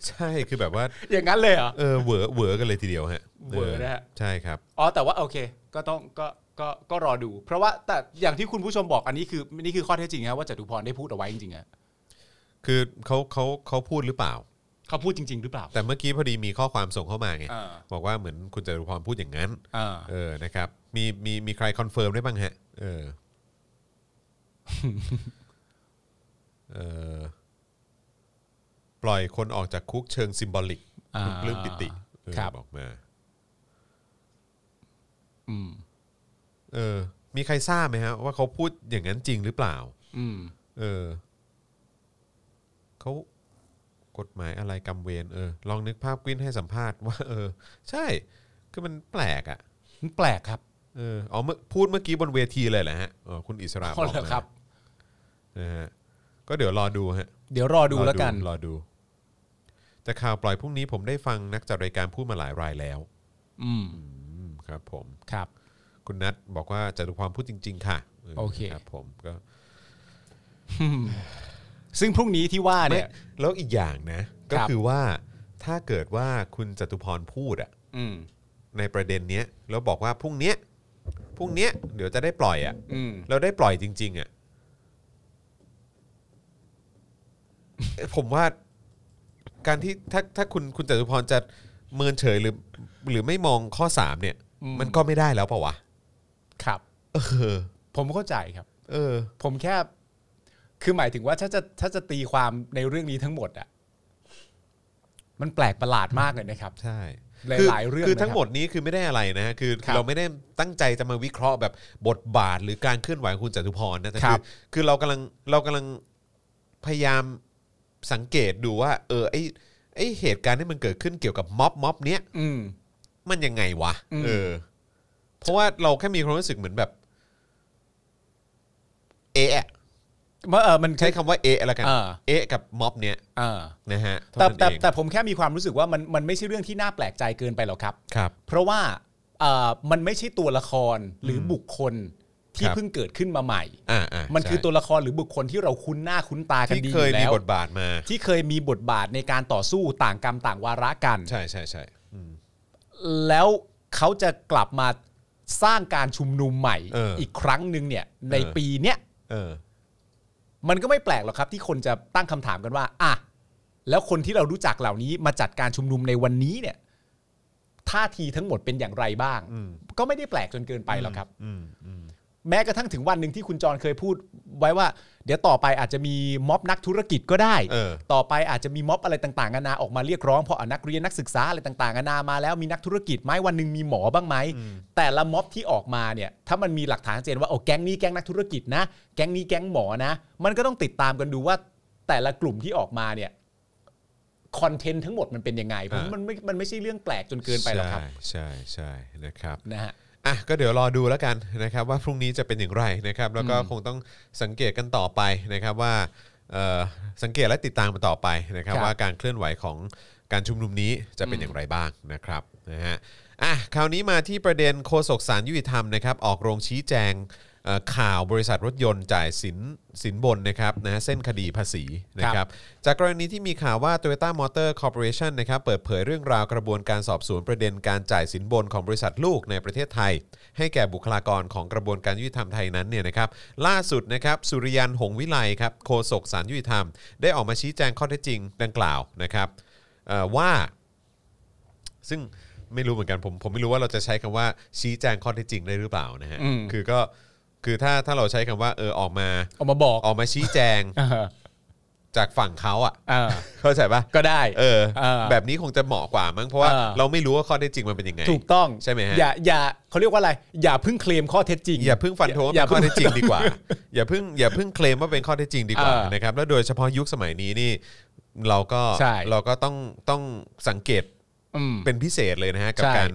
ใช่คือแบบว่า
อย่างนั้นเลยเหรอ
เออเหวอเหวอกันเลยทีเดียวฮะ
เหวอนะฮะ
ใช่ครับ
อ๋อแต่ว่าโอเค ก็ต้องก็ก็ก็รอดู เพราะว่าแต่อย่างที่คุณผู้ชมบอกอันนี้คือนี่คือข้อเท็จจริงนะว่าจตุพรได้พูดเอาไว้จริงๆอะ
คือเขาเขาเขาพูดหรือเปล่า
เขาพูดจริง ๆ หรือเปล่า
แต่เมื่อกี้พอดีมีข้อความส่งเข้ามาไง
อ่า
บอกว่าเหมือนคุณจตุพรพูดอย่างนั้น
อ่า
เออนะครับมีมีมีใครคอนเฟิร์มได้บ้างฮะเออเออปล่อยคนออกจากคุกเชิงซิมบอลิก
อ่า
ปลื้มปิติเออ
ครับ
บอกมา
อืม
เออมีใครทราบไหมฮะว่าเขาพูดอย่างนั้นจริงหรือเปล่า
อืม
เออเขากฎหมายอะไรกำเวรเออ ลองนึกภาพกวินให้สัมภาษณ์ว่า เออ ใช่ คือมันแปลกอะ่ะ
มันแปลกครับ
เอออ๋อเมื่อพูดเมื่อกี้บนเวทีเลยแหละฮะเออคุณอิสระ
พอแล้ว
มา
ครับ
นะฮะก็เดี๋ยวรอดูฮะ
เดี๋ยวรอดูแล้วกัน
รอดู แต่ข่าวปล่อยพรุ่งนี้ผมได้ฟังนักจัดรายการพูดมาหลายรายแล้ว
อืม
อืมครับ ผม
ครับ
คุณนัทบอกว่าจตุพรพูดจริง ๆ ค่ะ
โอเค
ครับผมก็
ซึ่งพรุ่งนี้ที่ว่า
ไม่
เนี่ย
แล้วอีกอย่างนะ ก็
ครับ
คือว่าถ้าเกิดว่าคุณจตุพรพูดอะ
อืม
ในประเด็นเนี้ยแล้วบอกว่าพรุ่งเนี้ยพรุ่งเนี้ยเดี๋ยวจะได้ปล่อยอะ
อืม
เราได้ปล่อยจริง ๆอะผมว่าการที่ถ้าถ้าคุณคุณจตุพรจะเมินเฉยหรือ หรือไม่มองข้อสามเนี่ย
อืม
มันก็ไม่ได้แล้วเปล่าวะ
ครับ
เออ
ผมเข้าใจครับ
เออ
ผมแค่ คือหมายถึงว่าถ้าจะถ้าจะตีความในเรื่องนี้ทั้งหมดอ่ะ มันแปลกประหลาดมากเลยนะครับ
ใช่
หลายๆเรื่อง
คือ
นะครับ
ทั้งหมดนี้คือไม่ได้อะไรนะฮะคือ
ครับ
เราไม่ได้ตั้งใจจะมาวิเคราะห์แบบบทบาทหรือการเคลื่อนไหวของคุณจตุพรนะแต่
ค
คื
รั
อบ คือเรากำลังเรากำลังพยายามสังเกตดูว่า เออไอไอเหตุการณ์ที่มันเกิดขึ้นเกี่ยวกับม็อบม็อบเนี้ย
อืม
มันยังไงวะ
อืม
เออ เพราะว่าเราแค่มีความรู้สึกเหมือนแบบ เอะอะ
เมื่อเออมัน
ใช้คำว่าเอะละกัน
เออ
เอะกับม็อบเนี้ย
เออ
นะฮะเท่า
แต่
นั้น
แต่
เอง
แต่ผมแค่มีความรู้สึกว่ามันมันไม่ใช่เรื่องที่น่าแปลกใจเกินไปหรอกครับ
ครับ
เพราะว่าเอ่อมันไม่ใช่ตัวละครหรือบุคคลที่
ครับ
เพิ่งเกิดขึ้นมาใหม่
อ่าอ่า
มั
มัน
คือตัวละครหรือบุคคลที่เราคุ้นหน้าคุ้นตากัน
ที่
ดีอ
เคยมี
ยู่แล้ว
บทบาทมา
ที่เคยมีบทบาทในการต่อสู้ต่างกรรมต่างวาระกัน
ใช่ใช่ใช่
แล้วเขาจะกลับมาสร้างการชุมนุมใหม่
เอออี
กครั้งหนึ่งเนี่ยใน
เออ
ปีเนี้ย
เออ
มันก็ไม่แปลกหรอกครับ ที่คนจะตั้งคำถามกันว่าอ่ะแล้วคนที่เรารู้จักเหล่านี้มาจัดการชุมนุมในวันนี้เนี่ยท่าทีทั้งหมดเป็นอย่างไรบ้าง
อืม
ก็ไม่ได้แปลกจนเกินไปหรอกครับ
อืมอืม
แม้กระทั่งถึงวันหนึ่งที่คุณจรเคยพูดไว้ว่า เดี๋ยวต่อไปอาจจะมีม็อบนักธุรกิจก็ได้
เออ
ต่อไปอาจจะมีม็อบอะไรต่างๆนานาออกมาเรียกร้องเพราะอ่ะนักเรียนนักศึกษาอะไรต่างๆนานามาแล้วมีนักธุรกิจไหมวันหนึ่งมีหมอบ้างไหม
อืม
แต่ละม็อบที่ออกมาเนี่ยถ้ามันมีหลักฐานชัดเจนว่าโอ้แก๊งนี้แก๊งนักธุรกิจนะ แก๊งนี้แก๊งหมอนะ มันก็ต้องติดตามกันดูว่าแต่ละกลุ่มที่ออกมาเนี่ยคอนเทนต์ทั้งหมดมันเป็นยังไงผมว่ามันไม่มันไม่ใช่เรื่องแปลกจนเกินไปหรอกครับ
ใช่ใช่ใช่นะครับ
นะฮะ
อ่ะก็เดี๋ยวรอดูแล้วกันนะครับว่าพรุ่งนี้จะเป็นอย่างไรนะครับ แล้วก็
อืม
คงต้องสังเกตกันต่อไปนะครับว่าเอ่อสังเกตและติดตามมาต่อไปนะครับ
ครับ
ว่าการเคลื่อนไหวของการชุมนุมนี้จะเป็น
อืม
อย่างไรบ้างนะครับนะฮะอ่ะคราวนี้มาที่ประเด็นโฆษกสารยุติธรรมนะครับ ออกโรงชี้แจงเอ่อข่าวบริษัทรถยนต์จ่ายสินสินบนนะครับนะฮะเส้นคดีภาษีนะครับ ครับจากกรณีที่มีข่าวว่า Toyota Motor Corporation นะครับเปิดเผยเรื่องราวกระบวนการสอบสวนประเด็นการจ่ายสินบนของบริษัทลูกในประเทศไทย ให้แก่บุคลากรของกระบวนการยุติธรรมไทยนั้นเนี่ยนะครับล่าสุดนะครับสุริยันหงส์วิไลครับโฆษกสารยุติธรรม ได้ออกมาชี้แจงข้อเท็จจริงดังกล่าวนะครับเอ่อว่า ซึ่งไม่รู้เหมือนกันผมผมไม่รู้ว่าเราจะใช้คำว่าชี้แจงข้อเท็จจริงได้หรือเปล่านะฮะ
อืม
คือก็คือถ้าถ้าเราใช้คำว่าเออออกมา
ออกมาบอก
ออกมาชี้แจง
เออ
จากฝั่งเขาอ่ะ
เออ
เข้าใจปะ
ก็ได้
เออ
เออ
แบบนี้คงจะเหมาะกว่ามั้ง เพราะว่า
เออ
เราไม่รู้ว่าข้อเท็จจริงมันเป็นยังไง
ถูกต้อง
ใช่ไหมฮะ
อย่าอย่าเขาเรียกว่าอะไร อย่าเพิ่งเคลมข้อเท็จจริง
อย่าเพิ่งฟันธงว่า
อ
เป็
ย่าน
ข้อเท็จจริงดีก ว่า อย่าเพิ่งอย่าเพิ่งเคลมว่าเป็นข้อเท็จจริงดีกว่า
เออ
นะครับ แล้วโดยเฉพาะยุคสมัยนี้นี่เราก็
ใช่
เราก็ต้องต้องสังเกต
อืม
เป็นพิเศษเลยนะฮะ กับ
ใช่
การ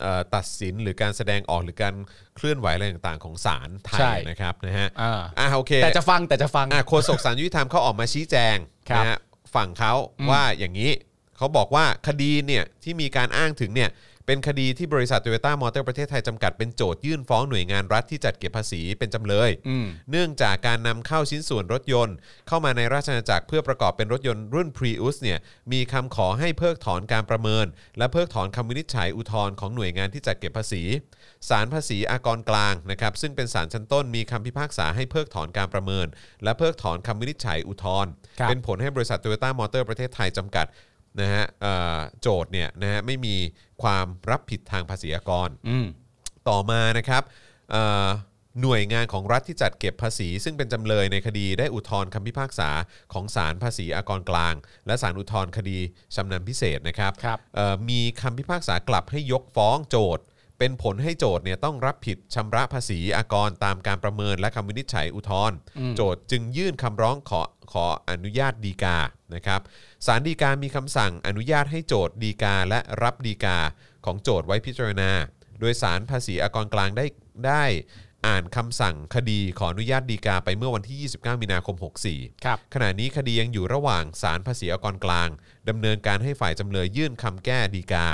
เอ่อตัดสินหรือการแสดงออกหรือการเคลื่อนไหวอะไรต่างๆ ของศาลไท
ใช่
ยนะครับนะฮะ
อ่า
อ่ะโอเค
แต่จะฟังแต่จะฟัง
อ่ะโฆษกสารยุติธรรมเขาออกมาชี้แจง
ครับ
นะฮะฝั่งเขา
อืม
ว่าอย่างนี้เขาบอกว่าคดีเนี่ยที่มีการอ้างถึงเนี่ยเป็นคดีที่บริษัทโตโยต้ามอเตอร์ประเทศไทยจำกัดเป็นโจทยื่นฟ้องหน่วยงานรัฐที่จัดเก็บภาษีเป็นจำเลย
อืม
เนื่องจากการนำเข้าชิ้นส่วนรถยนต์ เข้ามาในราชอาณาจักรเพื่อประกอบเป็นรถยนต์รุ่น Prius เนี่ยมีคำขอให้เพิกถอนการประเมิน และเพิกถอนคำวินิจฉัยอุทธรณ์ของหน่วยงานที่จัดเก็บภาษีศาลภาษีอากรกลางนะครับซึ่งเป็นศาลชั้นต้นมีคำพิพากษาให้เพิกถอนการประเมิน และเพิกถอนคำวินิจฉัยอุทธรณ์
ครับ
เป็นผลให้บริษัทโตโยต้ามอเตอร์ประเทศไทยจำกัดนะฮะเอ่อโจทย์เนี่ยนะฮะไม่มีความรับผิดทางภาษีอากร
อืม
ต่อมานะครับเอ่อหน่วยงานของรัฐที่จัดเก็บภาษี ซึ่งเป็นจำเลยในคดีได้อุทธรณ์คำพิพากษาของศาลภาษีอากรกลาง และศาลอุทธรณ์คดีชำนาญพิเศษนะครับ
ครับ
เอ่อมีคำพิพากษากลับให้ยกฟ้องโจทย์ เป็ เป็นผลให้โจทย์เนี่ยต้องรับผิดชำระภาษีอากรตามการประเมินและคำวินิจฉัยอุทธรณ์โจทย์จึงยื่นคำร้องขอขออนุญาตดีกานะครับศาลดีกามีคำสั่งอนุญาตให้โจทย์ดีกาและรับดีกาของโจทย์ไว้พิจารณา โดยสารภาษีอากรกลางได้ได้อ่านคำสั่งคดีขออนุญาตดีกาไปเมื่อวันที่ 29 มีนาคม 64
ครับ
ขณะนี้คดียังอยู่ระหว่างศาลภาษีอากรกลางดำเนินการให้ฝ่ายจำเลยยื่นคำแก้ดีกา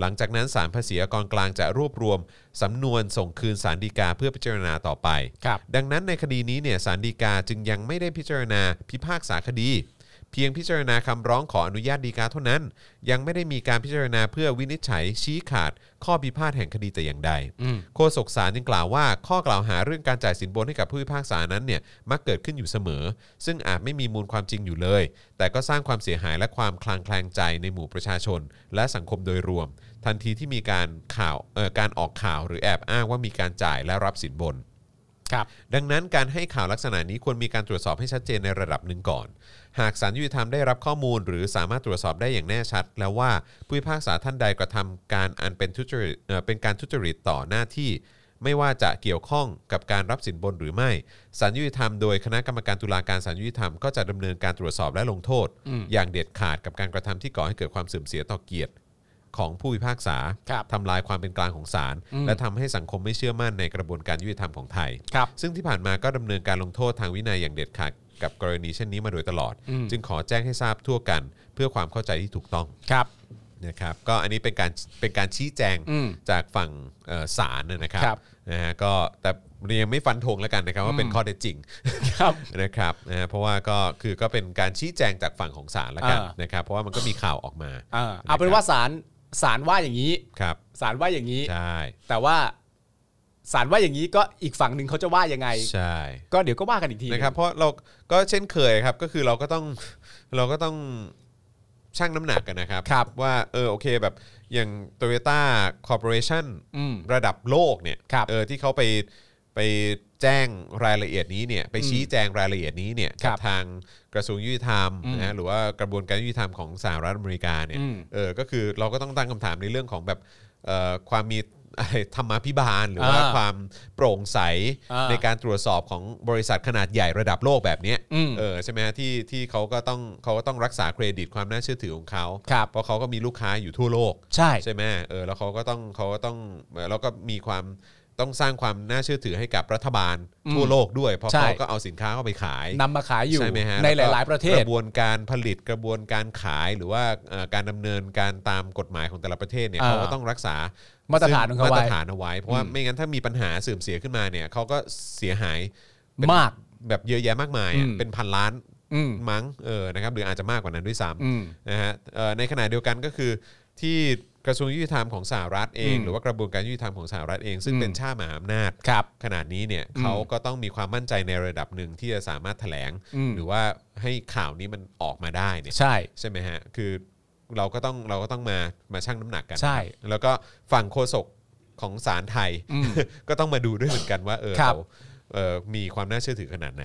หลังจากนั้นศาลภาษีอากรกลางจะรวบรวมสำนวนส่งคืนศาลฎีกาเพื่อพิจารณาต่อไป
ครับ
ดังนั้นในคดีนี้เนี่ยศาลฎีกาจึงยังไม่ได้พิจารณาพิพากษาคดี เพียงพิจารณาคำร้องขออนุญาตฎีกาเท่านั้น ยังไม่ได้มีการพิจารณาเพื่อวินิจฉัยชี้ขาด ข้อพิพาทแห่งคดีแต่อย่างใด
อืม
โฆษกศาลยังกล่าวว่าข้อกล่าวหาเรื่องการจ่ายสินบนให้กับผู้พิพากษานั้นเนี่ยมักเกิดขึ้นอยู่เสมอ ซึ่งอาจไม่มีมูลความจริงอยู่เลย แต่ก็สร้างความเสียหายและความคลางแคลงใจในหมู่ประชาชน และสังคมโดยรวม ทันทีที่มีการข่าวเอ่อการออกข่าวหรือแอบอ้างว่ามีการจ่ายและรับสินบน
ครับ
ดังนั้นการให้ข่าวลักษณะนี้ควรมีการตรวจสอบให้ชัดเจนในระดับหนึ่งก่อน หากสารยุติธรรมได้รับข้อมูล หรือสามารถตรวจสอบได้อย่างแน่ชัด แล้วว่าผู้พิพากษาท่านใดกระทำการอันเป็นทุจริตเอ่อเป็นการทุจริตต่อหน้าที่ ไม่ว่าจะเกี่ยวข้องกับการรับสินบนหรือไม่สารยุติธรรมโดยคณะกรรมการตุลาการสารยุติธรรมก็จะดำเนินการตรวจสอบและลงโทษ อย่างเด็ดขาดกับการกระทำที่ก่อให้เกิดความเสื่อมเสียต่อเกียรติของผู้พิพากษา
ครับ
ทำลายความเป็นกลางของศาลและทำให้สังคมไม่เชื่อมั่นในกระบวนการยุติธรรมของไทย
ครับ
ซึ่งที่ผ่านมาก็ดำเนินการลงโทษทางวินัยอย่างเด็ดขาดกับกรณีเช่นนี้มาโดยตลอด
อืม
จึงขอแจ้งให้ทราบทั่วกัน เพื่อความเข้าใจที่ถูกต้อง
ครับ
นะครับก็อันนี้เป็นการเป็นการชี้แจง
อืม
จากฝั่งเอ่อศาลนะครั
ครับ
นะฮะก็แต่ยังไม่ฟันธงแล้วกันนะครับว่าเป็น
อืม
ข้อเท็จจริง
ครับ
นะครับนะฮะเพราะว่าก็คือก็เป็นการชี้แจงจากฝั่งของศาลแล้วกัน
อ่าน
นะครับเพราะว่ามันก็มีข่าวออกมา
เออเอาเป็นว่าสารสารว่าอย่างนี้
ครับ
สารว่าอย่างนี้
ใช่
แต่ว่าสารว่าอย่างนี้ก็อีกฝั่งหนึ่งเขาจะว่ายังไง
ใช่
ก็เดี๋ยวก็ว่ากันอีกที
นะครับเพราะเราก็เช่นเคยครับก็คือเราก็ต้อง เราก็ต้องชั่งน้ำหนักกันนะครับ ว่าเออโอเคแบบอย่าง Toyota Corporation
อืม
ระดับโลกเนี่ย
ครับ
เออที่เขาไปไปแจ้งรายละเอียดนี้เนี่ยไปชี้แจงรายละเอียดนี้เนี่ย
ครั
กับบ ทางกระทรวงยุติธรรม
อืม
นะฮะหรือว่ากระบวนการยุติธรรมของสหรัฐอเมริกาเนี่ย
อืม
เออก็คือเราก็ต้องตั้งคำถามในเรื่องของแบบเอ่อความมีอะไรธรรมาภิบาล หรือว่า
อ่า
ความโปร่งใส
อ่า
ในการตรวจสอบของบริษัทขนาดใหญ่ระดับโลกแบบเนี้ย
อืม
เออใช่ไหมฮะที่ที่เขาก็ต้องเขาก็ต้องรักษาเครดิตความน่าเชื่อถือของเขา
ครับ
เพราะเขาก็มีลูกค้าอยู่ทั่วโลก
ใช่
ใช่ไหมเออ แล้วเขาก็ต้องเขาก็ต้องเอ่อแล้วก็มีความต้องสร้างความน่าเชื่อถือให้กับรัฐบาลทั่วโลกด้วย เพราะเขาก็เอาสินค้าเข้าไปขาย
นำมาขายอยู่
ใช่ไหมฮะ
ในห
แวก็
ลาย ๆ ประเทศ
กระบวนการผลิตกระบวนการขายหรือว่าเอ่อการดำเนินการตามกฎหมายของแต่ละประเทศเนี่ย
อ่า
เขาก็ต้องรักษา
มาตรฐานของเขาไว้
มาตรฐานเอาไว้ เพราะว่า
อืม
ไม่งั้นถ้ามีปัญหาเสื่อมเสียขึ้นมาเนี่ยเขาก็เสียหายเป็น
มาก
แบบเยอะแยะมากมายอะ
อืม
เป็นพันล้าน
อืม
มั้งเออนะครับหรืออาจจะมากกว่านั้นด้วยซ้ำ
อืม
นะฮะเอ่อในขณะเดียวกันก็คือที่กระทรวงยุติธรรมของสหรัฐเอง
อืม
หรือว่ากระบวนการยุติธรรมของสหรัฐเอง ซึ่ง
อืม
เป็นชาติมหาอำนาจ
ครับ
ขนาดนี้เนี่ย
อืม
เขาก็ต้องมีความมั่นใจในระดับหนึ่งที่จะสามารถแถลง
อืม
หรือว่าให้ข่าวนี้มันออกมาได้เนี่ย
ใช่
ใช่ไหมฮะคือเราก็ต้องเราก็ต้องมามาชั่งน้ำหนักกัน
ใช่
นะครับแล้วก็ฝั่งโฆษกของศาลไทย
อืม
ก็ต้องมาดูด้วยเหมือนกันว่าเออ
ครับ
เขาเออมีความน่าเชื่อถือขนาดไหน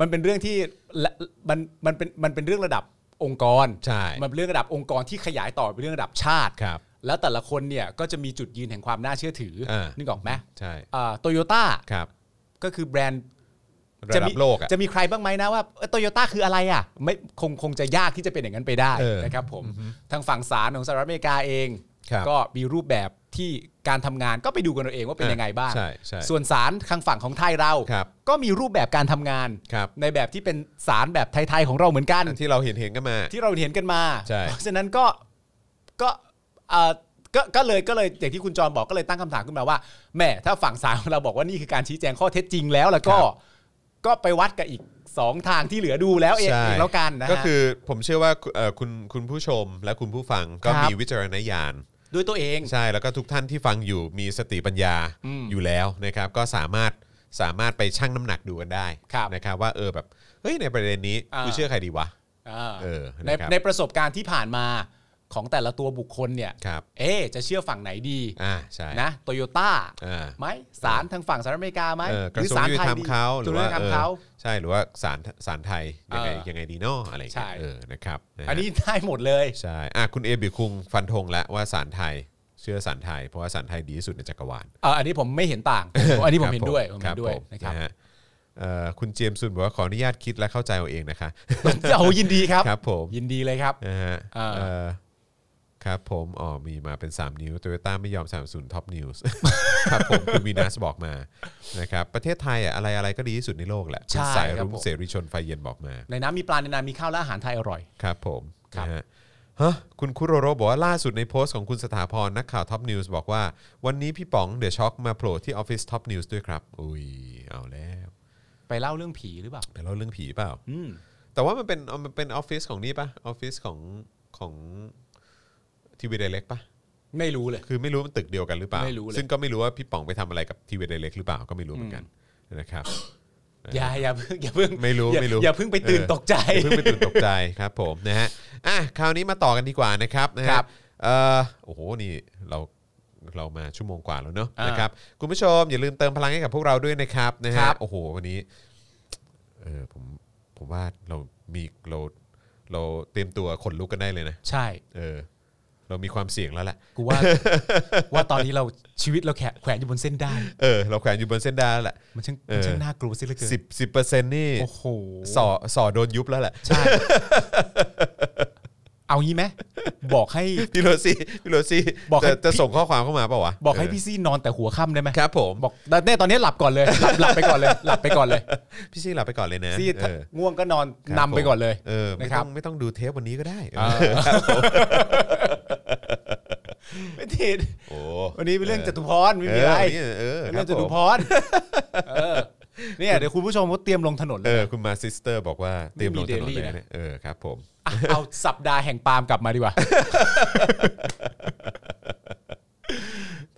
มันเป็นเรื่องที่ละมันมันเป็นมันเป็นเรื่องระดับองค์กร
ใช่
มันเป็นเรื่องระดับองค์กรที่ขยายต่อไปเรื่องระดับชาติ
ครับ
แล้วแต่ละคนเนี่ยก็จะมีจุดยืนแห่งความน่าเชื่อถือ
เออ
นึกออกไหม
ใช่
โตโยต้า Toyota
ครับ
ก็คือแบรนด์
ระดับโลกอะ
จะมีใครบ้างไหมนะว่าโตโยต้าคืออะไรอ่ะไม่คงคงจะยากที่จะเป็นอย่างนั้นไปได้
เออ
นะครับผมทางฝั่งศาลของสหรัฐอเมริกาเอง
ครับ
ก็มีรูปแบบที่การทำงานก็ไปดูกันเอาเองว่าเป็น
เออ
ยังไงบ้าง
ใช่ใช่
ส่วนศาลทางฝั่งของไทยเรา
ครับ
ก็มีรูปแบบการทำงาน
ครับ
ในแบบที่เป็นสารแบบไทย ๆ ของเราเหมือนกัน
ที่เราเห็นเห็นๆกันมา
ที่เราเห็นกันมา
ใช่
เพราะฉะนั้นก็ก็เอ่อก็ก็เลยก็เลยอย่างที่คุณจรบอกก็เลยตั้งคำถามขึ้นมาว่าแหม่ถ้าฝั่งสารของเราบอกว่านี่คือการชี้แจงข้อเท็จจริงแล้วแล้วก็ ก็ไปวัดกับอีกสองทางที่เหลือดูแล้วเอง
ใช่
เองแล้วกันนะฮะ
ก็คือผมเชื่อว่าเอ่อคุณคุณผู้ชมและคุณผู้ฟังก็
ครับ
มีวิจารณญาณ
ด้วยตัวเอง
ใช่แล้วก็ทุกท่านที่ฟังอยู่มีสติปัญญา
อืม
อยู่แล้วนะครับ ก็สามารถสามารถไปชั่งน้ำหนักดูกันได้
ครับ
นะครับว่าเออแบบเฮ้ยในประเด็นนี้
อ่า
กูเชื่อใครดีวะ
อ่า
เออ
ใน
นะครับ
ในประสบการณ์ที่ผ่านมาของแต่ละตัวบุคคลเนี่ย
ครับ
เอ๊ะจะเชื่อฝั่งไหนดี
อ่าใช่
นะโตโยต้า
อ่า
ไหมสารทางฝั่งสหรัฐอเมริกาไหม
เออกระทรวง
ศาล
ยุติ
ไท
ธร
ย
รม
ดี
เขาห
ก
รือ
ระทรวง
ว่า
ยุติธรรม
เอ
เขา
อใช่หรือว่าศาลศาลไทยยังไง
เออ
ยังไงดีเนอะอะไรอย่างเงี้ย
ใช่
เออนะครับนะฮะ
อันนี้ได้หมดเลย
ใช่อ่ะคุณเอบิคุงฟันธงแล้วว่าศาลไทย เชื่อสารไทย เพราะว่าสารไทยดีที่สุดในจักรวาล
เอ่ออันนี้ผมไม่เห็น ต่าง อันนี้ผมเห็นด้วยผม
ค
เห็
รับ
นด้วย
ผม
นะครับ
ฮเอ่อคุณเจมส์ซุนบอกว่าขออนุญาตคิดและเข้าใจเอาเองนะคะ
โอ้ ยินดีครับ
ครับผม
ยินดีเลยครับ
นะฮะ
อ่า
เอ่อครับผมอ๋อมีมาเป็น 3 นิ้วโตโยต้าไม่ยอมสามศูนย์ท็อปนิวส์ ครับผมคุณวีนัสบอกมานะครับประเทศไทยอะอะไรอะไรก็ดีที่สุดในโลกแหละคุณ
ใช่
สาย
ครับ
รุ้ง
ผม
เสรีชนไฟเย็นบอกมา
ในน้ำมีปลาในนามีข้าวและอาหารไทยอร่อย
ครับผม
ครับ
นะฮะฮะคุณคุโรโรบอกว่าล่าสุดในโพสต์ของคุณสถาพรนักข่าวท็อปนิวส์บอกว่า วันนี้พี่ป๋องเดอะช็อคมาโผล่ที่ออฟฟิศท็อปนิวส์ด้วยครับ อุ้ย เอาแล้ว
ไปเล่าเรื่องผีหรือเปล่า
ไปเล่าเรื่องผีเปล่า
อืม
แต่ว่ามันเป็นมันเป็นออฟฟิศของนี่ปะออฟฟิศของของทีวีเดเล็กปะ
ไม่รู้เลย
คือไม่รู้มันตึกเดียวกันหรือเปล่า
ไม่รู้เลย
ซึ่งก็ไม่รู้ว่าพี่ป๋องไปทำอะไรกับทีวีเดเล็กหรือเปล่าก็ไม่รู้เหมือนกันนะครับ
อย่าอย่าเพิ่งอย่าเพิ่ง
ไม่รู้
อย่า
ไม่รู้
อย่าเพิ่งไปตื่น
เออ
ตกใจ
อย่าเพิ่งไปตื่นตกใจครับผมนะฮะอ่ะคราวนี้มาต่อกันดีกว่านะครับนะฮะ
ครับ
เอ่อโอ้โหนี่เราเรามาชั่วโมงกว่าแล้วเนอะ
อ่าน
นะครับคุณผู้ชมอย่าลืมเติมพลังให้กับพวกเราด้วยนะครับนะ
ค
ฮะ
รับ
โอ้โหวันนี้เออผมผมว่าเรามีเราเราเตรียมตัวขนลุกกันได้เลยนะ
ใช่
เออเรามีความเสี่ยงแล้วแหละ
กู ว่า ว่าตอนนี้เราชีวิตเราแขวแขวนอยู่บนเส้นได้
เออเราแขวนอยู่บนเส้นได้แล้วแหละ
มันช่าง
เออ
มันช่างน่ากลัวเสียเหลือเกิน
สิบสิบเปอร์เซ็นต์นี่
โอ้โห
สอสอโดนยุบแล้วแหละ
ใช่ เอางี้ไหมบอกให้
พี่โรซี่พี่โรซี่
บอกให้
จะจะ
พี่
ส่งข้อความเข้ามาเปล่าวะ
บอกให้
เ
พี่ซี่นอนแต่หัวค่ำได้ไหม
ครับผม
บอกเนี่ยตอนนี้หลับก่อนเลยหลับหลับไปก่อน เลย หลับไปก่อนเลย
พี่ซี่หลับไปก่อนเลยนะ
ซี่ถ้า
เออ
ง่วงก็นอนนำไปก่อนเลย
เออไม่
นะครั
ต้อบ งไม่ต้องดูเทปวันนี้ก็ได้เออ
ไม่ติด
โอ้
วันนี้เป็นเรื่องจตุพรไม่
เอ
มี
อ
อะไร
วันนี้เออ
เป็น
ค
เรื่
รั
อบ งจตุพ
ผม
รเออเนี่ยเดี๋ยวคุณผู้ชมก็เตรียมลงถนน เล
เอย อคุณมาซิสเตอร์บอกว่าเตรียมลงถนน
ไม่มี
เลย
daily นะ
นะเออครับผม
อ่ะเอาสัปดาห์แห่งปาล์มกลับมาดีกว่า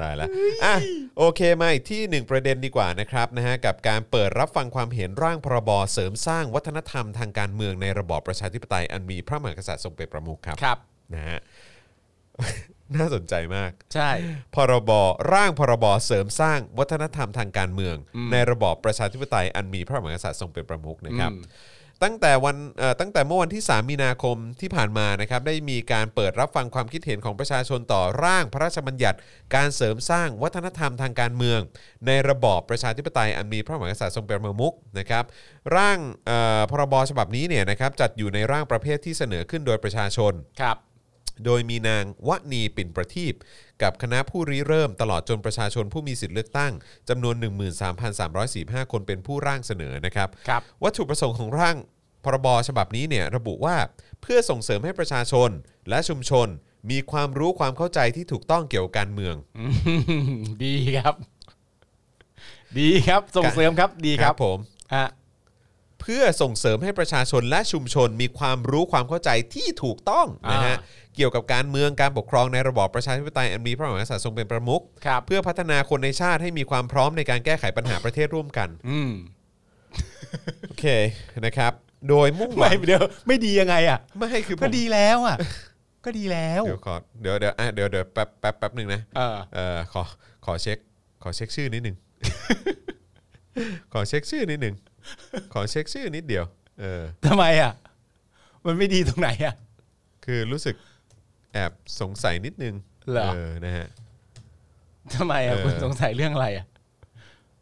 ตายแล้วอ่ะโอเคมาอีกที่หนึ่งประเด็นดีกว่านะครับนะฮะกับการเปิดรับฟังความเห็นร่างพรบเสริมสร้างวัฒนธรรมทางการเมืองในระบอบประชาธิปไตยอันมีพระมหากษัตริย์ทรงเป็นประมุขครับ
ครับ
นะฮะ น่าสนใจมาก
ใช่
พรบร่างพรบเสริมสร้างวัฒนธรรมทางการเมือง ในระบอบประชาธิปไตยอันมีพระมหากษัตริย์ทรงเป็นประมุขนะครับ ตั้งแต่วันเอ่อตั้งแต่เมื่อวันที่ 3 มีนาคมที่ผ่านมานะครับได้มีการเปิดรับฟังความคิดเห็นของประชาชนต่อร่างพระราชบัญญัติ การเสริมสร้างวัฒนธรรมทางการเมือง ในระบอบประชาธิปไตยอันมีพระมหากษัตริย์ทรงเป็นประมุขนะครับร่างเอ่อพรบฉบับนี้เนี่ยนะครับจัดอยู่ในร่างประเภทที่เสนอขึ้นโดยประชาชน
ครับ
โดยมีนางวณีปิ่นประทีปกับคณะผู้ริเริ่มตลอดจนประชาชนผู้มีสิทธิ์เลือกตั้งจำนวน 13,345 คนเป็นผู้ร่างเสนอนะครับ
ครับ
วัตถุประสงค์ของร่างพรบฉบับนี้เนี่ยระบุว่าเพื่อส่งเสริมให้ประชาชนและชุมชน มีความรู้ความเข้าใจที่ถูกต้องเกี่ยวกับการเมือง
ดีครับ ดีครับ ส่งเสริมครับ ดีครับ
ผม
ฮะ
เพื่อส่งเสริมให้ประชาชนและชุมชนมีความรู้ความเข้าใจที่ถูกต้องนะฮะ
อ่
เกี่ยวกับการเมืองการปกครองในระบอบประชาธิปไตยอันมีพระมหากษัตริย์ทรงเป็นประมุข
ครับ
เพื่อพัฒนาคนในชาติให้มีความพร้อมในการแก้ไขปัญหาประเทศร่วมกัน
อืม
โอเคนะครับ โดยมุ่งหวั
ไม่
ง
เดี๋ยว ไม่ดียังไงอ่ะ
ไม่คือผ
ก็
ม
ดีแล้วอ่ะ ก็ดีแล้ว
เดี๋ยวขอเดี๋ยวเดี๋ยวอ่ะเดี๋ยวเดี๋ยวแป๊บแป๊บแป๊บหนึ่งนะ
เออ
เอ่อขอขอเช็ค ขอเช็คชื่อนิดหนึ่ง ขอเช็คชื่อนิดหนึ่งขอเช็คชื่อนิดเดียว เออ
ทำไมอ่ะ มันไม่ดีตรงไหนอ่ะ
คือรู้สึกแอบสงสัยนิดนึง
เหรอ
เออนะฮะ
ทำไมอ่ะ
เออ
คุณสงสัยเรื่องอะไรอ่ะ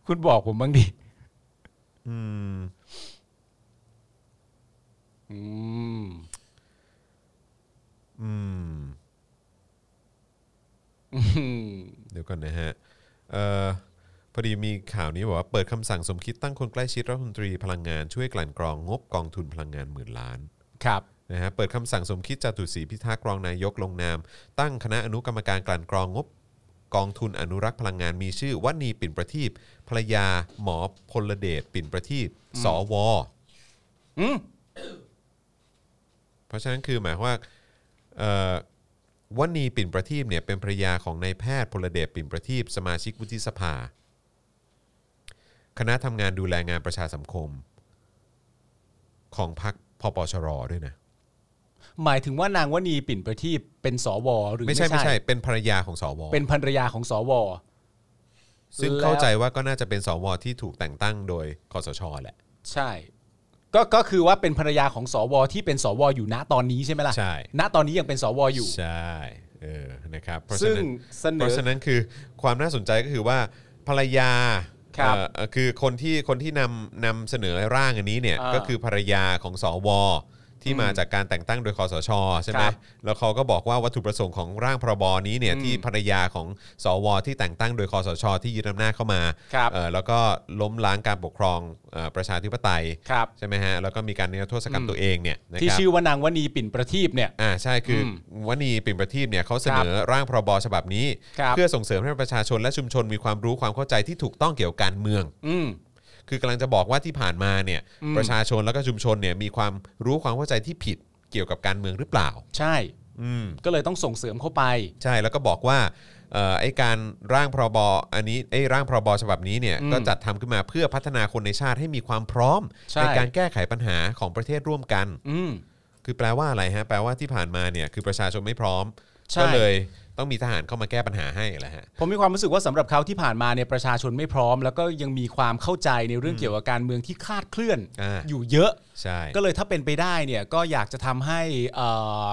คุณบอกผมบ้างดิ
อืม
อืม
อืม
อืม
เดี๋ยวก่อนนะฮะเอ่อพอดีมีข่าวนี้บอกว่าเปิดคำสั่งสมคิดตั้งคนใกล้ชิดรัฐมนตรีพลังงานช่วยกลั่นกรองงบกองทุนพลังงานหมื่นล้าน
ครับ
นะฮะเปิดคำสั่งสมคิดจาตุศรีพิทักษ์รองนายกลงนาม ตั้งคณะอนุกรรมการกลั่นกรองงบกองทุนอนุรักษ์พลังงานมีชื่อวันีปิ่นประทีปภรรยาหมอพลเดชปิ่นประทีปสว
อืม
เพราะฉะนั้นคือหมายความว่าเอ่อวนีปิ่นประทีปเนี่ยเป็นภรรยาของนายแพทย์พลเดชปิ่นประทีปสมาชิกวุฒิสภา คณะทำงานดูแลงานประชาสังคม ของพรรคพปชรด้วยนะ
หมายถึงว่านางวณีปิ่นประทีปเป็นสวหรือ
ไม่
ไม่
ใช่
ใช่
ไม่ใช่เป็นภรรยาของสว
เป็นภรรยาของสว
ซึ่งเข้าใจว่าก็น่าจะเป็นสวที่ถูกแต่งตั้งโดยคอสชแหละ
ใช่ ก็ก็คือว่าเป็นภรรยาของสวที่เป็นสวอยู่ณตอนนี้ใช่ไหมล่ะ
ใช่
ณตอนนี้ยังเป็นสวอยู่
ใช่เ เออนะครับเพราะ
ซึ่
ฉะ
ง
นั้น
เสน
เพ
อ
ราะฉะนั้นคือความน่าสนใจก็คือว่าภรรยา
ครับ
เอ่อเอ่อคือคนที่คนที่นำนำเสนอร่างอันนี้เนี่ย
อ่า
ก็คือภรรยาของสวที่มา
อืม
จากการแต่งตั้งโดยคอสชใช่ไหม
ครับ
แล้วเขาก็บอกว่าวัตถุประสงค์ของร่างพรบนี้เนี่ย
อืม
ที่ภรรยาของสวที่แต่งตั้งโดยคอสชที่ยึดอำนาจเข้ามา
ครับ
เอ่อแล้วก็ล้มล้างการปกครองเอ่อประชาธิปไตย
ครับ
ใช่ไหมฮะแล้วก็มีการนิรโทษกรรม
อืม
ตัวเองเนี่ยนะครับ
ที่ชื่อว่านางวณีปิ่นประทีปเนี่ย
อ่าใช่คืออ
ม
วณีปิ่นประทีปเนี่ยเขาเสนอร่างพรบฉบับนี้
ครับ
เพื่อส่งเสริมให้ประชาชนและชุมชนมีความรู้ความเข้าใจที่ถูกต้องเกี่ยวกับการเมือง คือกำลังจะบอกว่าที่ผ่านมาเนี่ย
อืม
ประชาชนแล้วก็ชุมชนเนี่ยมีความรู้ความเข้าใจที่ผิดเกี่ยวกับการเมืองหรือเปล่า
ใช่
อืม
ก็เลยต้องส่งเสริมเข้าไป
ใช่แล้วก็บอกว่าเอ่อไอ้การร่างพรบอันนี้ไอ้ร่างพรบฉบับนี้เนี่ย
อืม
ก็จัดทำขึ้นมาเพื่อพัฒนาคนในชาติให้มีความพร้อม
ใช่
การแก้ไขปัญหาของประเทศร่วมกัน
อืม
คือแปลว่าอะไรฮะแปลว่าที่ผ่านมาเนี่ยคือประชาชนไม่พร้อม
ใช่
ก็เลยต้องมีทหารเข้ามาแก้ปัญหาให้แหละฮะ
ผมมีความรู้สึกว่าสำหรับเขาที่ผ่านมาเนี่ยประชาชนไม่พร้อม แล้วก็ยังมีความเข้าใจในเรื่องเกี่ยวกับการเมืองที่คลาดเคลื่อน
อ่า
อยู่เยอะ
ใช่
ก็เลยถ้าเป็นไปได้เนี่ยก็อยากจะทำให้เอ่อ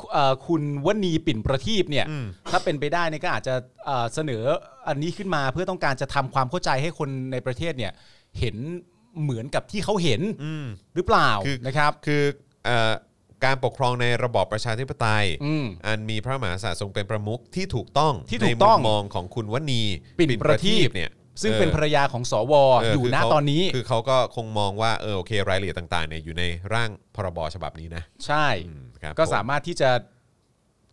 คุเอ่อคุณวณีปิ่นประทีปเนี่ยถ้าเป็นไปได้เนี่ยก็อาจจะเอ่อเสนออันนี้ขึ้นมาเพื่อต้องการจะทำความเข้าใจให้คนในประเทศเนี่ยเห็นเหมือนกับที่เขาเห็น
อืม
หรือเปล่า
คือ
นะครับ
คือเอ่อการปกครองในระบอบประชาธิปไตย
อืม
อันมีพระมหากษัตริย์ทรงเป็นประมุขที่ถูกต้อง
ที่ถูกต้อง
ในมุมมองของคุณวณี
ปิ่นประทีป
เนี่ย
ซึ่งเป็นภรรยาของสว
เ
อยู่
คื
ณ
เขา
ตอนนี้
คือเขาก็คงมองว่าเออโอเครายละเอียดต่างๆเนี่ยอยู่ในร่างพรบฉบับนี้นะ
ใช่
อืมครับ
ก็
ผ
สามารถที่จะ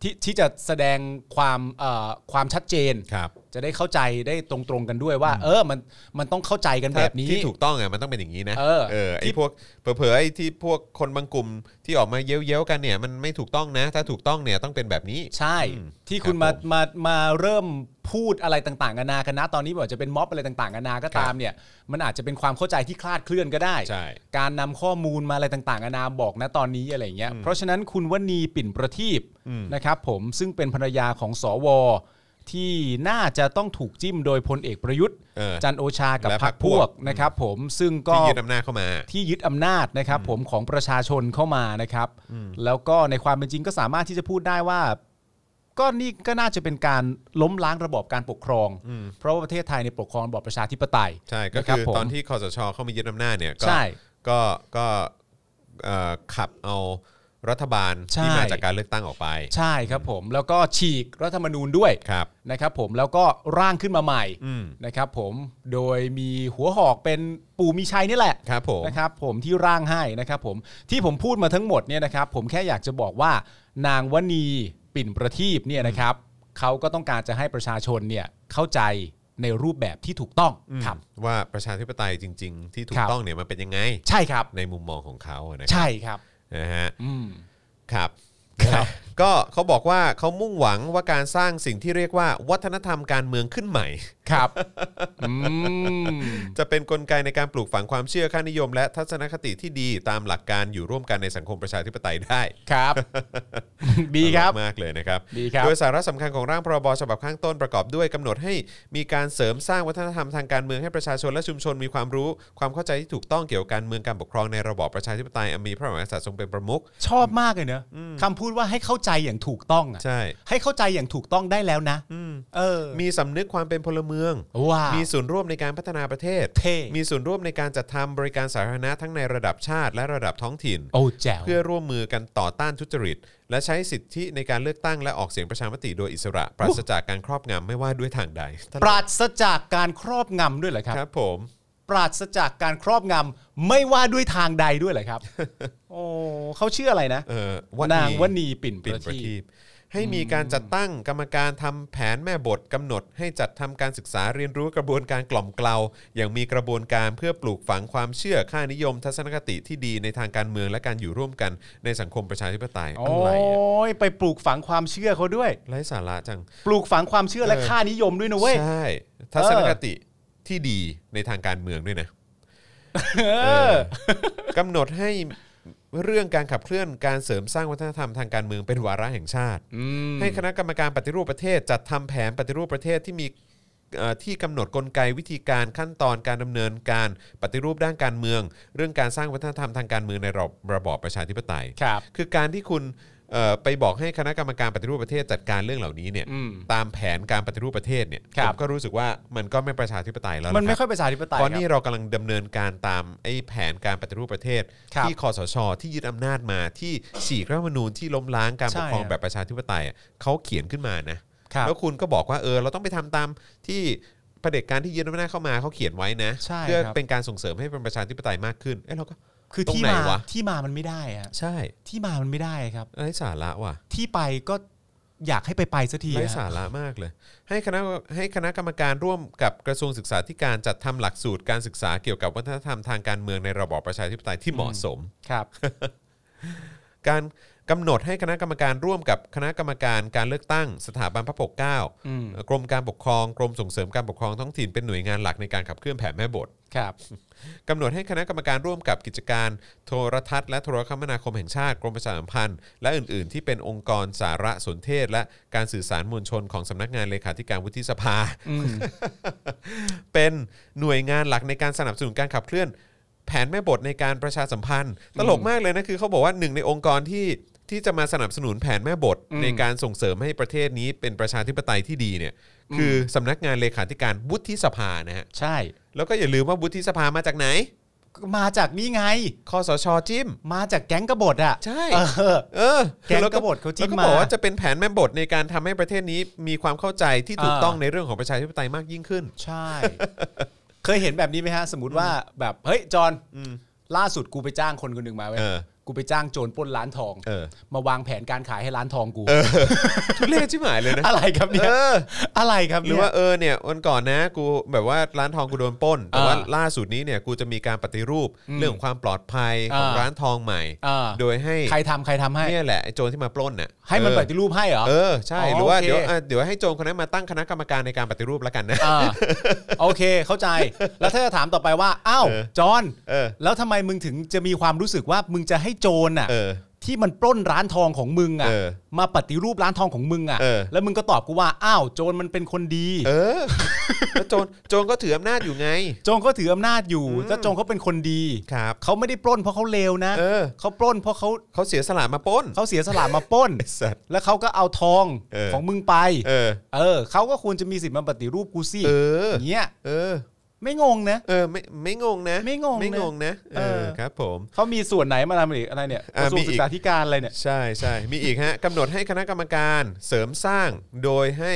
ที่ที่จะแสดงความเอ่อความชัดเจน
ครับ
จะได้เข้าใจได้ตรงๆกันด้วยว่า เออมันมันต้องเข้าใจกัน
ถ้า
แบบนี้
ที่ถูกต้องอ่ะมันต้องเป็นอย่างนี้นะ
เออ
เออไอ้พวกเผลอๆไอ้ที่พวกคนบางกลุ่มที่ออกมาเย้ยวๆกันเนี่ยมันไม่ถูกต้องนะ ถ้าถูกต้องเนี่ยต้องเป็นแบบนี้
ใช่
อืม
ที่คุณ
ครั
มา
บผม
มามาเริ่มพูดอะไรต่างๆกันานากันนะตอนนี้ไม่ว่าจะเป็นม็อบอะไรต่างๆกันานาก็ตา
ครั
ม
บ
เนี่ยมันอาจจะเป็นความเข้าใจที่คลาดเคลื่อนก็ได้
ใช่
การนำข้อมูลมาอะไรต่างๆกันานาบอกนะตอนนี้อะไรอย่างเงี้ยเพราะฉะนั้นคุณวณีปิ่นประทีปนะครับผมซึ่งเป็นภรรยาของสว ที่น่าจะต้องถูกจิ้มโดยพลเอกประยุทธ์
เออ
จันทร์โอชากับ
และ
พ
พ
ร
รร
รค
ค
พ
พ
ว
ว
ก
ก
นะครับผมซึ่งก็
ที่ยึดอำนาจเข้ามา
ที่ยึดอำนาจนะครับผมของประชาชนเข้ามานะครับ แล้วก็ในความเป็นจริงก็สามารถที่จะพูดได้ว่า ก็นี่ก็น่าจะเป็นการล้มล้างระบอบการปกครอง เพราะว่าประเทศไทยในยปกครองระบอบประชาธิปไตย
ใช่ก็
นะรับ
คือ
ผม
ตอนที่คอสชเข้ามายึดอำนาจเนี่ยก็
ใช่
ก็ก็เอ่อขับเอารัฐบาล
ใช่
ที่มาจากการเลือกตั้งออกไป
ใช่ครับผมแล้วก็ฉีกรัฐธรรมนูญด้วย
ครับ
นะครับ ผมแล้วก็ร่างขึ้นมาใหม่
อืม
นะครับ ผมโดยมีหัวหอกเป็นปู่มีชัยนี่แหละ
ครับผม
นะครับผมที่ร่างให้นะครับผมที่ผมพูดมาทั้งหมดเนี่ยนะครับผมแค่อยากจะบอกว่านางวณีปิ่นประทีปเนี่ยนะครับเขาก็ต้องการจะให้ประชาชนเนี่ยเข้าใจในรูปแบบที่ถูกต้องครับ
ว่าประชาธิปไตยจริง ๆ ที่ถู
ครั
ก
บ
ต้องเนี่ยมันเป็นยังไง
ใช่ครับ
ในมุมมองของเขาอะนะ
ใช่ครับ
นะฮะ
อืม
ครับ
ครับ
ก็เขาบอกว่าเขามุ่งหวังว่าการสร้างสิ่งที่เรียกว่าวัฒนธรรมการเมืองขึ้นใหม่
ครับอืม
จะเป็นกลไกในการปลูกฝังความเชื่อค่านิยม และทัศนคติที่ดีตามหลักการอยู่ร่วมกันในสังคมประชาธิปไตยได้
ครับ ดีครับ
ตลกมากเลยนะครับ
ดีครับ
โดยสาระสำคัญของร่างพรบฉบับข้างต้นประกอบด้วยกำหนดให้มีการเสริมสร้างวัฒนธรรมทางการเมืองให้ประชาชนและชุมชนมีความรู้ ความเข้าใจที่ถูกต้องเกี่ยวกับการเมืองการปกครองในระบอบประชาธิปไตยอันมีพระมหากษัตริย์ทรงเป็นประมุข
ชอบมากเลยเนอะคำพูดว่าให้เข้าใจอย่างถูกต้องอะ
ใช่
ให้เข้าใจอย่างถูกต้องได้แล้วนะเออ
มีสำนึกความเป็นพลเมือง
ว้าว
มีส่วนร่วมในการพัฒนาประเทศ
เท่
มีส่วนร่วมในการจัดทำบริการสาธารณะทั้งในระดับชาติ และระดับท้องถิ่น
โอ้แจ๋ว
เพื่อร่วมมือกันต่อต้านทุจริต และใช้สิทธิในการเลือกตั้งและออกเสียงประชามติโดยอิสระ ปราศจากการครอบงำไม่ว่าด้วยทางใด
ปราศจากการครอบงำด้วยเหรอครับ
ครับผม
ปราศจากการครอบงำไม่ว่าด้วยทางใดด้วยเหรอครับ โอ้เขาชื่ออะไรนะ
เออ
นา
นี
งวณีปิ่นป
ปิ่น
ระ
ประ
ที
ที
ป
ปให้มีการจัดตั้งกรรมการทำแผนแม่บทกำหนด ให้จัดทำการศึกษาเรียนรู้กระบวนการกล่อมเกลา อย่างมีกระบวนการเพื่อปลูกฝังความเชื่อค่านิยม ทัศนคติที่ดีในทางการเมืองและการอยู่ร่วมกันในสังคมประชาธิปไตย
โอ
อะไรอะ
้ยไปปลูกฝังความเชื่อเขาด้วย
ไร้สาระจัง
ปลูกฝังความเชื่อและ
เออ
ค่านิยมด้วยนะเว้ย
ใช่ทัศนคติที่ดีในทางการเมืองด้วยนะ
เออ
กำหนดให้เรื่องการขับเคลื่อนการเสริมสร้างวัฒนธรรมทางการเมืองเป็นวาระแห่งชาติ ให้คณะกรรมการปฏิรูปประเทศ จัดทำแผนปฏิรูปประเทศที่มีเอ่อที่กำหนดกลไกวิธีการขั้นตอนการดำเนินการปฏิรูปด้านการเมือง เรื่องการสร้างวัฒนธรรมทางการเมืองในระบอบประชาธิปไตย
ครับ
คือการที่คุณ เอ่อไปบอกให้คณะกรรมการปฏิรูปประเทศจัดการเรื่องเหล่านี้เนี่ย
อืม
ตามแผนการปฏิรูปประเทศเนี่ย
ครั
ผ
บ
มก็รู้สึกว่ามันก็ไม่ประชาธิปไตยแล้ว
มัน
นะค
ไม่ค่
รับ
อยประชาธิปไตย
เพราะ
ค
นี่
รับ
เรากำลังดำเนินการตามไอ้แผนการปฏิรูปประเทศ
ครับ
ที่คอสช ที่ยึดอำนาจมาที่ฉีกรัฐธรรมนูญที่ล้มล้างการปกครอง
ใช่ครับ
แบบประชาธิปไตยอะเขาเขียนขึ้นมานะ
ครับ
แล้วคุณก็บอกว่าเออเราต้องไปทำตามที่เผด็จการที่ยึดอำนาจเข้ามาเขาเขียนไว้นะ
ใช่
เพื่อ
ครับ
เป็นการส่งเสริมให้เป็นประชาธิปไตยมากขึ้นเอ้ยเราก็
คือ
ตรง
ที่
ไหน
มาว
ะ
ที่มามันไม่ได้อะ
ใช่
ที่มามันไม่ได้ครับ
ไร้สาระว่ะ
ที่ไปก็อยากให้ไปไปสักที
ไร้
อะ
สาระมากเลย ให้คณะให้คณะกรรมการร่วมกับกระทรวงศึกษาธิการจัดทำหลักสูตรการศึกษาเกี่ยวกับวัฒนธรรมทางการเมืองในระบอบประชาธิปไตยที่เหมาะสม
ครับ
การกำหนดให้คณะกรรมการร่วมกับคณะกรรมการการเลือกตั้งสถาบันพระปกเกล้า
อืม
กรมการปกครองกรมส่งเสริมการปกครองท้องถิ่นเป็นหน่วยงานหลักในการขับเคลื่อนแผนแม่บท
ครับ
กำหนดให้คณะกรรมการร่วมกับกิจการโทรทัศน์และโทรคมนาคมแห่งชาติกรมประชาสัมพันธ์ และอื่น ๆ ที่เป็นองค์กรสารสนเทศ และการสื่อสารมวลชนของสำนักงานเลขาธิการวุฒิสภา
อืม
เป็นหน่วยงานหลักในการสนับสนุนการขับเคลื่อน แผนแม่บทในการประชาสัมพันธ์ ตลกมากเลยนะคือเขาบอกว่าหนึ่งในองค์กรที่ที่จะมาสนับสนุนแผนแม่บท
อืม
ในการส่งเสริมให้ประเทศนี้เป็นประชาธิปไตยที่ดีเนี่ยคือสำนักงานเลขาธิการวุฒิสภานะฮะ
ใช่
แล้วก็อย่าลืมว่าวุฒิสภามาจากไหน
ก็มาจากนี่ไง
คอสชจิ้ม
มาจากแก๊งกบฏอ่ะ
ใช่
เออ
เออ
แก๊งกบฏเขาจิ้ม
แล้วก็บอก
มา
ว่าจะเป็นแผนแม่บทในการทำให้ประเทศนี้มีความเข้าใจที่ถูก
อ่า
ต้องในเรื่องของประชาธิปไตยมากยิ่งขึ้น
ใช่ เคยเห็นแบบนี้ไหมฮะ สมมติว่าแบบเฮ้ยจอนล่าสุดกูไปจ้างคนคนหนึ่งมาเว้ย
เออ
กูไปจ้างโจรปล้นร้านทอง
เออ
มาวางแผนการขายให้ร้านทองกู
ทุเรศชิบหายเลยนะ
อะไรครับเนี่ย
เออ
อะไรครับ
หรื
เนี่
อย ว่าเออเนี่ยวันก่อนนะ กูแบบว่าร้านทองกูโดนปล้น แต่ว่า
อ่า
ล่าสุดนี้เนี่ยกูจะมีการปฏิรูปเรื่องความปลอดภัยของ
อ่า
ร้านทองใหม่
อ่า
โดยให้
ใครทำใครทำให้
เนี่ยแหละไอ้โจรที่มาปล้นน่ะ
ให้มัน
เออ
ปฏิรูปให้เหรอ
เออใช่
อ๋อ
หรือว่า
โอเค
เดี๋ยวอ่ะเดี๋ยวให้โจรคนนั้นมาตั้งคณะกรรมการในการปฏิรูปแล้วกันนะ
อ่าโอเคเข้าใจ แล้วถ้าจะถามต่อไปว่าอ้าว
เออ
จอน
เออ
แล้วทำไมมึงถึงจะมีความรู้สึกว่ามึงจะให้โจรอ่ะ
เออ
ที่มันปล้นร้านทองของมึงอ่ะ
เออ
มาปฏิรูปร้านทองของมึงอ่ะ
เออ
แล้วมึงก็ตอบกูว่าอ้าวโจรมันเป็นคนดี
เออแล้วโจรโจรก็ถืออำนาจอยู่ไง
โจงก็ถืออำนาจอยู่ถ้าโจงเขาเป็นคนดี
ครับ
เขาไม่ได้ปล้นเพราะเขาเลวนะ
เออ
เขาปล้นเพราะเขา
เขาเสียสละมาปล้น
เขาเสียสละมาปล้น
ไอ้สัตว์
แล้วเขาก็เอาทอง
เออ
ของมึงไป
เออ
เออเขาก็ควรจะมีสิทธิ์มาปฏิรูปกูสิ
เออ
อย่างเงี้ย
เออ
ไม่งงนะ
เออ ไม่ ไม่งงนะ
ไม่งงนะ
ไม่งงนะ เอ
เอ
อ
อ
ครับผม
เขามีส่วนไหนมาทำอีกอะไรเนี่ยก
อ่ะ
ระทรว
มี
ง
อีก
ศึกษาธิการอะไรเนี่ย
ใช่ใช่ มีอีกฮะกำหนดให้คณะกรรมการเสริมสร้าง โดยให้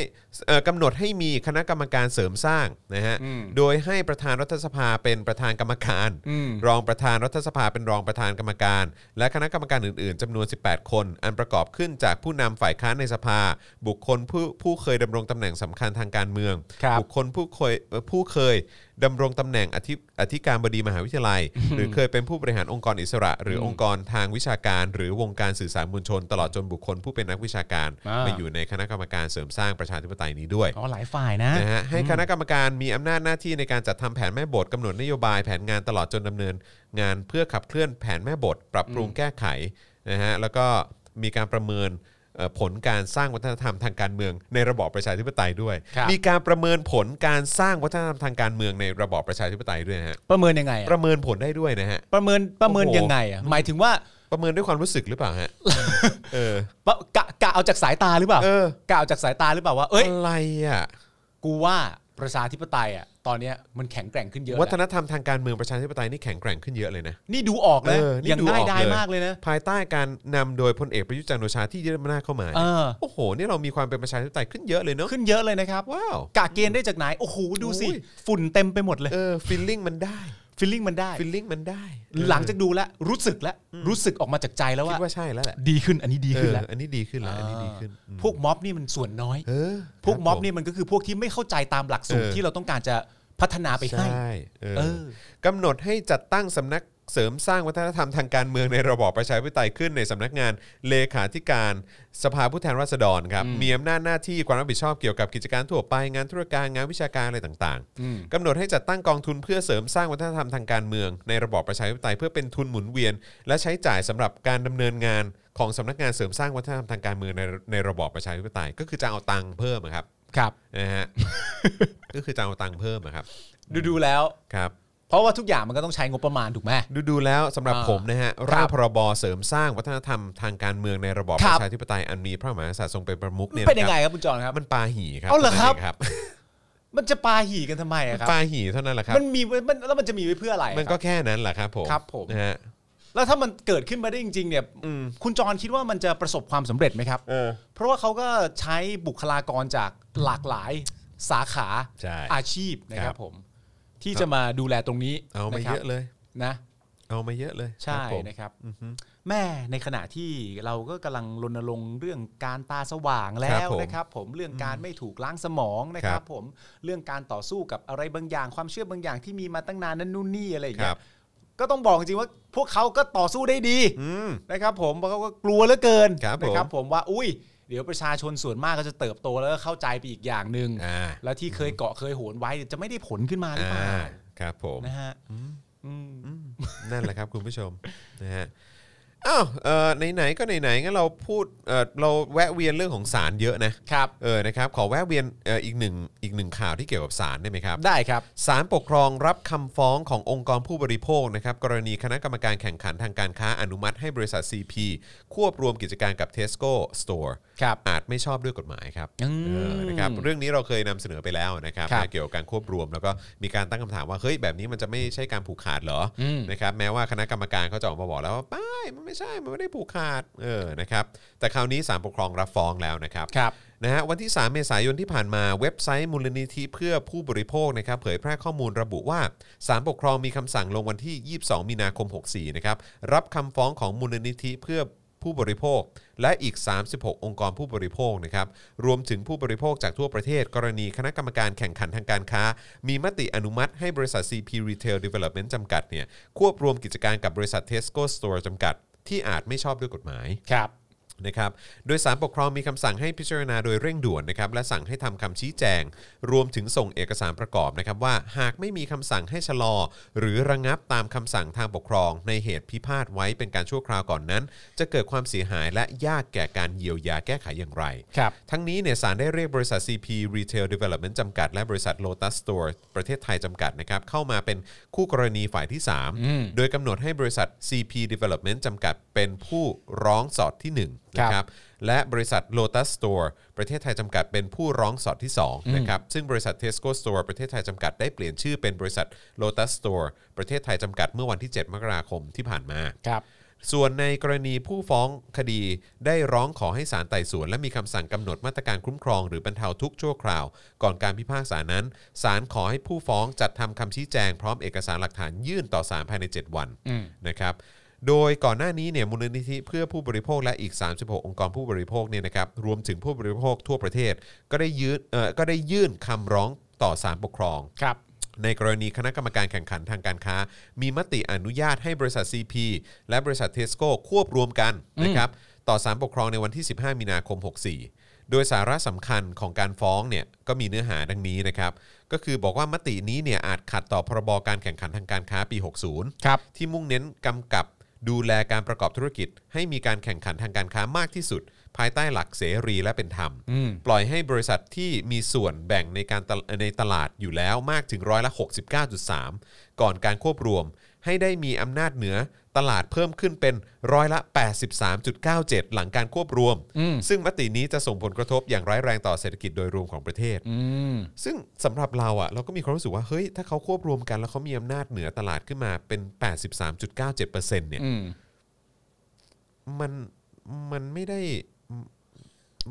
เอ่อกำหนดให้มีคณะกรรมการเสริมสร้างนะฮะ
อืม
โดยให้ประธานรัฐสภาเป็นประธานกรรมการ
อืม
รองประธานรัฐสภาเป็นรองประธานกรรมการ และคณะกรรมการอื่นๆจำนวน 18 คน อันประกอบขึ้นจากผู้นำฝ่ายค้านในสภา บุคคลผู้ผู้เคยดำรงตำแหน่งสำคัญทางการเมือง
ครับ
บุคคลผู้เคยเอ่อผู้เคยดำรงตำแหน่งอธิอธิการบดีมหาวิทยาลัย หรือเคยเป็นผู้บริหารองค์กรอิสระ หรือองค์กรทางวิชาการ หรือวงการสื่อสารมวลชน ตลอดจนบุคคลผู้เป็นนักวิชาการ
อ่าม
มาอยู่ในคณะกรรมการเสริมสร้างประชาธิปไตยนี้ด้วย
อ๋อหลายฝ่ายนะ
นะฮะให้คณะกรรมการมีอำนาจหน้าที่ในการจัดทำแผนแม่บทกำหนดนโยบายแผนงานตลอดจนดำเนิน งานเพื่อขับเคลื่อนแผนแม่บท ปรับปรุงแก้ไขนะฮะแล้วก็มีการประเมินเอ่อผลการสร้างวัฒนธรรมทางการเมือง ในระบอบประชาธิปไตยด้วย
ครับ
มีการประเมินผลการสร้างวัฒนธรรมทางการเมืองในระบอบประชาธิปไตยด้วยนะฮะ
ประเมินยังไงอะ
ประเมินผลได้ด้วยนะฮะ
ประเมินประเมิน
โอ้โห
ยังไงอะหมายถึงว่า
ประเมินด้วยความรู้สึกหรือเปล่าฮะเออ
ปะกะกะเอาจากสายตาหรือเปล่า
เออ
กะเอาจากสายตาหรือเปล่าว่าเอ้ย
อะไรอ่ะ
กูว่าประชาธิปไตยอ่ะตอนเนี้ยมันแข็งแกร่งขึ้นเยอะ
วัฒ
นะ
นธรรมทางการเมืองประชาธิปไตยนี่แข็งแกร่งขึ้นเยอะเลยนะ
นี่ดูออกนะ
เออนี่
อย่าง
ดูออ
ง่า
ย ก
ได้
เลย
มากเลยนะ
ภายใต้การนำโดยพลเอกประยุทธ์จันทร์โอชาที่ยึดอำนาจเข้ามา
เอ
เนี่ย
อ
โอ้โห นี่เรามีความเป็นประชาธิปไตยขึ้นเยอะเลยเนอะ
ขึ้นเยอะเลยนะครับ
ว้าว
กะเกณฑ์ได้จากไหน โอ้โห ดูสิ
โอ้ย
ฝุ่นเต็มไปหมดเลย
เออฟีลลิ่งมันได้
ฟีลลิ่งมันได้
ฟีลลิ่งมันได้
หลังจากดูแล้วรู้สึกแล้ว รู้สึกออกมาจากใจแล้ว
คิด
ว่า
ว่าใช่แล้วแหละ
ดีขึ้นอันนี้ดี
เอ
ขึ้น
อ
แล้ว
อันนี้ดีขึ้นแล้วอันนี้ดีขึ้น
อ่าพวกม็อบนี่มันส่วนน้อย
เออ
พวกม็อบ
ครับ
นี่มันก็คือพวกที่ไม่เข้าใจตามหลักสูตร
เออ
ที่เราต้องการจะพัฒนาไปให้
ใช่เออ
เออ
กำหนดให้จัดตั้งสำนักเสริมสร้างวัฒนธรรมทางการเมืองในระบอบประชาธิปไตยขึ้นในสำนักงานเลขาธิการสภาผู้แทนราษฎรครับมีอำนาจหน้าที่ความรับผิดชอบเกี่ยวกับกิจการทั่วไปงานธุรการงานวิชาการอะไรต่าง
อืม
ๆกำหนดให้จัดตั้งกองทุนเพื่อเสริมสร้างวัฒนธรรมทางการเมือง ในระบอบประชาธิปไตยเพื่อเป็นทุนหมุนเวียน และใช้จ่ายสำหรับการดำเนินงานของสำนักงานเสริมสร้างวัฒนธรรมทางการเมืองในในระบอบประชาธิปไตย ก็คือจะเอาตังค์เพิ่มอะครับ
ครับ
นะฮะ ก็คือจะเอาตังค์เพิ่มอะครับ
ดูดูๆแล้ว
ครับ
เพราะว่าทุกอย่างมันก็ต้องใช้งบประมาณถูกไหม
ดูดูแล้วสำหรับ
อ่า
ผมนะฮะ
ครั
ร่าง
บ
พรบเสริมสร้างวัฒนธรรมทางการเมืองในระบอบ
ค
ป
รับ
ระชาธิปไตยอันมีพระมหากษัตริย์ทรงเป็นประมุขเนี่ย
เป็นยังไง
นะครับ
คุณจอนครับ
มันปาหี่ครับ
เอาเหรอครับ
ท่นบ
มันจะปาหี่กันทำไมอะครับ
ปาหี่เท่านั้นแหละครับ
มันมีไว้มันแล้วมันจะมีไว้เพื่ออะไรอะ
มัน
ค
ก็
รับ
แค่นั้นแหละครับผม
ครับผม
นะฮะ
แล้วถ้ามันเกิดขึ้นมาได้จริงๆเนี่ยคุณจรคิดว่ามันจะประสบความสำเร็จไหมครับ
เออ
เพราะว่าเขาก็ใช้บุคลากรจากหลากหลายสาขา
ใช่
อาชีพนะค
ครั
รับบ ผม ที่จะมาดูแลตรงนี้
เอามา
นะครับ
เยอะเลย
นะ
เอามาเยอะเลย
ใช่
ครับผม
นะครับ
อือฮึ
แม่ในขณะที่เราก็กำลังรณรงค์เรื่องการตาสว่างแล้
ครับผ
ว
ม
นะครับ ผมเรื่องการไม่ถูกล้างสมองนะค
ครั
รั
บบ
ผมเรื่องการต่อสู้กับอะไรบางอย่าง ความเชื่อบางอย่างที่มีมาตั้งนานนั่นนู่นนี่อะไรอย่าง
ค
เงี้
รั
ย
บ
ก็ต้องบอกจริงๆว่าพวกเขาก็ต่อสู้ได้ดี
อืม
นะครับผมเพราะเขาก็กลัวเหลือเกิน
ครับผม
นะครับผมว่าอุ้ยเดี๋ยวประชาชนส่วนมากก็จะเติบโตแล้วก็เข้าใจไปอีกอย่างหนึ่ง
อ่า
แล้วที่เคยเกาะเคยโหนไว้เดี๋ยวจะไม่ได้ผลขึ้นมาหรือเปล่า
อ่าครับผม
นะฮะอืม
นั่นแหละครับ คุณผู้ชมนะฮะอ้าวเอ่อไหนๆก็ไหนๆงั้นเราพูดเอ่อเราแวะเวียนเรื่องของสารเยอะนะครับเออนะครับขอแวะเวียนเอ่ออีกหนึ่งอีกหนึ่งข่าวที่เกี่ยวกับสารได้ไหมครับ
ได้ครับ
ศาลปกครองรับคำฟ้องขององค์กรผู้บริโภคนะครับกรณีคณะกรรมการแข่งขันทางการค้าอนุมัติให้บริษัท CP ควบรวมกิจการกับ Tesco Store
ครับ
อาจไม่ชอบด้วยกฎหมายครับ
อืม
เออนะครับเรื่องนี้เราเคยนำเสนอไปแล้วนะครับ
ครับ
นะเกี่ยวกับการควบรวมแล้วก็มีการตั้งคำถามว่าเฮ้ยแบบนี้มันจะไม่ใช่การผูกขาดเหรอ
อืม
นะครับแม้ว่าคณะกรรมการเขาจะออกมาบอกแล้วว่าไม่มันไม่ใช่มันไม่ได้ผูกขาดเออนะครับแต่คราวนี้ศาลปกครองรับฟ้องแล้วนะครับ
ครับ
นะฮะวันที่ 3 เมษายนที่ผ่านมาเว็บไซต์มูลนิธิเพื่อผู้บริโภคนะครับเผยแพร่ข้อมูลระบุว่าศาลปกครองมีคำสั่งลงวันที่ 22 มีนาคม 64 นะครับรับคำฟ้องของมูลนิธิเพื่อผู้บริโภค และอีก 36 องค์กรผู้บริโภคนะครับรวมถึงผู้บริโภคจากทั่วประเทศ กรณีคณะกรรมการแข่งขันทางการค้า มีมติอนุมัติให้บริษัท CP Retail Development จำกัดเนี่ยควบรวมกิจการกับบริษัท Tesco Store จำกัด ที่อาจไม่ชอบด้วยกฎหมาย
ครับ
นะครับโดยสารปกครองมีคำสั่งให้พิจารณาโดยเร่งด่วนนะครับและสั่งให้ทำคำชี้แจง รวมถึงส่งเอกสารประกอบนะครับว่าหากไม่มีคำสั่งให้ชะลอ หรือระงงับตามคำสั่งทางปกครอง ในเหตุพิพาทไว้เป็นการชั่วคราวก่อนนั้น จะเกิดความเสียหายและยากแก่การเยียวยาแก้ไขอย่างไร
ครับ
ทั้งนี้เนี่ยสารได้เรียกบริษัท CP Retail Development จำกัด และบริษัท Lotus Store ประเทศไทยจำกัดนะครับเข้ามาเป็นคู่กรณีฝ่ายที่ 3 โดยกำหนดให้บริษัท CP Development จำกัดเป็นผู้ร้องสอดที่1นงนะค
ค
รั
รั
บบ และบริษัท Lotus Store ประเทศไทยจำกัดเป็นผู้ร้องสอดที่2นะครับซึ่งบริษัท Tesco Store ประเทศไทยจำกัดได้เปลี่ยนชื่อเป็นบริษัท Lotus Store ประเทศไทยจำกัดเมื่อวันที่ 7 มกราคมที่ผ่านมา
ครับ
ส่วนในกรณีผู้ฟ้องคดีได้ร้องขอให้ศาลไต่สวน และมีคำสั่งกำหนดมาตรการคุ้มครองหรือบรรเทาทุกข์ชั่วคราว ก่อนการพิพากษานั้นศาลขอให้ผู้ฟ้องจัดทำคำชี้แจงพร้อมเอกสารหลักฐานยื่นต่อศาลภายใน 7 วันนะครับ โดยก่อนหน้านี้เนี่ยมูลนิธิเพื่อผู้บริโภคและอีก 36 องค์กรผู้บริโภคเนี่ยนะครับรวมถึงผู้บริโภคทั่วประเทศ ก็ได้ยื่นเอ่อก็ได้ยื่นคำร้องต่อศาลปกครอง
ครับ
ในกรณีคณะกรรมการแข่งขันทางการค้า มีมติอนุญาตให้บริษัท CP และบริษัทเทสโก้ควบรวมกันนะครับต่อศาลปกครองในวันที่ 15 มีนาคม 64 โดยสาระสำคัญของการฟ้องเนี่ยก็มีเนื้อหาดังนี้นะครับก็คือบอกว่ามตินี้เนี่ยอาจขัดต่อพรบการแข่งขันทางการค้าปี 60
ครับ
ที่มุ่งเน้นกำกับดูแลการประกอบธุรกิจ ให้มีการแข่งขันทางการค้ามากที่สุด ภายใต้หลักเสรีและเป็นธรรม ปล่อยให้บริษัทที่มีส่วนแบ่งในการตลในตลาดอยู่แล้วมากถึงร้อยละ 69.3 ก่อนการควบรวม ให้ได้มีอำนาจเหนือตลาดเพิ่มขึ้นเป็นร้อยละ 83.97 หลังการควบรวม ซึ่งมตินี้จะส่งผลกระทบอย่างร้ายแรงต่อเศรษฐกิจโดยรวมของประเทศ
อืม
ซึ่งสำหรับเราอะ่ะเราก็มีความรู้สึกว่าเฮ้ยถ้าเขาควบรวมกันแล้วเขามีอำนาจเหนือตลาดขึ้นมาเป็น 83.97%เนี่ย
อืม
มันมันไม่ได้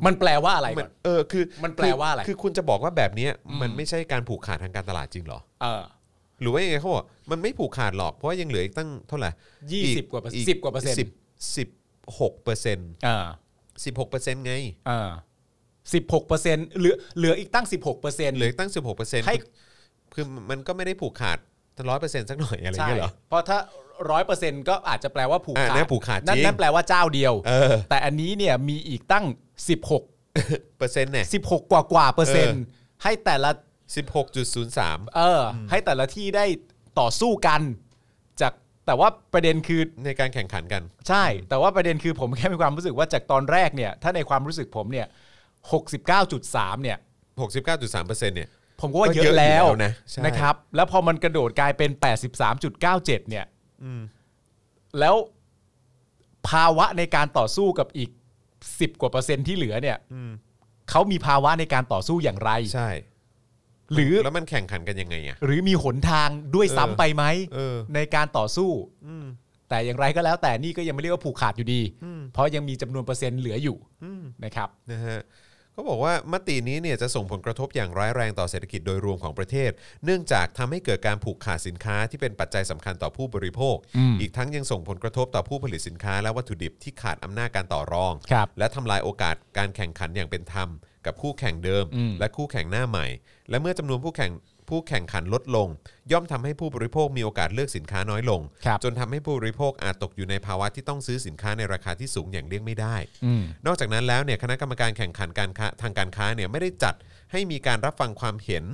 มันแปลว่าอะไร
มั
ก่
น
อน
เออคือ
มันแปลว่าอะไร
คือคุณจะบอกว่าแบบเนี้ยมันไม่ใช่การผูกขาดทางการตลาดจริงเหรอ
เออ
หรือว่ายังไงเขาบอกมันไม่ผูกขาดหรอกเพราะว่ายังเหลืออีกตั้งเท่าไหร่
ยี่สิบกว่าเปอร์เซ็นต์สิบกว่าเปอร์เซ็นต์
สิบสิบหกเปอร์เซ็นต์
เออ
สิบหกเปอร์เซ็นต์ไง
เออสิบหกเปอร์เซ็นต์เหลือเหลืออีกตั้งสิบหกเปอร์เซ็นต์
เหลืออีกตั้งสิบหกเปอร์เซ็นต์
ให้
คือมันก็ไม่ได้ผูกขาดร้อยเปอร์เซ็นต์สักหน่อยอะไรอย่าง
ใช่
เงี้ยเหรอ
เพราะถ้าร้อยเปอร์เซ็นต์ก็อาจจะแปลว่าผูก
อ่ะ
ขาด
นั่นผูกขาดจริง
นั่นนั่นแปลว่าเจ้าเดียว
เออ
แต่อันนี้เนี่ยมีอีกตั้ง 16
เปอร์เซ็นต์เนี่ย
16 กว่ากว่าเปอร์เซ็นต์ให้แต่ละ
16.03
เอออให้แต่ละที่ได้ต่อสู้กัน จากแต่ว่าประเด็นคือ
ในการแข่งขันกัน
ใช่ แต่ว่าประเด็นคือผมแค่มีความรู้สึกว่าจากตอนแรกเนี่ยถ้าในความรู้สึกผมเนี่ย69.3เนี่ย
69.3%เนี่ย
ผมก็ว่า
ก็
เย
เย
อะ
อะ
แล้ว
อยู่แล้วนะใช่
นะครับ แล้วพอมันกระโดดกลายเป็น 83.97 เนี่ยแล้วภาวะในการต่อสู้กับอีก 10 กว่าเปอร์เซ็นต์ที่เหลือเนี่ยเขามีภาวะในการต่อสู้อย่างไร
ใช่
หรือ
แล้วมันแข่งขันกันยังไงอ่ะ
หรือมีหนทางด้วยซ้ำไปไหม
เออ
ในการต่อสู้ แต่อย่างไรก็แล้วแต่นี่ก็ยังไม่เรียกว่าผูกขาดอยู่ดี เพราะยังมีจำนวนเปอร์เซ็นต์เหลืออยู่นะครับ
นะฮะก็บอกว่ามตินี้เนี่ยจะส่งผลกระทบอย่างร้ายแรงต่อเศรษฐกิจโดยรวมของประเทศ เนื่องจากทำให้เกิดการผูกขาดสินค้าที่เป็นปัจจัยสำคัญต่อผู้บริโภค
อืม
อีกทั้งยังส่งผลกระทบต่อผู้ผลิตสินค้าและวัตถุดิบที่ขาดอำนาจการต่อรอง
ครับ
และทำลายโอกาสการแข่งขันอย่างเป็นธรรม กับคู่แข่งเดิม
อืม
และคู่แข่งหน้าใหม่ และเมื่อจำนวนผู้แข่งผู้แข่งขันลดลง ย่อมทำให้ผู้บริโภคมีโอกาสเลือกสินค้าน้อยลง
ครับ
จนทำให้ผู้บริโภคอาจตกอยู่ในภาวะที่ต้องซื้อสินค้าในราคาที่สูงอย่างเลี่ยงไม่ได้
อืม
นอกจากนั้นแล้วเนี่ยคณะกรรมการแข่งขันการค้าทางการค้าเนี่ยไม่ได้จัดให้มีการรับฟังความเห็น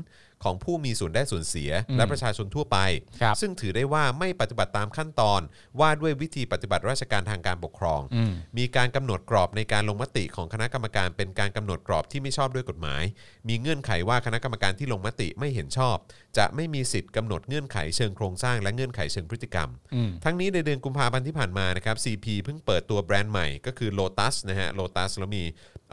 ของผู้มีส่วนได้ส่วนเสีย
อืม
และประชาชนทั่วไป
ครับ
ซึ่งถือได้ว่าไม่ปฏิบัติตามขั้นตอน ว่าด้วยวิธีปฏิบัติราชการทางการปกครอง
อืม
มีการกำหนดกรอบในการลงมติของคณะกรรมการเป็นการกำหนดกรอบที่ไม่ชอบด้วยกฎหมาย มีเงื่อนไขว่าคณะกรรมการที่ลงมติไม่เห็นชอบ จะไม่มีสิทธิ์กำหนดเงื่อนไขเชิงโครงสร้างและเงื่อนไขเชิงพฤติกรรม
อืม
ทั้งนี้ในเดือนกุมภาพันธ์ที่ผ่านมานะครับ CP เพิ่งเปิดตัวแบรนด์ใหม่ก็คือ Lotus นะฮะ Lotus แล้วมี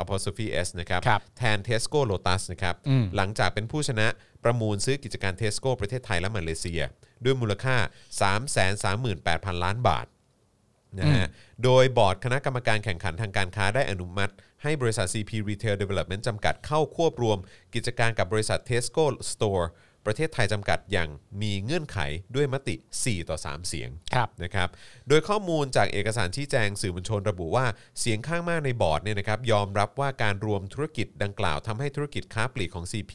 apostrophe s นะครับ
ครับ
แทน Tesco Lotus นะครับ
อืม
หลังจากเป็นผู้ชนะประมูลซื้อกิจการ Tesco ประเทศไทยและมาเลเซีย ด้วยมูลค่า 338,000 ล้านบาท นะฮะ โดยบอร์ดคณะกรรมการแข่งขันทางการค้าได้อนุมัติ ให้บริษัท CP Retail Development จำกัดเข้าควบรวม กิจการกับบริษัท Tesco Store ประเทศไทยจำกัดอย่างมีเงื่อนไขด้วยมติ 4 ต่อ 3 เสียง
ครับ
นะครับ โดยข้อมูลจากเอกสารชี้แจงสื่อมวลชนระบุว่าเสียงข้างมากในบอร์ดเนี่ยนะครับยอมรับว่าการรวมธุรกิจดังกล่าวทำให้ธุรกิจค้าปลีกของ CP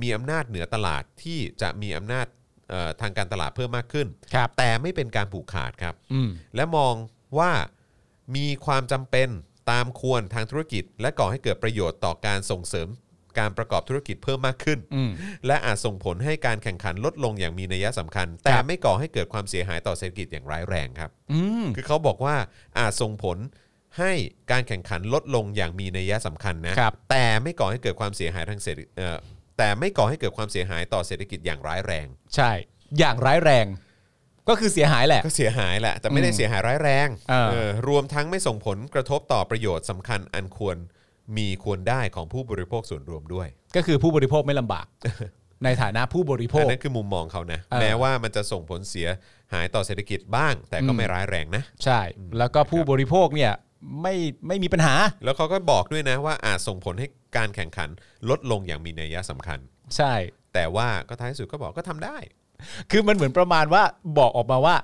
มีอำนาจเหนือตลาดที่จะมีอำนาจเอ่อทางการตลาดเพิ่มมากขึ้น
ครับ
แต่ไม่เป็นการผูกขาดครับ
อืม
และมองว่ามีความจำเป็นตามควรทางธุรกิจ และก่อให้เกิดประโยชน์ต่อการส่งเสริมการประกอบธุรกิจเพิ่มมากขึ้น
อืม
และอาจส่งผลให้การแข่งขันลดลงอย่างมีนัยสำคัญ แต่ไม่ก่อให้เกิดความเสียหายต่อเศรษฐกิจอย่างร้ายแรงครับ
อืม
คือเขาบอกว่าอาจส่งผลให้การแข่งขันลดลงอย่างมีนัยสำคัญนะครับ แต่ไม่ก่อให้เกิดความเสียหายทางเศรษฐเอ่อแต่ไม่ก่อให้เกิดความเสียหายต่อเศรษฐกิจอย่างร้ายแรง
ใช่ อย่างร้ายแรง ก็คือเสียหายแหละ
ก็เสียหายแหละ แต่ไม่ได้
อืม
เสียหายร้ายแรง
เออ
เออรวมทั้งไม่ส่งผลกระทบต่อประโยชน์สำคัญอันควรมีควรได้ของผู้บริโภคส่วนรวมด้วย
ก็คือผู้บริโภคไม่ลำ บาก ในฐานะผู้บริโภ
อัน
ค
นั้นคือมุมมองเขานะ
เออ
แม้ว่ามันจะส่งผลเสียหายต่อเศรษฐกิจบ้าง แต่ก็ไม่ร้ายแรงนะ
ใช่ แล้วก็ผู้บริโภคเนี่ยไม่ไม่มีปัญหา
แล้วเขาก็บอกด้วยนะว่าอาจส่งผลให้การแข่งขันลดลงอย่างมีนัยสำคัญ
ใช่
แต่ว่าก็ท้ายสุดก็บอกก็ทำได้
คือมันเหมือนประมาณว่าบอกออกมาว่า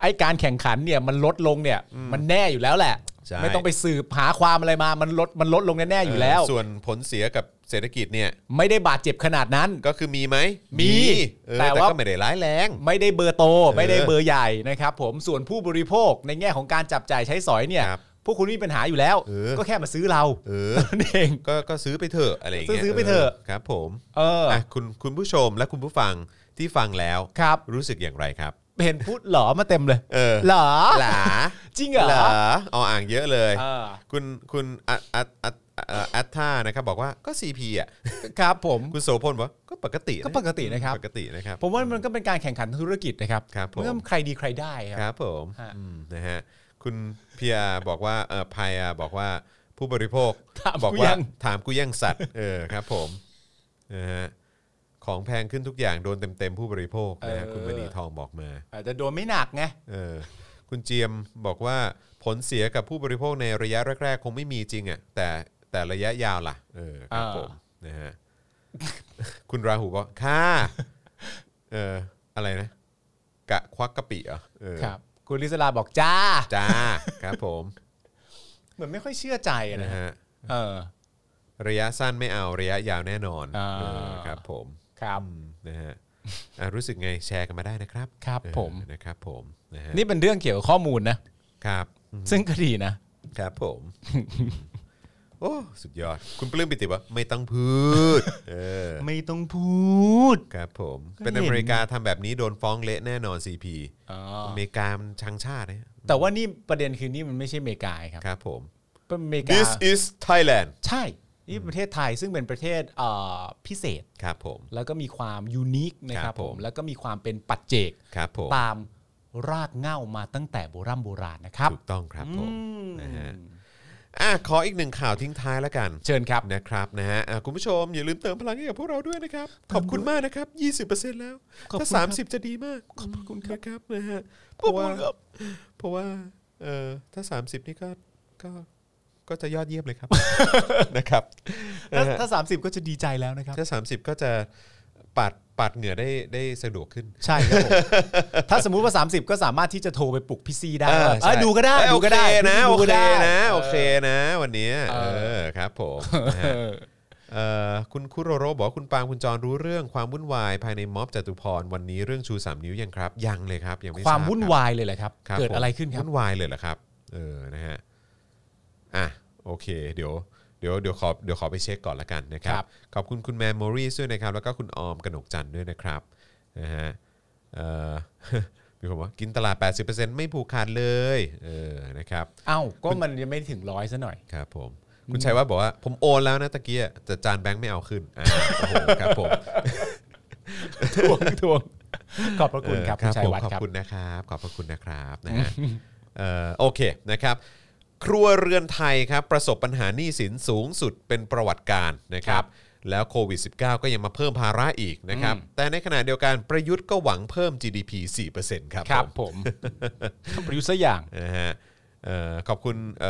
ไอ้การแข่งขันเนี่ยมันลดลงเนี่ย มันแน่อยู่แล้วแหละ
ใช่
ไม่ต้องไปสืบหาความอะไรมามันลดมันลดลงแน่ๆอยู่แล้ว
เส่วนผลเสียกับเศรษฐกิจเนี่ย
ไม่ได้บาดเจ็บขนาดนั้น
ก็คือมีไหม
มี
เออ
แต่
แต่
ว่า
ก็ไม่ได้ร้ายแรง
ไม่ได้เบอร์โต ไม่ได้เบอร์ใหญ่นะครับผมส่วนผู้บริโภคในแง่ของการจับจ่ายใช้สอยเนี่ย
ครับ
พวกคุณไม่มีปัญหาอยู่แล้ว
เออ
ก็แค่มาซื้อเรา
เออ
นั่นเอง
ก็ก็ซื้อไปเถอะอะไรอย่างเงี้ย
ซื้อไปเถอะ
ครับผม
เออ
อ่ะคุณคุณผู้ชมและคุณผู้ฟังที่ฟังแล้ว
ครับ
รู้สึกอย่างไรครับ
เห็นพูดหลอมาเต็มเลย
เออ
หลอ
หลา
จริงเหรอ
หลาออ่างเยอะเลย
เออ
คุณคุณอัดอัดอัดอ่ะอัดท่านะครับบอกว่าก็ CP อ่ะ
ครับผม
คุณโสพลบอกว่าก็ปกตินะ
ก็ปกตินะครับ
ปกตินะครับ
ผมว่ามันก็เป็นการแข่งขันทางธุรกิจนะครับ
ครับผม
เมื่อใครดีใครได้ค
ค
รั
รับ บผม
ฮะ
อืมนะฮะคุณพียบอกว่าเออพายาบอกว่าผู้บริโภค
ถาม
บอก
กู
ว่า
ยัง
ถามกูยังสัตว์เออครับผมนะฮะของแพงขึ้นทุกอย่างโดนเต็มๆผู้บริโภคนะฮะคุณมณีทองบอกมา
อาจจะโดนไม่หนักไง
เออคุณเจียมบอกว่าผลเสียกับผู้บริโภคในระยะแรกๆ คงไม่มีจริงอ่ะแต่แต่ระยะยาวล่ะเออครับ
อ่า
ผมนะฮะ คุณราหูบอกค่ะเอออะไรนะ กะควักกะปิเหรอเออ
ครับคุณลิศลาบอกจ้า
จ้า ครับผม
เหมือนไม่ค่อยเชื่อใจอะ
นะ
นะฮะ
ฮะ
เออ
ระยะสั้นไม่เอาระยะยาวแน่นอน
อ่า
เออครับผม
ครับ
อืมนะฮะอ่ะรู้สึกไงแชร์กันมาได้นะครับ
ครับ
เออ
ผม
นะครับผมนะฮะ
นี่เป็นเรื่องเกี่ยวกับข้อมูลนะครับ
อืม
ซึ่งก็ดีนะ
ครับผม โอ้สุดยอด คุณปลื้มปิติวะไม่ต้องพูด เออ
ไม่ต้องพูด
ครับผม
ก็เห็น
เป็นอเมริกาทำแบบนี้โดนฟ้องเละแน่นอน CP
อ๋อ
อเมริกามันชังชาตินะ
แต่ว่านี่ประเด็นคือนี่มันไม่ใช่อเมริกาครับ
ครับผม
เป็นอเมริกา
This is Thailand
ใช่ นี่ประเทศไทยซึ่งเป็นประเทศเอ่อพิเศษ
ครับผม
แล้วก็มีความยูนิคนะ
ค
ค
รั
รับบ
ผ
ผม ม แล้วก็มีความเป็นปัจเจก
ครับผม
ตามรากเหง้ามาตั้งแต่โบราณโบราณนะครับ
ถูกต้องครับผม นะฮะ
อืม
อ่ะขออีกหนึ่งข่าวทิ้งท้ายแล้วกัน
เชิญครับ
นะครับนะฮะอ่ะคุณผู้ชมอย่าลืมเติมพลังให้กับพวกเราด้วยนะครับ ขอบคุณมากนะครับ 20%แล้ว
ขอบคุณ
ถ้า
ครับ
30 จะดีมาก ขอบคุณครับนะฮะเพ
ขอบ
ราะ
คุ
ว่า
ณครับ
เพราะว่าเอ่อถ้า 30 นี่ก็ก็ก็จะยอดเยี่ยมเลย ครับ นะครับ
ถ้า
นะฮะ
ถ้าสามสิบก็จะดีใจแล้วนะครับ
ถ้า 30 ก็จะปาดปาดเหงื่อได้ได้สะดวกขึ้น
ใช่ครับผม ถ้าสมมุติว่า 30 ก็สามารถที่จะโทรไปปลุกพี่ซีได้
เออ
เอ
ใช่
อดูก็ได้
เอ้ย
ดูก็ได้
โอเคนะ โอ
ดูก็
เค
ได้
นะ โอเคนะ วันเนี้ย
เอ
เอ
อ
อครับผมนะ
เอ
ฮะ
อ
เอ่อคุณคุโรโรบอกว่าคุณปาล์มคุณจรรู้เรื่องความวุ่นวายภายในม็อบจตุพรวันนี้เรื่องชู 3 นิ้วยังครับ ยังเลยครับยังไม่ทร
ค
บ
วามวุ่น
รับ
วายเลยแหละครับ
คบ
เกิด
ผม
อะไรขึ้นครับ
วุ่นวายเลยเหรอครับเออนะฮะอ่ะโอเคเดี๋ยวเดี๋ยวเดี๋ยวขอเดี๋ยวขอไปเช็คก่อนละกันนะครับ
ครับ
ขอบคุณคุณแมมโมรีด้วยนะครับ แล้วก็คุณออมกนกจันทร์ด้วยนะครับนะฮะเอ่ อ มีคนบอกว่ากินตลาด 80%ไม่ผูกขาดเลยเออนะครับ
เอ้าก็มันยังไม่ถึงร้อยซะหน่อย
ครับผมคุณชัยว่าบอกว่าผมโอนแล้วนะตะกี้อะแต่จานแบงค์ไม่เอาขึ้นอ่าโอ้โหครับผม
ทวงทวงขอบพระคุณครับ
เออ
คุณชัย
ผม
วัฒ
ขอบ
น์ครับ
คุณนะครับ ขอบพระคุณนะครับนะฮะเอ่อโอเคนะครับ ครัวเรือนไทยครับ ประสบปัญหาหนี้สินสูงสุดเป็นประวัติการณ์นะครับ แล้วโควิด -19 ก็ยังมาเพิ่มภาระอีกนะครับ แต่ในขณะเดียวกันประยุทธ์ก็หวังเพิ่ม GDP 4%ครับ
ครับ
ผม
ผมต้องประยุทธ์ซะอย่าง
นะฮะเอ่อขอบคุณเ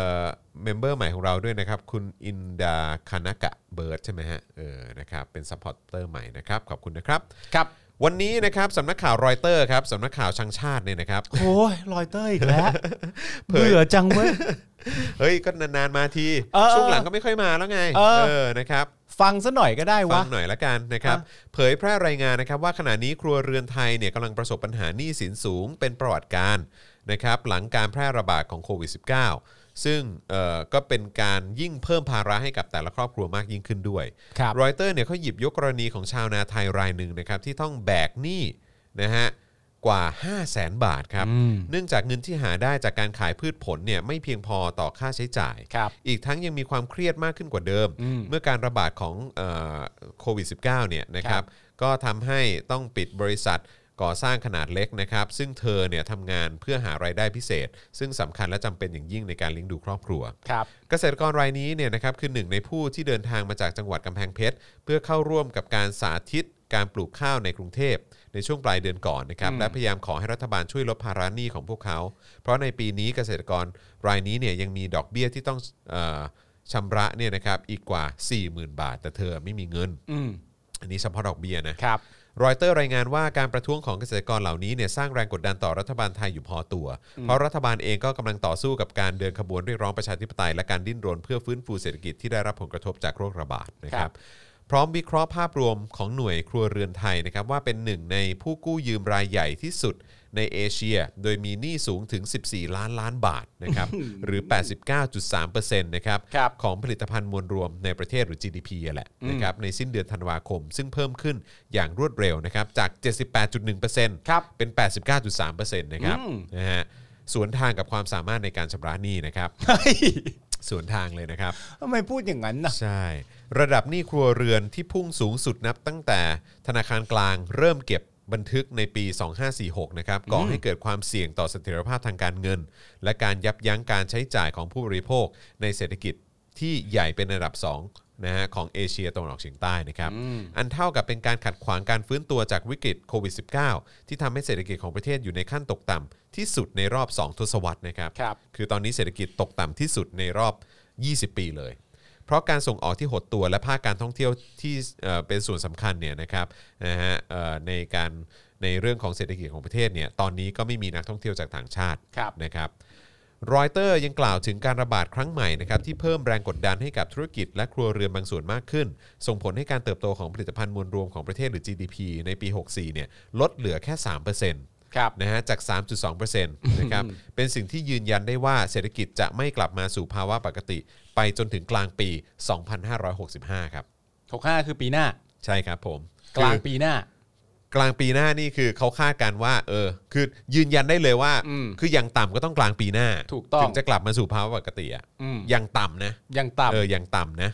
มมเบอร์ใหม่ของเราด้วยนะครับ คุณอินดาคานากะเบิร์ดใช่ไหมฮะเออนะครับเป็นซัพพอร์ตเตอร์ใหม่นะครับ ขอบคุณนะครับ
ครับ
วันนี้นะครับสำนักข่าวรอยเตอร์ครับสำนักข่าวชังชาติเนี่ยนะครับ
โอ้ยลอยเตอร์อีกแล้ว
เผย
เบื่อจังเว้ย
เฮ้ย ก็นานๆมาที
เออ
ช่วงหลังก็ไม่ค่อยมาแล้วไง
เออ
นะครับ
ฟังซะหน่อยก็ได้
ฟั
วะ
งหน่อยละกันนะครับ เผยแพร่รายงานนะครับว่าขณะนี้ครัวเรือนไทยเนี่ยกำลังประสบปัญหาหนี้สินสูงเป็นประวัติการณ์นะครับหลังการแพร่ระบาดของโควิด -19 ซึ่งเอ่อก็เป็นการยิ่งเพิ่มภาระให้กับแต่ละครอบครัวมากยิ่งขึ้นด้วย
ครับ
รอยเตอร์เนี่ยเขาหยิบยกกรณีของชาวนาไทยรายหนึ่งนะครับที่ต้องแบกหนี้นะฮะกว่า 5 0 0แสนบาทครับ
อืม
เนื่องจากเงินที่หาได้จากการขายพืชผลเนี่ยไม่เพียงพอต่อค่าใช้จ่าย
ครับ
อีกทั้งยังมีความเครียดมากขึ้นกว่าเดิม
อืม
เมื่อการระบาดของเอ่อโควิด -19 เนี่ยนะค
ครั
รับ
บ
ก็ทำให้ต้องปิดบริษัทก่อสร้างขนาดเล็กนะครับ ซึ่งเธอเนี่ยทำงานเพื่อหารายได้พิเศษ ซึ่งสำคัญและจำเป็นอย่างยิ่งในการเลี้ยงดูครอบครัว
ครับ
เกษตรกรรายนี้เนี่ยนะครับคือหนึ่งในผู้ที่เดินทางมาจากจังหวัดกำแพงเพชร เพื่อเข้าร่วมกับการสาธิตการปลูกข้าวในกรุงเทพ ในช่วงปลายเดือนก่อนนะครับ
อืม
และพยายามขอให้รัฐบาลช่วยลดภาระหนี้ของพวกเขา เพราะในปีนี้เกษตรกรรายนี้เนี่ยยังมีดอกเบี้ยที่ต้องเออชำระเนี่ยนะครับอีกกว่า 40,000 บาท แต่เธอไม่มีเงิน
อืม
อันนี้เฉพาะดอกเบี้ยนะ
ครับ
รอยเตอร์รายงานว่าการประท้วงของเกษตรกรเหล่านี้เนี่ยสร้างแรงกดดันต่อรัฐบาลไทยอยู่พอตัว เพราะรัฐบาลเองก็กำลังต่อสู้กับการเดินขบวนเรียกร้องประชาธิปไตยและการดิ้นรนเพื่อฟื้นฟูเศรษฐกิจที่ได้รับผลกระทบจากโรคระบาดนะค
ค
รั
รับ บ
พร้อมวิเคราะห์ภาพรวมของหน่วยครัวเรือนไทยนะครับว่าเป็นหนึ่งในผู้กู้ยืมรายใหญ่ที่สุดในเอเชีย โดยมีหนี้สูงถึง 14 ล้านล้านบาท นะครับหรือ 89.3%นะครับ
ครับ
ของผลิตภัณฑ์มวลรวมในประเทศหรือ GDP อะแหละนะครับในสิ้นเดือนธันวาคม ซึ่งเพิ่มขึ้นอย่างรวดเร็วนะครับจาก 78.1%
ครับ
เป็น 89.3%นะครับนะฮะสวนทางกับความสามารถในการชำระหนี้นะครับ
เฮ้ย
สวนทางเลยนะครับ
ทำไมพูดอย่างนั้นนะ
ใช่ ระดับหนี้ครัวเรือนที่พุ่งสูงสุดนับตั้งแต่ธนาคารกลางเริ่มเก็บบันทึกในปี 2546 นะครับก่อให้เกิดความเสี่ยงต่อเสถียรภาพทางการเงิน และการยับยั้งการใช้จ่ายของผู้บริโภค ในเศรษฐกิจที่ใหญ่เป็นระดับ2นะฮะของเอเชียตะวันออกเฉียงใต้นะครับอันเท่ากับเป็นการขัดขวางการฟื้นตัวจากวิกฤตโควิด -19 ที่ทำให้เศรษฐกิจของประเทศอยู่ในขั้นตกต่ำที่สุดในรอบ 2 ทศวรรษนะครับ
ครับ
คือตอนนี้เศรษฐกิจตกต่ำที่สุดในรอบ 20 ปีเลย เพราะการส่งออกที่หดตัวและภาคการท่องเที่ยวที่เอ่อเป็นส่วนสำคัญเนี่ยนะครับนะฮะเอ่อในการในเรื่องของเศรษฐกิจของประเทศเนี่ยตอนนี้ก็ไม่มีนักท่องเที่ยวจากต่างชาติ
ครับ
นะครับรอยเตอร์ยังกล่าวถึงการระบาดครั้งใหม่นะครับที่เพิ่มแรงกดดันให้กับธุรกิจและครัวเรือนบางส่วนมากขึ้น ส่งผลให้การเติบโตของผลิตภัณฑ์มวลรวมของประเทศหรือ GDP ในปี 64เนี่ยลดเหลือแค่3%
ครับ
นะฮะจาก 3.2%นะครับ เป็นสิ่งที่ยืนยันได้ว่าเศรษฐกิจจะไม่กลับมาสู่ภาวะปกติ ไปจนถึงกลางปี 2565 ครับ
65 คือปีหน้า
ใช่ครับผม
กลาง
คือ
ปีหน้า
กลางปีหน้านี่คือเขาคาดการณ์ว่า เออ คือยืนยันได้เลยว่า
อืม
คืออย่างต่ำก็ต้องกลางปีหน้า
ถูกต้อง
ถึงจะกลับมาสู่ภาวะปกติอะ
อืม
อย่างต่ำนะ
ยังต่ำ
เอออย่างต่ำนะ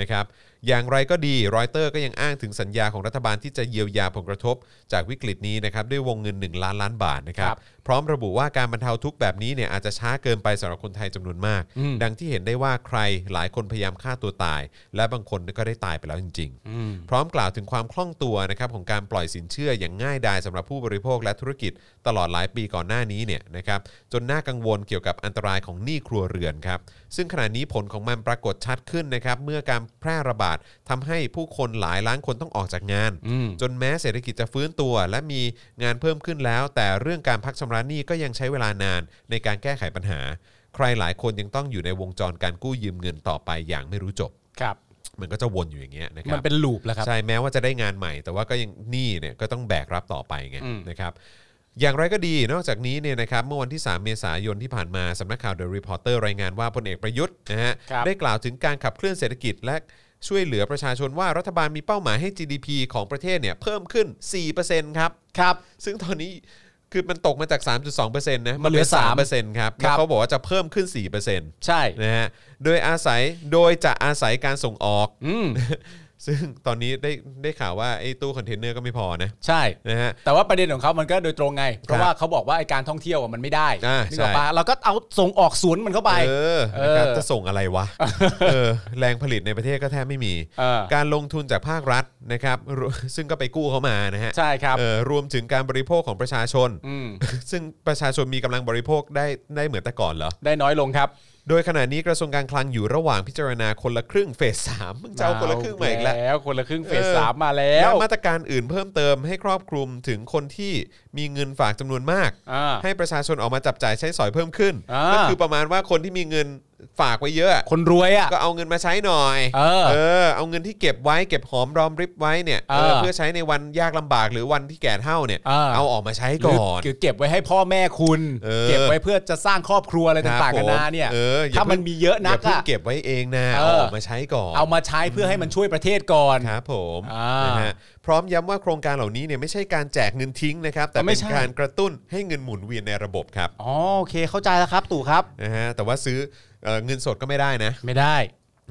นะครับอย่างไรก็ดีรอยเตอร์ก็ยังอ้างถึงสัญญาของรัฐบาลที่จะเยียวยาผลกระทบจากวิกฤตนี้นะครับด้วยวงเงิน 1 ล้านล้านบาทนะครับ
ครับ
พร้อมระบุว่าการบรรเทาทุกข์แบบนี้เนี่ยอาจจะช้าเกินไปสำหรับคนไทยจำนวนมาก
อืม
ดังที่เห็นได้ว่าใครหลายคนพยายามฆ่าตัวตาย และบางคนก็ได้ตายไปแล้วจริง ๆ
อืม
พร้อมกล่าวถึงความคล่องตัวนะครับของการปล่อยสินเชื่ออย่างง่ายดายสำหรับผู้บริโภคและธุรกิจตลอดหลายปีก่อนหน้านี้เนี่ยนะครับจนน่ากังวลเกี่ยวกับอันตรายของหนี้ครัวเรือนครับซึ่งขณะนี้ผลของมันปรากฏชัดขึ้นนะครับเมื่อการแพร่ระบาดทำให้ผู้คนหลายล้านคนต้องออกจากงาน
อืม
จนแม้เศรษฐกิจจะฟื้นตัว และมีงานเพิ่มขึ้นแล้ว แต่เรื่องการพักชำระหนี้ก็ยังใช้เวลานานในการแก้ไขปัญหา ใครหลายคนยังต้องอยู่ในวงจรการกู้ยืมเงินต่อไปอย่างไม่รู้จบ
ครับ
มันก็จะวนอยู่อย่างเงี้ยนะครับ
มันเป็นลูปแหล้วครับ
ใช่แม้ว่าจะได้งานใหม่ แต่ว่าก็ยังหนี้เนี่ยก็ต้องแบกรับต่อไปไง
อืม
นะครับอย่างไรก็ดีนอกจากนี้เนี่ยนะครับเมื่อวันที่ 3 เมษายนที่ผ่านมาสำนักข่าว The Reporter รายงานว่าพลเอกประยุทธ์นะฮะ
ครับ
ได้กล่าวถึงการขับเคลื่อนเศรษฐกิจและช่วยเหลือประชาชนว่ารัฐบาลมีเป้าหมายให้ GDP ของประเทศเนี่ยเพิ่มขึ้น 4%ครับ
ครับ
ซึ่งตอนนี้คือมันตกมาจาก 3.2%นะ
มันเหลือ
ป็3%ครับ
ค
แล้
รั
ว
บ
เขาบอกว่าจะเพิ่มขึ้น 4%
ใช่
นะฮะโดยอาศัยโดยจะอาศัยการส่งออก
อืม
ซึ่งตอนนี้ได้ได้ข่าวว่าไอ้ตู้คอนเทนเนอร์ก็ไม่พอนะ
ใช่
นะฮะ
แต่ว่าประเด็นของเขามันก็โดยตรงไง เพราะว่าเขาบอกว่าไอการท่องเที่ยวอะมันไม่ได้
อ่า
นึกออก
ใช่
ปะเราก็เอาส่งออกสวนมันเข้าไป
เออนะครับ
เออ
จะส่งอะไร วะ เออแรงผลิตในประเทศก็แทบไม่มี
เออ
การลงทุนจากภาครัฐนะครับรวซึ่งก็ไปกู้เข้ามานะฮะ
ใช่ครับ
เออรวมถึงการบริโภคของประชาชน
อืม
ซึ่งประชาชนมีกำลังบริโภคได้ได้เหมือนแต่ก่อนเหรอ
ได้น้อยลงครับ
โดยขณะนี้กระทรวงการคลังอยู่ระหว่างพิจารณาคนละครึ่งเฟสสามมึงจะเอาคนละครึ่งมาอีกแล้ว
แล้วคนละครึ่งเฟส
เออ
สามมาแล้ว
และมาตรการอื่นเพิ่มเติมให้ครอบคลุมถึงคนที่มีเงินฝากจำนวนมาก
อ่า
ให้ประชาชนออกมาจับจ่ายใช้สอยเพิ่มขึ้น
อ่า
ก็คือประมาณว่าคนที่มีเงินฝากไว้เยอะ
คนรวยอ่ะ
ก็เอาเงินมาใช้หน่อย
เออ
เอาเงินที่เก็บไว้เก็บหอมรอมริบไว้เนี่ย
เออ
เพื่อใช้ในวันยากลำบากหรือวันที่แก่เฒ่าเนี่ย
เออ
เอาออกมาใช้ก่อน
คือเก็บไว้ให้พ่อแม่คุณ
เออ
เก็บไว้เพื่อจะสร้างครอบครัวอะไร
ครับ
ต่างๆกั
ผ
น
ม
นาเนี่ย
เอออย่
ถ้ามัน
เพิ่ง
มีเยอะนัก
ย่าเพิ่ง
อะ
เก็บไว้เองนะ
เอ
เอา
อ
ออกมาใช้ก่อน
เอามาใช้เพื่อให้มันช่วยประเทศก่อน
ครับผม
อ่าน
นะฮะพร้อมย้ำว่าโครงการเหล่านี้เนี่ยไม่ใช่การแจกเงินทิ้งนะครับ แต่
อ๋อไม่
เป็น
ใช่
การกระตุ้นให้เงินหมุนเวียนในระบบครับ
อ๋อโอเคเข้าใจแล้วครับตู่ครับ
นะฮะแต่ว่าซื้อเอ่อเงินสดก็ไม่ได้นะ
ไม่ได้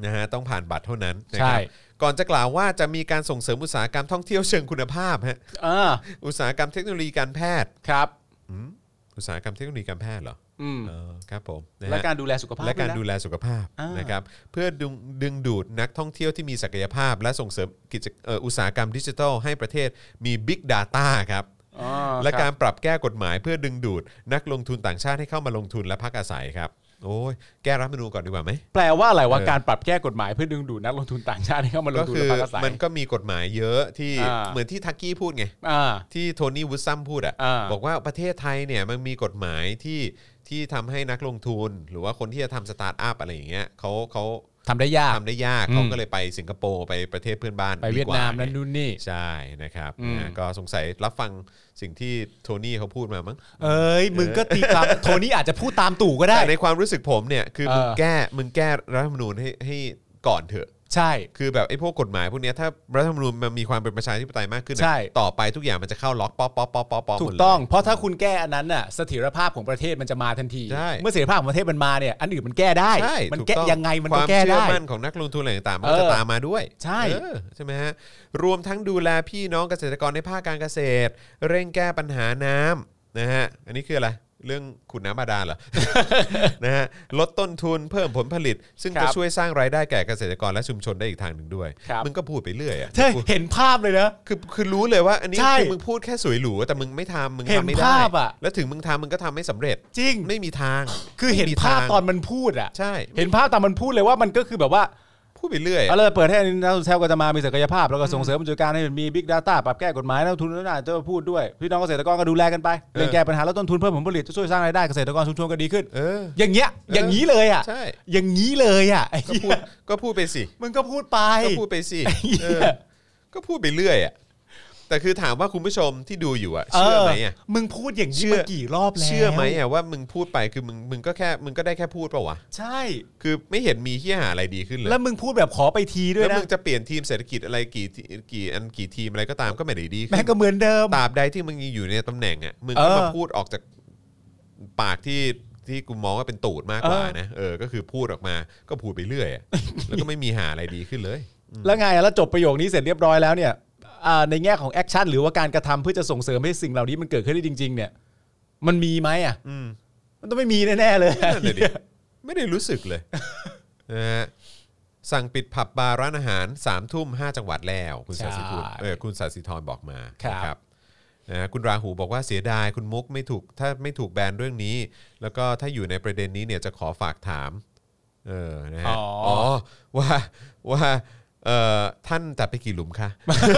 นะฮะต้องผ่านบัตรเท่านั้นนะค
ใช่
รับก่อนจะกล่าวว่าจะมีการส่งเสริมอุตสาหกรรมท่องเที่ยวเชิงคุณภาพฮะ
อ่า
อุตสาหกรรมเทคโนโลยีการแพทย์
ครับ
อืมอุตสาหกรรมเทคโนโลยีการแพทย์เหรอ
อืม
เออครับผมนะฮะ
และการดูแลสุขภาพ
และการ
วยน
ดูแลสุขภาพ
อ่าน
นะครับเพื่อดึงดึงดูดนักท่องเที่ยวที่มีศักยภาพ และส่งเสริมกิจเอ่ออุตสาหกรรมดิจิทัลให้ประเทศมี Big Data ครับ
อ๋อ
และ
ค
กา
บ
รปรับแก้กฎหมายเพื่อดึงดูดนักลงทุนต่างชาติให้เข้ามาลงทุนและพักอาศัยครับโอ้ยแก้รัฐธรรมนูญก่อนดีกว่าไหม
แปลว่าอะไรว่า
เออ
การปรับแก้กฎหมายเพื่อดึงดูดนักลงทุนต่างชาติให้เข้ามาลง
ก็
ทุน
คือ
และพักอาศัย
มันก็มีกฎหมายเยอะที่
อ่า
เหมือนที่ทักกี้พูดไง
อ่า
ที่โทนี่วูดซัมพูดอ่ะ
อ่า
บอกว่าประเทศไทยเนี่ยมันมีกฎหมายที่ที่ทำให้นักลงทุน หรือว่าคนที่จะทำสตาร์ทอัพอะไรอย่างเงี้ยเขาเขา
ทำได้ยาก
ทำได้ยาก
อืม
เขาก็เลยไปสิงคโปร์ไปประเทศเพื่อนบ้าน
ไปเวียดนาม
ก
นั่นนู่นนี่
ใช่นะครับ
อืม
นะก็สงสัยรับฟังสิ่งที่โทนี่เขาพูดมามั้ง
เอ้ยมึงก็ตีความ โทนี่อาจจะพูดตามตู่ก็ได้
แต่ในความรู้สึกผมเนี่ยคือมึง
เออ
แก้มึงแก้รัฐธรรมนูญให้ให้ก่อนเถอะ
ใช่
คือแบบไอ้พวกกฎหมายพวกเนี้ยถ้ารัฐธรรมนูญมันมีความเป็นประชาธิปไตยมากขึ้นอะ
ใช่
ต่อไปทุกอย่างมันจะเข้าล็อกป๊อปป๊อปป๊อปป๊อปป๊อปหม
ถู
ด
ก
เลย
ต้อง เพราะถ้าคุณแก้อันนั้นน่ะเสถียรภาพของประเทศมันจะมาทันที
ใช่
เมื่อเสถียรภาพของประเทศมันมาเนี่ยอันอื่นมันแก้ได้
ใช่
มัน
ถู
แก้
ต้อง
ยังไงมัน
ค
ก็
วาม
แก้
เชื่อ
ได้
มั่นของนักลงทุนอะไรต่างๆมัน
เอ
ก็
อ
จะตามมาด้วย
ใช่
เออใช่ไหมฮะรวมทั้งดูแลพี่น้องเกษตรกรในภาคการเกษตร เร่งแก้ปัญหาน้ำนะฮะอันนี้คืออะไรเรื่องขุดน้ำบาดาล เหรอ นะฮะลดต้นทุนเพิ่มผลผลิต ซึ่ง
ครั
จะ
บ
ช่วยสร้างรายได้แก่เกษตรกรและชุมชนได้อีกทางหนึ่งด้วย
ครับ
มึงก็พูดไปเรื่อยอะ
ใช่เห็นภาพเลยนะ
คือคือรู้เลยว่าอันนี้
ใช่
คือมึงพูดแค่สวยหรูแต่มึงไม่ทำมึง
เห็น
ทำไม่ได้
ภาพอะ
แล้วถึงมึงทำมึงก็ทำไม่สำเร็จ
จริง
ไม่มีทาง
คือเห็น
ไม่มี
ภาพ
ง
ตอนมันพูดอ่ะ
ใช่
เห็นภาพตอนมันพูดเลยว่ามันก็คือแบบว่า
พูดไปเรื่อยอะ
เอาเลยเปิดให้นักท่องเที่ยวก็จะมามีศักยภาพ แล้วก็ส่งเสริมบรรจุการให้มี Big Data ปรับแก้กฎหมายนักลงทุนนั่นนะจะพูดด้วย พี่น้องเกษตรกรก็ดูแลกันไปเร่งแก้ปัญหาลดต้นทุนเพิ่มผลผลิตจะช่วยสร้างรายได้เกษตรกรชุมชนก็ดีขึ้น
เออ
อย่างเงี้ยอย่างนี้เลยอ่ะ
ใช่
อย่างนี้เลยอ่ะไอ้
ก็
เหี้
พู
ย
ดก็พูดไปสิ
มึงก็พูดไป
ก็พูดไปสิ
ไอ้เหี้ย
เออก็พูดไปเรื่อยอ่ะแต่คือถามว่าคุณผู้ชมที่ดูอยู่อ่ะ เชื่อไหมอ่ะ
มึงพูดอย่าง
เชื่
นี้
อ
มากี่รอบแล้ว
เชื่อไหมอ่ะว่ามึงพูดไปคือมึงมึงก็แค่มึงก็ได้แค่พูดเปล่าวะ
ใช่
คือไม่เห็นมีเฮี้ยหาอะไรดีขึ้นเลย
แล้วมึงพูดแบบขอไปทีด้วย
แล้ว
นะ
มึงจะเปลี่ยนทีมเศรษฐกิจอะไรกี่ทีกี่อันกี่ทีมอะไรก็ตามก็ไม่ได้ดี
แม่
ขึ้
ง
น
ก็เหมือนเดิม
ตราบใดที่มึงยังอยู่ในตำแหน่งอ่ะมึง
เอ
ก็
อ
มาพูดออกจากปากที่ ที่กูมองว่าเป็นตูดมากกว่านะเออก็คือพูดออกมาก็พูดไปเรื่อยอะแล้วก็ไม่มีหาอะไรดีขึ้นเลย
แล้วไงอะแล้วจบประโยคนี้เสร็จเรียบร้อยแล้วเนี่ยอ่าในแง่ของแอคชั่นหรือว่าการกระทำเพื่อจะส่งเสริมให้สิ่งเหล่านี้มันเกิดขึ้นได้จริง ๆ เนี่ย มันมีไหมอ่ะ
อืม
มันต้องไม่มีแน่ๆเลย
นั่นเลยดิไม่ได้รู้สึกเลย นะฮะสั่งปิดผับบาร์ร้านอาหาร3ามทุ่มห้าจังหวัดแล้ว คุณสาสิพูดเออคุณสาสิธรบอกมานะนะฮะคุณราหูบอกว่าเสียดายคุณมุกไม่ถูกถ้าไม่ถูกแบนเรื่องนี้ แล้วก็ถ้าอยู่ในประเด็นนี้เนี่ยจะขอฝากถามเออนะฮะอ๋อว่าว่าเอ่อท่านจัดไปกี่หลุมคะ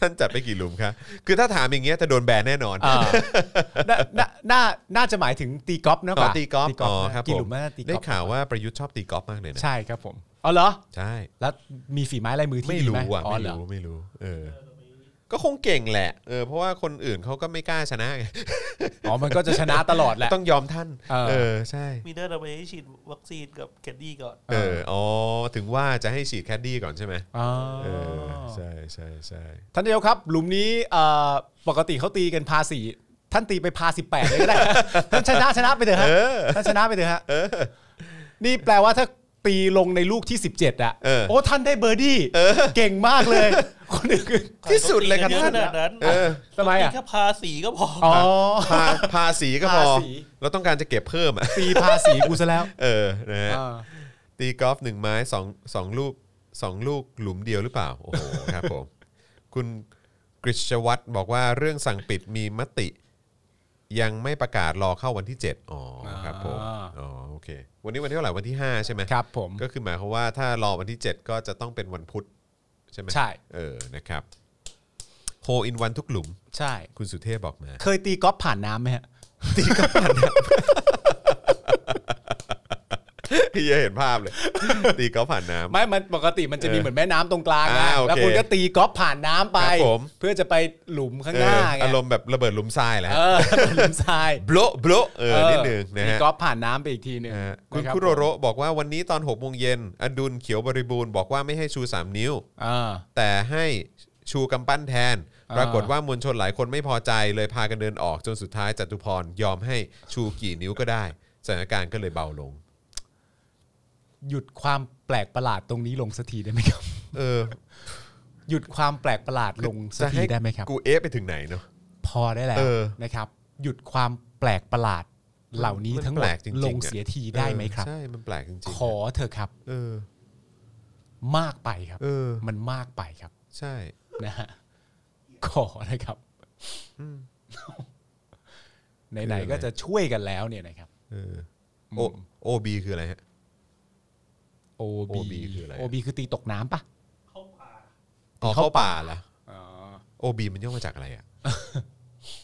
ท่านจัดไปกี่หลุมคะคือถ้าถามอย่างเงี้ยจะโดนแบนแน่นอน
อ่า น่าน่าน่าน่าจะหมายถึงตีกอล์ฟนะ
อ๋อ
ป่ะ
ตีกอล์ฟ
นะ
อ๋อครับ
กิน
ผ
หลุมมากตีก
ได้
อล์ฟ
ข่าวว่าประยุทธ์ชอบตีกอล์ฟมากเลยนะ
ใช่ครับผมอ๋อเหรอ
ใช่
แล้วมีฝีไม้ลายมือที่
ไม่
ดี
รู้
ไหม
อ่ะ
อ๋อ
ไม่
เหรอ
รู้ไม่รู้ เออ ก็คงเก่งแหละเออเพราะว่าคนอื่นเขาก็ไม่กล้าชนะไง
อ๋อมันก็จะชนะตลอดแหละ
ต้องยอมท่าน
เออ
เออใช่
มีเดอร์เอาไปให้ฉีดวัคซีนกับแคดดี้ก่อน
เอออ๋อถึงว่าจะให้ฉีดแคดดี้ก่อนใช่ไหม
อ๋อ
เออใช่ใช่ใช่
ท่านเดียวครับ หลุมนี้เอ่อปกติเขาตีกันพาสีท่านตีไปพาสิบแปดเลย ก็ได้ ท่านชนะชนะไปเถอะฮะท่านชนะไปเถอะฮะนี่แปลว่าถ้าตีลงในลูกที่ 17อ่ะโอ้ท่านได้เบอร์ดี้เก่งมากเลย คนอื่น
ที่สุดเลยครับท่าน
ขนาดนั้น
เออ
ทำไมอ่ะ
แค่พาสีก็พออ
อ๋อ
พาพาสีก็พอ
ภาษี
เราต้องการจะเก็บเพิ่มอ่ะ
ตีพาสีกูซะแล้ว
เออนะฮะ
อ่า
ตีกอล์ฟหนึ่งไม้สองสองลูกสองลูกหลุมเดียวหรือเปล่า โอ้โห ครับผม คุณกฤษวัตรบอกว่าเรื่องสั่งปิดมีมติ ยังไม่ประกาศรอเข้าวันที่ 7 อ๋อครับผมอ๋อโอเค วันนี้วันที่เท่าไหร่วันที่ 5 ใช่ไหม
ครับผม
ก็คือหมายความว่าถ้ารอวันที่ 7 ก็จะต้องเป็นวันพุธใช่ไหม
ใช่
เออนะครับโฮอินวันทุกหลุม
ใช่
คุณสุเทพบอกมา
เคยตีกอล์ฟผ่านน้ำไหมฮะ
เฮียเห็นภาพเลย ตีกอล์ฟผ่านน้ำ
ไม่ มันปกติมันจะมีเหมือนแม่น้ำตรงกลางนะ
อ่าโอเค
แล้วคุณก็ตีกอล์ฟผ่านน้ำไป
ครับผม
เพื่อจะไปหลุมข้าง
เอ
หน้า
อ
ไง
อารมณ์แบบระเบิดหลุมทรายแหละ
เออหลุมทราย
โบลโบลเออนิดนึงนะ
ตี
ฮะ
กอล์ฟผ่านน้ำไปอีกทีหนึ่ง
นะฮะคุณ
นะรับ
คุโรโรบอกว่าวันนี้ตอน6กโมงเย็นอดุลเขียวบริบูรณ์บอกว่าไม่ให้ชู 3 นิ้ว
อ่า
แต่ให้ชูกำปั้นแทน
อ่า
ปรากฏว่ามวลชนหลายคนไม่พอใจเลยพากันเดินออกจนสุดท้ายจตุพรยอมให้ชูกี่นิ้วก็ได้สถานการณ์ก็เลยเบาลง
หยุดความแปลกประหลาดตรงนี้ลงสักทีได้ไหมครับ
เออ
หยุดความแปลกประหลาดลงสักทีได้ไหมครับ
กูเอะไปถึงไหนเนาะ
พอได้แล้ว
เออ
นะครับ หยุดความแปลกประหลาดเหล่านี้
มั
ทั้งหม
แป
ด
กจริๆ
ลง
อะ
เสียทีได้ไหมครับ
เออใช่มันแปลกจริง
ขอเถอะครับ
เออ
มากไปครับ
เออ
มันมากไปครับ
ใช่
นะฮะขอนะครับไหนๆก็จะช่วยกันแล้วเนี่ยนะครับ
เออโอโอบีคืออะไรฮะ
โอ
OB
บี
คืออะไรอะ
โอบีคือตีตกน้ำปะ
อ๋อเข้าป่าเหรอโอบีมันย่อมาจากอะไรอะ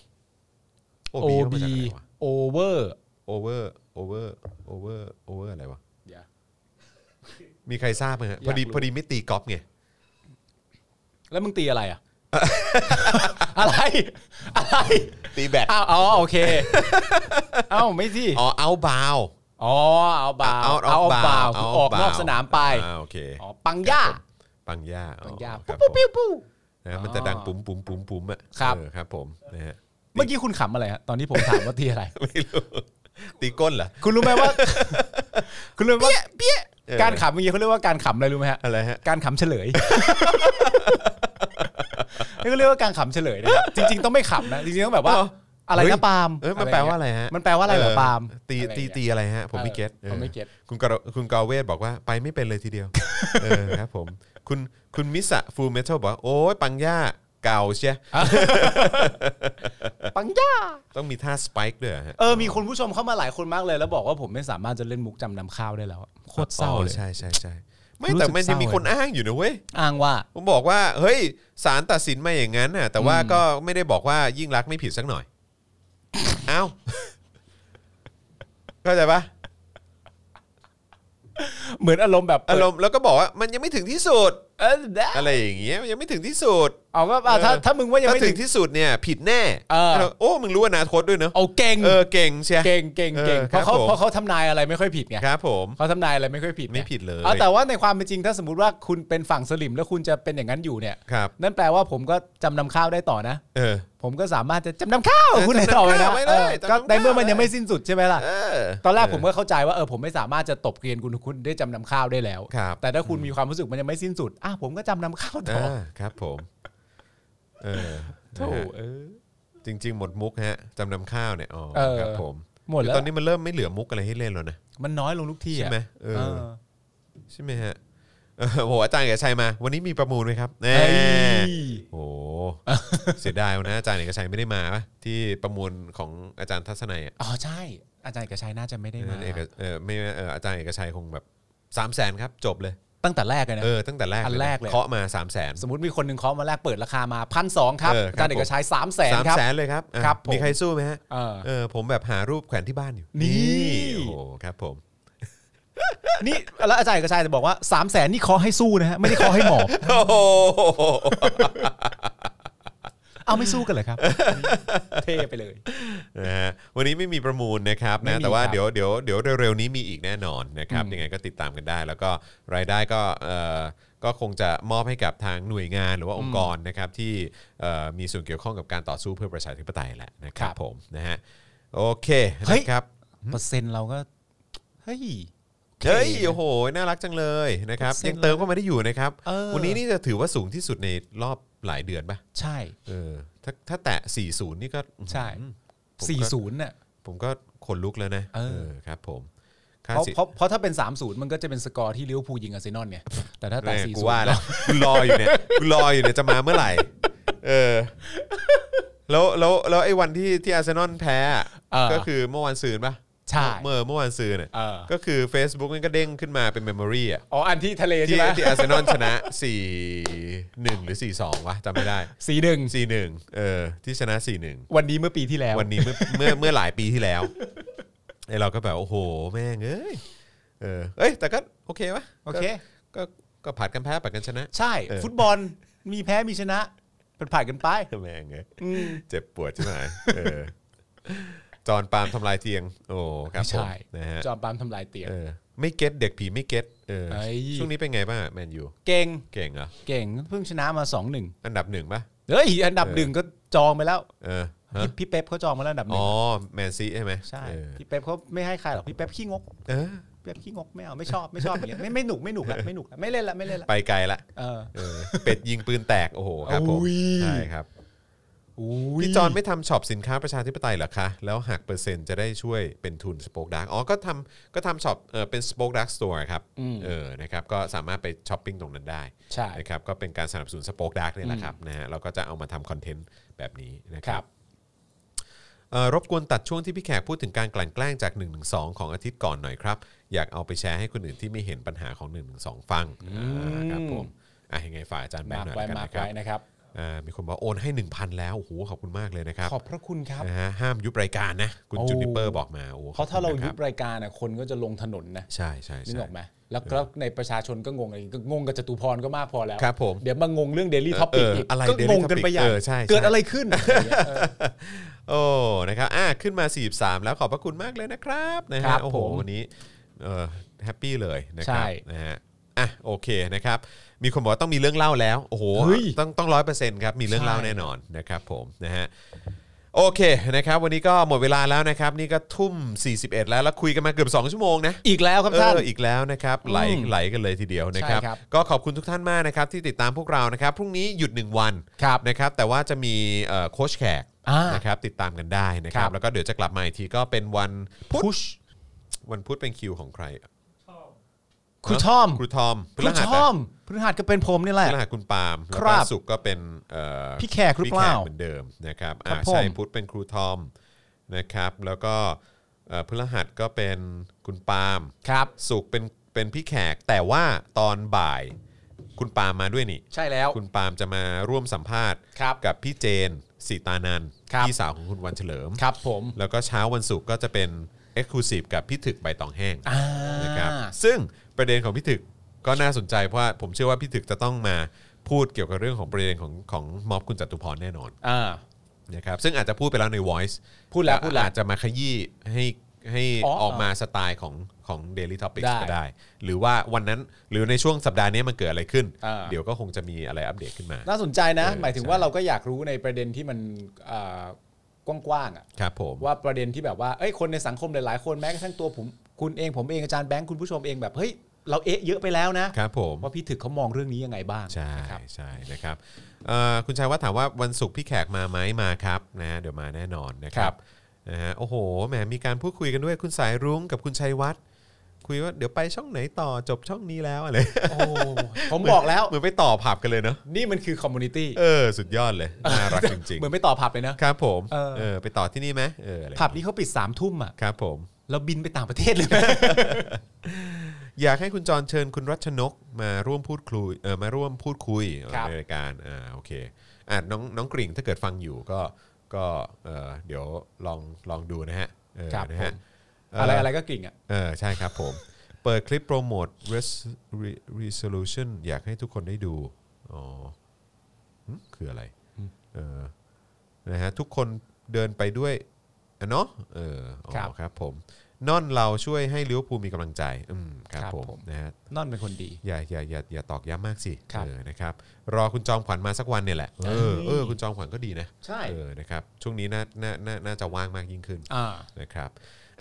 OB
โอ
ย่มา
บี
จากอะไรวะ
โอเวอร์
โอเวอร์โอเวอร์โอเวอร์โอเวอร์อะไรวะ มีใครทราบไหมฮะพอดีพอดีไม่ตีกอล์ฟไง
แล้วมึงตีอะไรอ่ะ อะไร อะไร
ตีแบด
อ้าวอ๋อโอ เค เอ้าไม่สิ
อ๋อเอาบาว
อ๋อเอาบาวเอาบาวคือออกนอกสนามไป
โอเค
อ๋อปังย่า
ปังย่า
ปังย่า
ครั
ปุ๊
บบ ผม
ปุ๊บปิ้วปุ๊บ
นะฮะมันจะดังปุ๋มปุ๋มปุ๋มปุ๋มอ่ะ
ครับ
เออครับผมนะฮ ะ
เมื่อกี้คุณขำอะไรฮะตอนที่ผมถามว่าตีอะไร
ไม่รู้ตีก้นเหรอ
คุณรู้ไหมว่า คุณรู้ไหมว่าเปี้ย
เออ
การขำเมื่อกี้เขาเรียกว่าการขำอะไรรู้ไหมฮะ
อะไรฮะ
การขำเฉ ลย นี่ก็เรียกว่าการขำเฉลยนะครับจริง ๆ ต้องไม่ขำนะ จริงๆต้องแบบว่า อะไรนะปาล์ม
เอ้ยมันแปลว่าอะไรฮะ
มันแปลว่าอะไรเหรอปาล์ม
ตี
อะไร
ตี
อ
ตี
ย่างเงี้ย
อะไรฮะผมไม่เก็ต
เออผมไม่เก็ต
ออคุณกรคุณกาเวทบอกว่าไปไม่เป็นเลยที เดียวเออครับผมคุณคุณมิสะฟูเมทัลบอกว่าโอ้ยปังย่าเก่าเชีย
ปังย่า
ต้องมีท่าสไปค์ด้วยหรฮะ
เออมีคนผู้ชมเข้ามาหลายคนมากเลย แล้วบอกว่าผมไม่สามารถจะเล่นมุกจำนำข้าวได้แล้วอะโคตรเศร้า
อ๋อ
เลย
ใช่ใช่ใช่ไม่
รู้สึก
แต่มันยัง
เศร้ามี
มีคนอ้างอยู่นะเว้ย
อ้างว่า
ผมบอกว่า เฮ้ยศาลตัดสินมาอย่างนั้นน่ะ แต่ว่าก็ไม่ได้บอกว่ายิ่งรักษณ์ไม่ผิดสักหน่อย เอ้า เข้าใจปะ
เหมือนอารมณ์แบบ
อารมณ์แล้วก็บอกว่ามันยังไม่ถึงที่สุด
เออแดะ
อะไรอย่างเงี้ยยังไม่ถึงที่สุด
เอาก็อ่ะถ้าถ้ามึงว่ายัง
ถ้า
ไม่
ถึ
ถึ
ง
ง
ที่สุดเนี่ยผิดแน่
เออ
แล้วโอ้มึงรู้อนาคตด้วยเนอะ
เอาเก่ง
เออเก่งเชีย
เก่งเก่งเก่ง
เออ
เพราะ
ค
เขา
รับผม
เพราะเขาทำนายอะไรไม่ค่อยผิดไง
ครับผม
เขาทำนายอะไรไม่ค่อยผิดง
ไม่ผิดเลย
เอาแต่ว่าในความเป็นจริงถ้าสมมติว่าคุณเป็นฝั่งสลิมแล้วคุณจะเป็นอย่างนั้นอยู่เนี่ย
ครับ
นั่นแปลว่าผมก็จำนำข้าวได้ต่อนะ
เออ
ผมก็สามารถจะจำนำข้าว
เออ
คุณได้ต่อไป
จำนำ
นะ
ข้าวไว้เลย
เออ
จำนำ
ก็
ข้าว
ในเมื่อมันยังไม่สิ้นสุดใช่ไหมล่ะ
เออ
ตอนแรกผม
เ
ก็เข้าใจว่าเออผมไม่สามารถจะตบเกลียนคุณคุณได้จำนำข้าวได้แล้ว
ครับ
แต่ถ้าคุณมีความรู้สึกมันยังไม่สิ้นสุดอ่ะผมก็จำนำข้าวต่ออา
ครับผมเออ
โถ่
นะฮะ
เออ
จริง ๆ หมดมุกฮะจำนำข้าวเนี่ยอ๋อ
เออ
ครับผม
หมด
คือ
แล้ว
ตอนนี้มันเริ่มไม่เหลือมุกอะไรให้เล่นแล้วนะ
มันน้อยลงทุกที่
ใช่
อะ
ไหมเอ
เอ
อ
อ
ใช่ไหมฮะเออโอ้โหอาจารย์เอกชัยมา วันนี้มีประมูลไหมครับแน่
เอ้ย
โอ้โหเสียดายนะอาจารย์เอกชัยไม่ได้มาปะที่ประมูลของอาจารย์ทัศนัยอ่ะ
อ๋อใช่ อาจารย์เอกชัยน่าจะไม่ได้มา
เอกเออไม่เอออาจารย์เอกชัยคงแบบ3 0 0แสนครับจบเลย
ตั้งแต่แรกเลยนะ
เออตั้งแต่แรก
อันแรกเลย
เคาะมา3 0 0แสน
สมมติมีคนหนึ่งเคาะมาแรกเปิดราคามาพันสองครับ
เออครับ
อาจารย์เอกชัยสามแสน
สาม
ครับ
แสนเลยครับอ่ะ
ครับผม
มีใครสู้ไหมฮะ
เออ
เออผมแบบหารูปแขวนที่บ้านอยู่
นี่
โอ้โหครับผม
นี่แล้วอาจารย์เอกชัยจะบอกว่าสามแสนนี่เคาะให้สู้นะฮะไม่ได้เคาะให้หมอบ
โอ้โห
เอาไม่สู้กันเลยครับ เท่ไปเลย
นะฮะวันนี้ไม่มีประมูลนะครับ
ไม่
นะ
มี
แต่ว่า
ครับ
เดี๋ยวเดี๋ยวเดี๋ยวเร็วๆนี้มีอีกแน่นอนนะครับยังไงก็ติดตามกันได้ แล้วก็รายได้ก็เอ่อก็คงจะมอบให้กับทางหน่วยงานหรือว่าองค์กรนะครับที่เอ่อมีส่วนเกี่ยวข้องกับการต่อสู้เพื่อประชาธิปไตยแหละนะครั
ครับ บ
ผมนะฮะโอเค
เฮ้ย
นะครับ
เปอร์เซ็นต์เราก็เฮ้ย
เฮ้ยโอ้โหน่ารักจังเลยนะครับยังเติมเข้ามาได้อยู่นะครับ
เออ
วันนี้นี่จะถือว่าสูงที่สุดในรอบหลายเดือนปะ
ใช่
เออถ้าถ้าแตะ 40 นี่ก็
ใช่
ผม
สี่
ก็
ศูนย์น่ะ
ผมก็ขนลุกแล้วนะ
เออ
ครับผมค่า
เพราะ
สิ
เพราะเพราะถ้าเป็น 3 0 มันก็จะเป็นสกอร์ที่ลิเวอร์พูลยิงอาร์เซนอลไงแต่ถ้าแต่
แม่
4
กูว่า
0
แล้วกูรออยู่เนี่ยกูรออยู่เนี่ยจะมาเมื่อไหร่ เออ แล้วแล้วแล้วไอ้วันที่ที่อาร์เซนอลแพ้อะก็คือเมื่อวันซืนปะ
ใช่
เมื่อเมื่อวันซืนอ่ะ
เออ
ก็คือ Facebook มันก็เด้งขึ้นมาเป็นเมมโมรีอ่ะ
อ๋ออันที่ทะเล
ที่
ใช่ไหม
ที่อาร์เซนอลชนะ 4-1 หรือ 4-2 วะจำไม่ได้
สีหนึ่ง
4-1 เออ ที่ชนะ 4-1
วันนี้เมื่อปีที่แล้ว
วันนี้เมื่อเมื่อเมื่อหลายปีที่แล้วไอเราก็แบบโอ้โหแม่งเอ้ยเออเอ้ยแต่ก็โอเคปะ
โอเค
ก็ก็ก็ผัดกันแพ้ผัดกันชนะ
ใช่
เออ
ฟุตบอลมีแพ้มีชนะเป็นผ่านกันไป
แม่งเอ้ยเจ็บปวดใช่ไหมเออจอห์นปาล์มทำลายเทียง โอ้ครับผม
ไม่ใช่
นะฮะ
จอมปาล์มทำลายเตียง
เออไม่เก็ตเด็กผีไม่เก็ตเออ
เอ้ย
ช่วงนี้เป็นไงบ้างอะแมนยู
เก่ง
เก่งเหรอ
เก่งเพิ่งชนะมา2อหนึ่ง
อันดับหนึ่งปะ
เฮ้ยอันดับหนึ่งก็จองไปแล้ว
เออฮะ
พี่พี่เป๊ปเขาจองมาแล้วอันดับหนึ่
อ๋
ง
อแมนซีใช่ไหม
ใช่
เออ
พี่เป๊ปเขาไม่ให้ใครหรอกพี่เป๊ปขี้งก
เออ
พี่เป๊ปขี้งกไม่เอาไม่ชอบไม่ชอบอย่างเงี้ยไม่ไม่หนุกไม่หนุกละไม่หนุกละไม่เล่นละไม่เล่นละ
ไปไกลละ
เออ
เออเป็ดยิงปืนแตกโอ้โหครับผม
อุ้ย
ใช่ครับ
อุ้ย
พี่จอนไม่ทำช็อปสินค้าประชาธิปไตยเหรอคะ แล้วหักเปอร์เซ็นต์จะได้ช่วยเป็นทุนสปอคดักอ๋อ ก็ทำก็ทำช็อปเออเป็นสปอคดักสโตร์ครับ
อืม
เออ นะครับ ก็สามารถไปช้อปปิ้งตรงนั้นได้
ใช่
นะครับ ก็เป็นการสนับสนุนสปอคดักเนี่ยแหละครับนะฮะเราก็จะเอามาทำคอนเทนต์แบบนี้นะค
ค
รั
รั
บบ เอ่อรบกวนตัดช่วงที่พี่แขกพูดถึงการกลั่นแกล้งจาก1นึของอาทิตย์ก่อนหน่อยครับ อยากเอาไปแชร์ให้คนอื่นที่ไม่เห็นปัญหาของ1นึฟังอ่าครับผม อ่ะยังไงฝากอาจารย์แบงค์
มาร์
ห
ก
น่อย
ไว้
แล้วกัน
มาร์ก
นะครับ
ไว้นะครับ
อ่ามีคนบอกโอนให้ 1,000 แล้ว โอ้โห ขอบคุณมากเลยนะครับ
ขอบพระคุณครับ
นะฮะห้ามยุบรายการนะ คุณ
โอ้
จูนิเปอร์บอกมาโอ้
เพราะถ้าเรายุบ
ราย
รายการน่ะคนก็จะลงถนนนะ
ใช่ใช่
นึก
ใช่
ออกไหมแล้วแล้วในประชาชนก็งงอะไรก็งงกับจตุพรก็มากพอแล้ว
ครับผม
เดี๋ยวมางงเรื่องเดลี่ท็อปิก
เออ
อีก
อะไร
ก็
Daily
งงกันไป
Topic
ใหญ่
เออใช่ใช่
เกิดอะไรขึ้นเออ
โอ้นะครับอ่ะขึ้นมา 43 แล้วขอบพระคุณมากเลยนะครับนะ
ครั
ฮะ
บ
โอ้โห
ผม
วันนี้เออแฮปปี้เลยนะครับ
ใช่
นะฮะอ่ะโอเคนะครับ มีคนบอกว่าต้องมีเรื่องเล่าแล้วโอ้โห
เฮ้ย
ต้องต้องร้อยเปอร์เซ็นต์ครับมีเรื่องเล่า
ใช่
แน่นอนนะครับผมนะฮะโอเคนะครับ วันนี้ก็หมดเวลาแล้วนะครับ นี่ก็ทุ่ม 41 แล้วแล้วคุยกันมาเกือบ 2 ชั่วโมงนะ
อีกแล้วครับ
เอ
ท่าน
ออีกแล้วนะครับไหล
อืม
ไหลกันเลยทีเดียวนะครับ
ใช่ครับ
ก็ขอบคุณทุกท่านมากนะครับที่ติดตามพวกเรานะครับพรุ่งนี้หยุด 1 วัน
ครับ
นะครับแต่ว่าจะมีเอ่อโค้ชแขก
อ่าน
นะครับติดตามกันได้นะค
ค
รั
รับ บ
แล้วก็เดี๋ยวจะกลับมาอีกทีก็เป็นวันพุธวันพุธเป็นคิวของใคร
ครูทอม
ครูทอม
ครู
หัส
ทอมพฤหัสก็เป็นผมนี่
พ
แหละ
ฤหัสคุณปาล์มแล้ว
ครั
ก็
บ
ศุกร์ก็เป็นเอ่อ
พี่แขกหรือเปล่า
พี่แขเหมือนเดิมนะครับอ่า
ครับผม
ใช่พุธเป็นครูทอมนะครับแล้วก็เอ่อพฤหัสก็เป็นคุณปาล์ม
ครับ
สุกร์เป็นเป็นพี่แขกแต่ว่าตอนบ่าย คุณปาล์มมาด้วยนี่
ใช่แล้ว
คุณปาล์มจะมาร่วมสัมภาษณ์
ครับ
กับพี่เจนสีตานันท์
ครับ
พี่สาวของคุณวันเฉลิม
ครับผม
แล้วก็เช้าวันศุกร์ก็จะเป็น e x c l u s i v e กับพี่ถึกใบตองแห้ง
อ่า
นะครับซึ่งประเด็นของพี่ถึกก็น่าสนใจเพราะว่าผมเชื่อว่าพี่ถึกจะต้องมา พูดเกี่ยวกับเรื่องของประเด็นของของม็อบคุณจตุพรแน่นอน
อ่า
นะครับซึ่งอาจจะพูดไปแล้วใน voice
พูดแล้วพูดแล้ว
อาจจะมาขยี้ให้ให้
อ๋อ
ออกมาสไตล์ของของ Daily Topics
ได้
ก็ได้ หรือว่าวันนั้นหรือในช่วงสัปดาห์นี้มันเกิดอะไรขึ้น
อ่า
เดี๋ยวก็คงจะมีอะไรอัปเดตขึ้นมา
น่าสนใจนะ
เออ
หมายถึง
ใช่
ว่าเราก็อยากรู้ในประเด็นที่มันอ่ากว้างๆอ่ะ
ครับผม
ว่าประเด็นที่แบบว่าเอ้ยคนในสังคมหลายๆคนแม้กระทั่งตัวผมคุณเองผมเองอาจารย์แบงค์คุณผู้ชมเองแบบเฮ้ยเราเอะเยอะไปแล้วนะครับ
ผม
ว่าพี่ถึกเขามองเรื่องนี้ยังไงบ้าง
ใช่
ครับ
ใช่นะครับเอ่อคุณชายว่าถามว่าวันศุกร์พี่แขกมาไหมมาครับนะฮะเดี๋ยวมาแน่นอนนะค
ครั
รับบ นะฮะโอ้โหแหมมีการพูดคุยกันด้วยคุณสายรุ้งกับคุณชัยวัฒน์คุยว่าเดี๋ยวไปช่องไหนต่อจบช่องนี้แล้วอะไร
โอ้ผมบอกแล้ว
เหมือนไปต่อผับกันเลยเนาะ
นี่มันคือคอมมูนิตี้
เออสุดยอดเลยน่ารักจริง
เหมือนไปต่อผับเลยนะ
ๆ ครับผม
เออ
เออไปต่อที่นี่ไหมเอออะไรอย่าง
ผับ
งี้
นี้เขาปิดสามทุ่มอ่ะ
ครับผม
เราบินไปต่างประเทศเลยไหม
อยากให้คุณจรเชิญคุณรัชนกมาร่วมพูดคุยเออมาร่วมพูดคุย
ครับ
ในรายการอ่าโอเคอ่ะน้องน้องกริ่งถ้าเกิดฟังอยู่ก็ก็เออเดี๋ยวลองลองดูนะฮะเออ
ครับ
นะ
ผ
ฮะ
ม
เ
อะไรอะไรก็กลิ่งอ่ะ
เออใช่ครับผม เปิดคลิปโปรโมท res- re- resolution อยากให้ทุกคนได้ดูอ๋อหึคืออะไรเออนะฮะทุกคนเดินไปด้วยอ่ะเนาะเอออ๋อ
ครับ
ครับผมนอนเราช่วยให้ลิเวอร์พูลมีกำลังใจอืมครับ
ครับ
ผม
ผม
นะฮะ
นอนเป็นคนดี
อย่าอย่าอย่าอย่าตอกย้ำมากสิ
ครับ
เออนะครับรอคุณจอมขวัญมาสักวันเนี่ยแหละเออเออคุณจอมขวัญก็ดีนะ
ใช่
เออนะครับช่วงนี้น่าน่าน่าน่าจะว่างมากยิ่งขึ้น
อ่า
นะครับ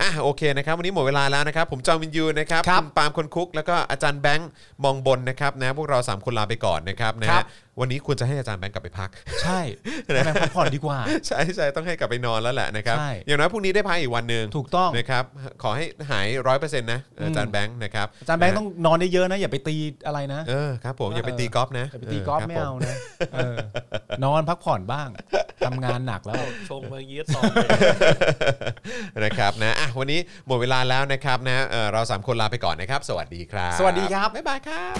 อ่ะโอเคนะครับวันนี้หมดเวลาแล้วนะครับ ผมจอมวินยูนะครับ
ครับ
ณปาล์มคนคุก แล้วก็อาจารย์แบงค์มองบนนะครับนะพวกเราสามคนลาไปก่อนนะครับนะครับ วันนี้ควรจะให้อาจารย์แบงค์กลับไปพัก
ใช่ทำไมพักผ่อนดีกว่า
ใช่ใช่ต้องให้กลับไปนอนแล้วแหละนะครับ
ใช่
อย่างน้อยพรุ่งนี้ได้พักอีกวันหนึ่ง
ถูกต้อง
นะครับขอให้หายร้อยเปอร์เซ็นต์นะอาจารย์แบงค์นะครับ
อาจารย์แบงค์
นะ
ต้องนอนได้เยอะนะ อย่าไปตีอะไรนะ
เออครับผมอย่าไปตีกอล์ฟนะ
อย่าไปตีกอล์ฟ
คบ
ไม่
ผ
เอานะเออนอนพักผ่อนบ้างทำงานหนักแล้ว
ชงมาเย็ดสองเลย
นะครับนะอ่ะวันนี้หมดเวลาแล้วนะครับนะเอ่อเราสามคนลาไปก่อนนะครับ สวัสดีครับ
สวัสดีครับ
บ๊ายบายครับ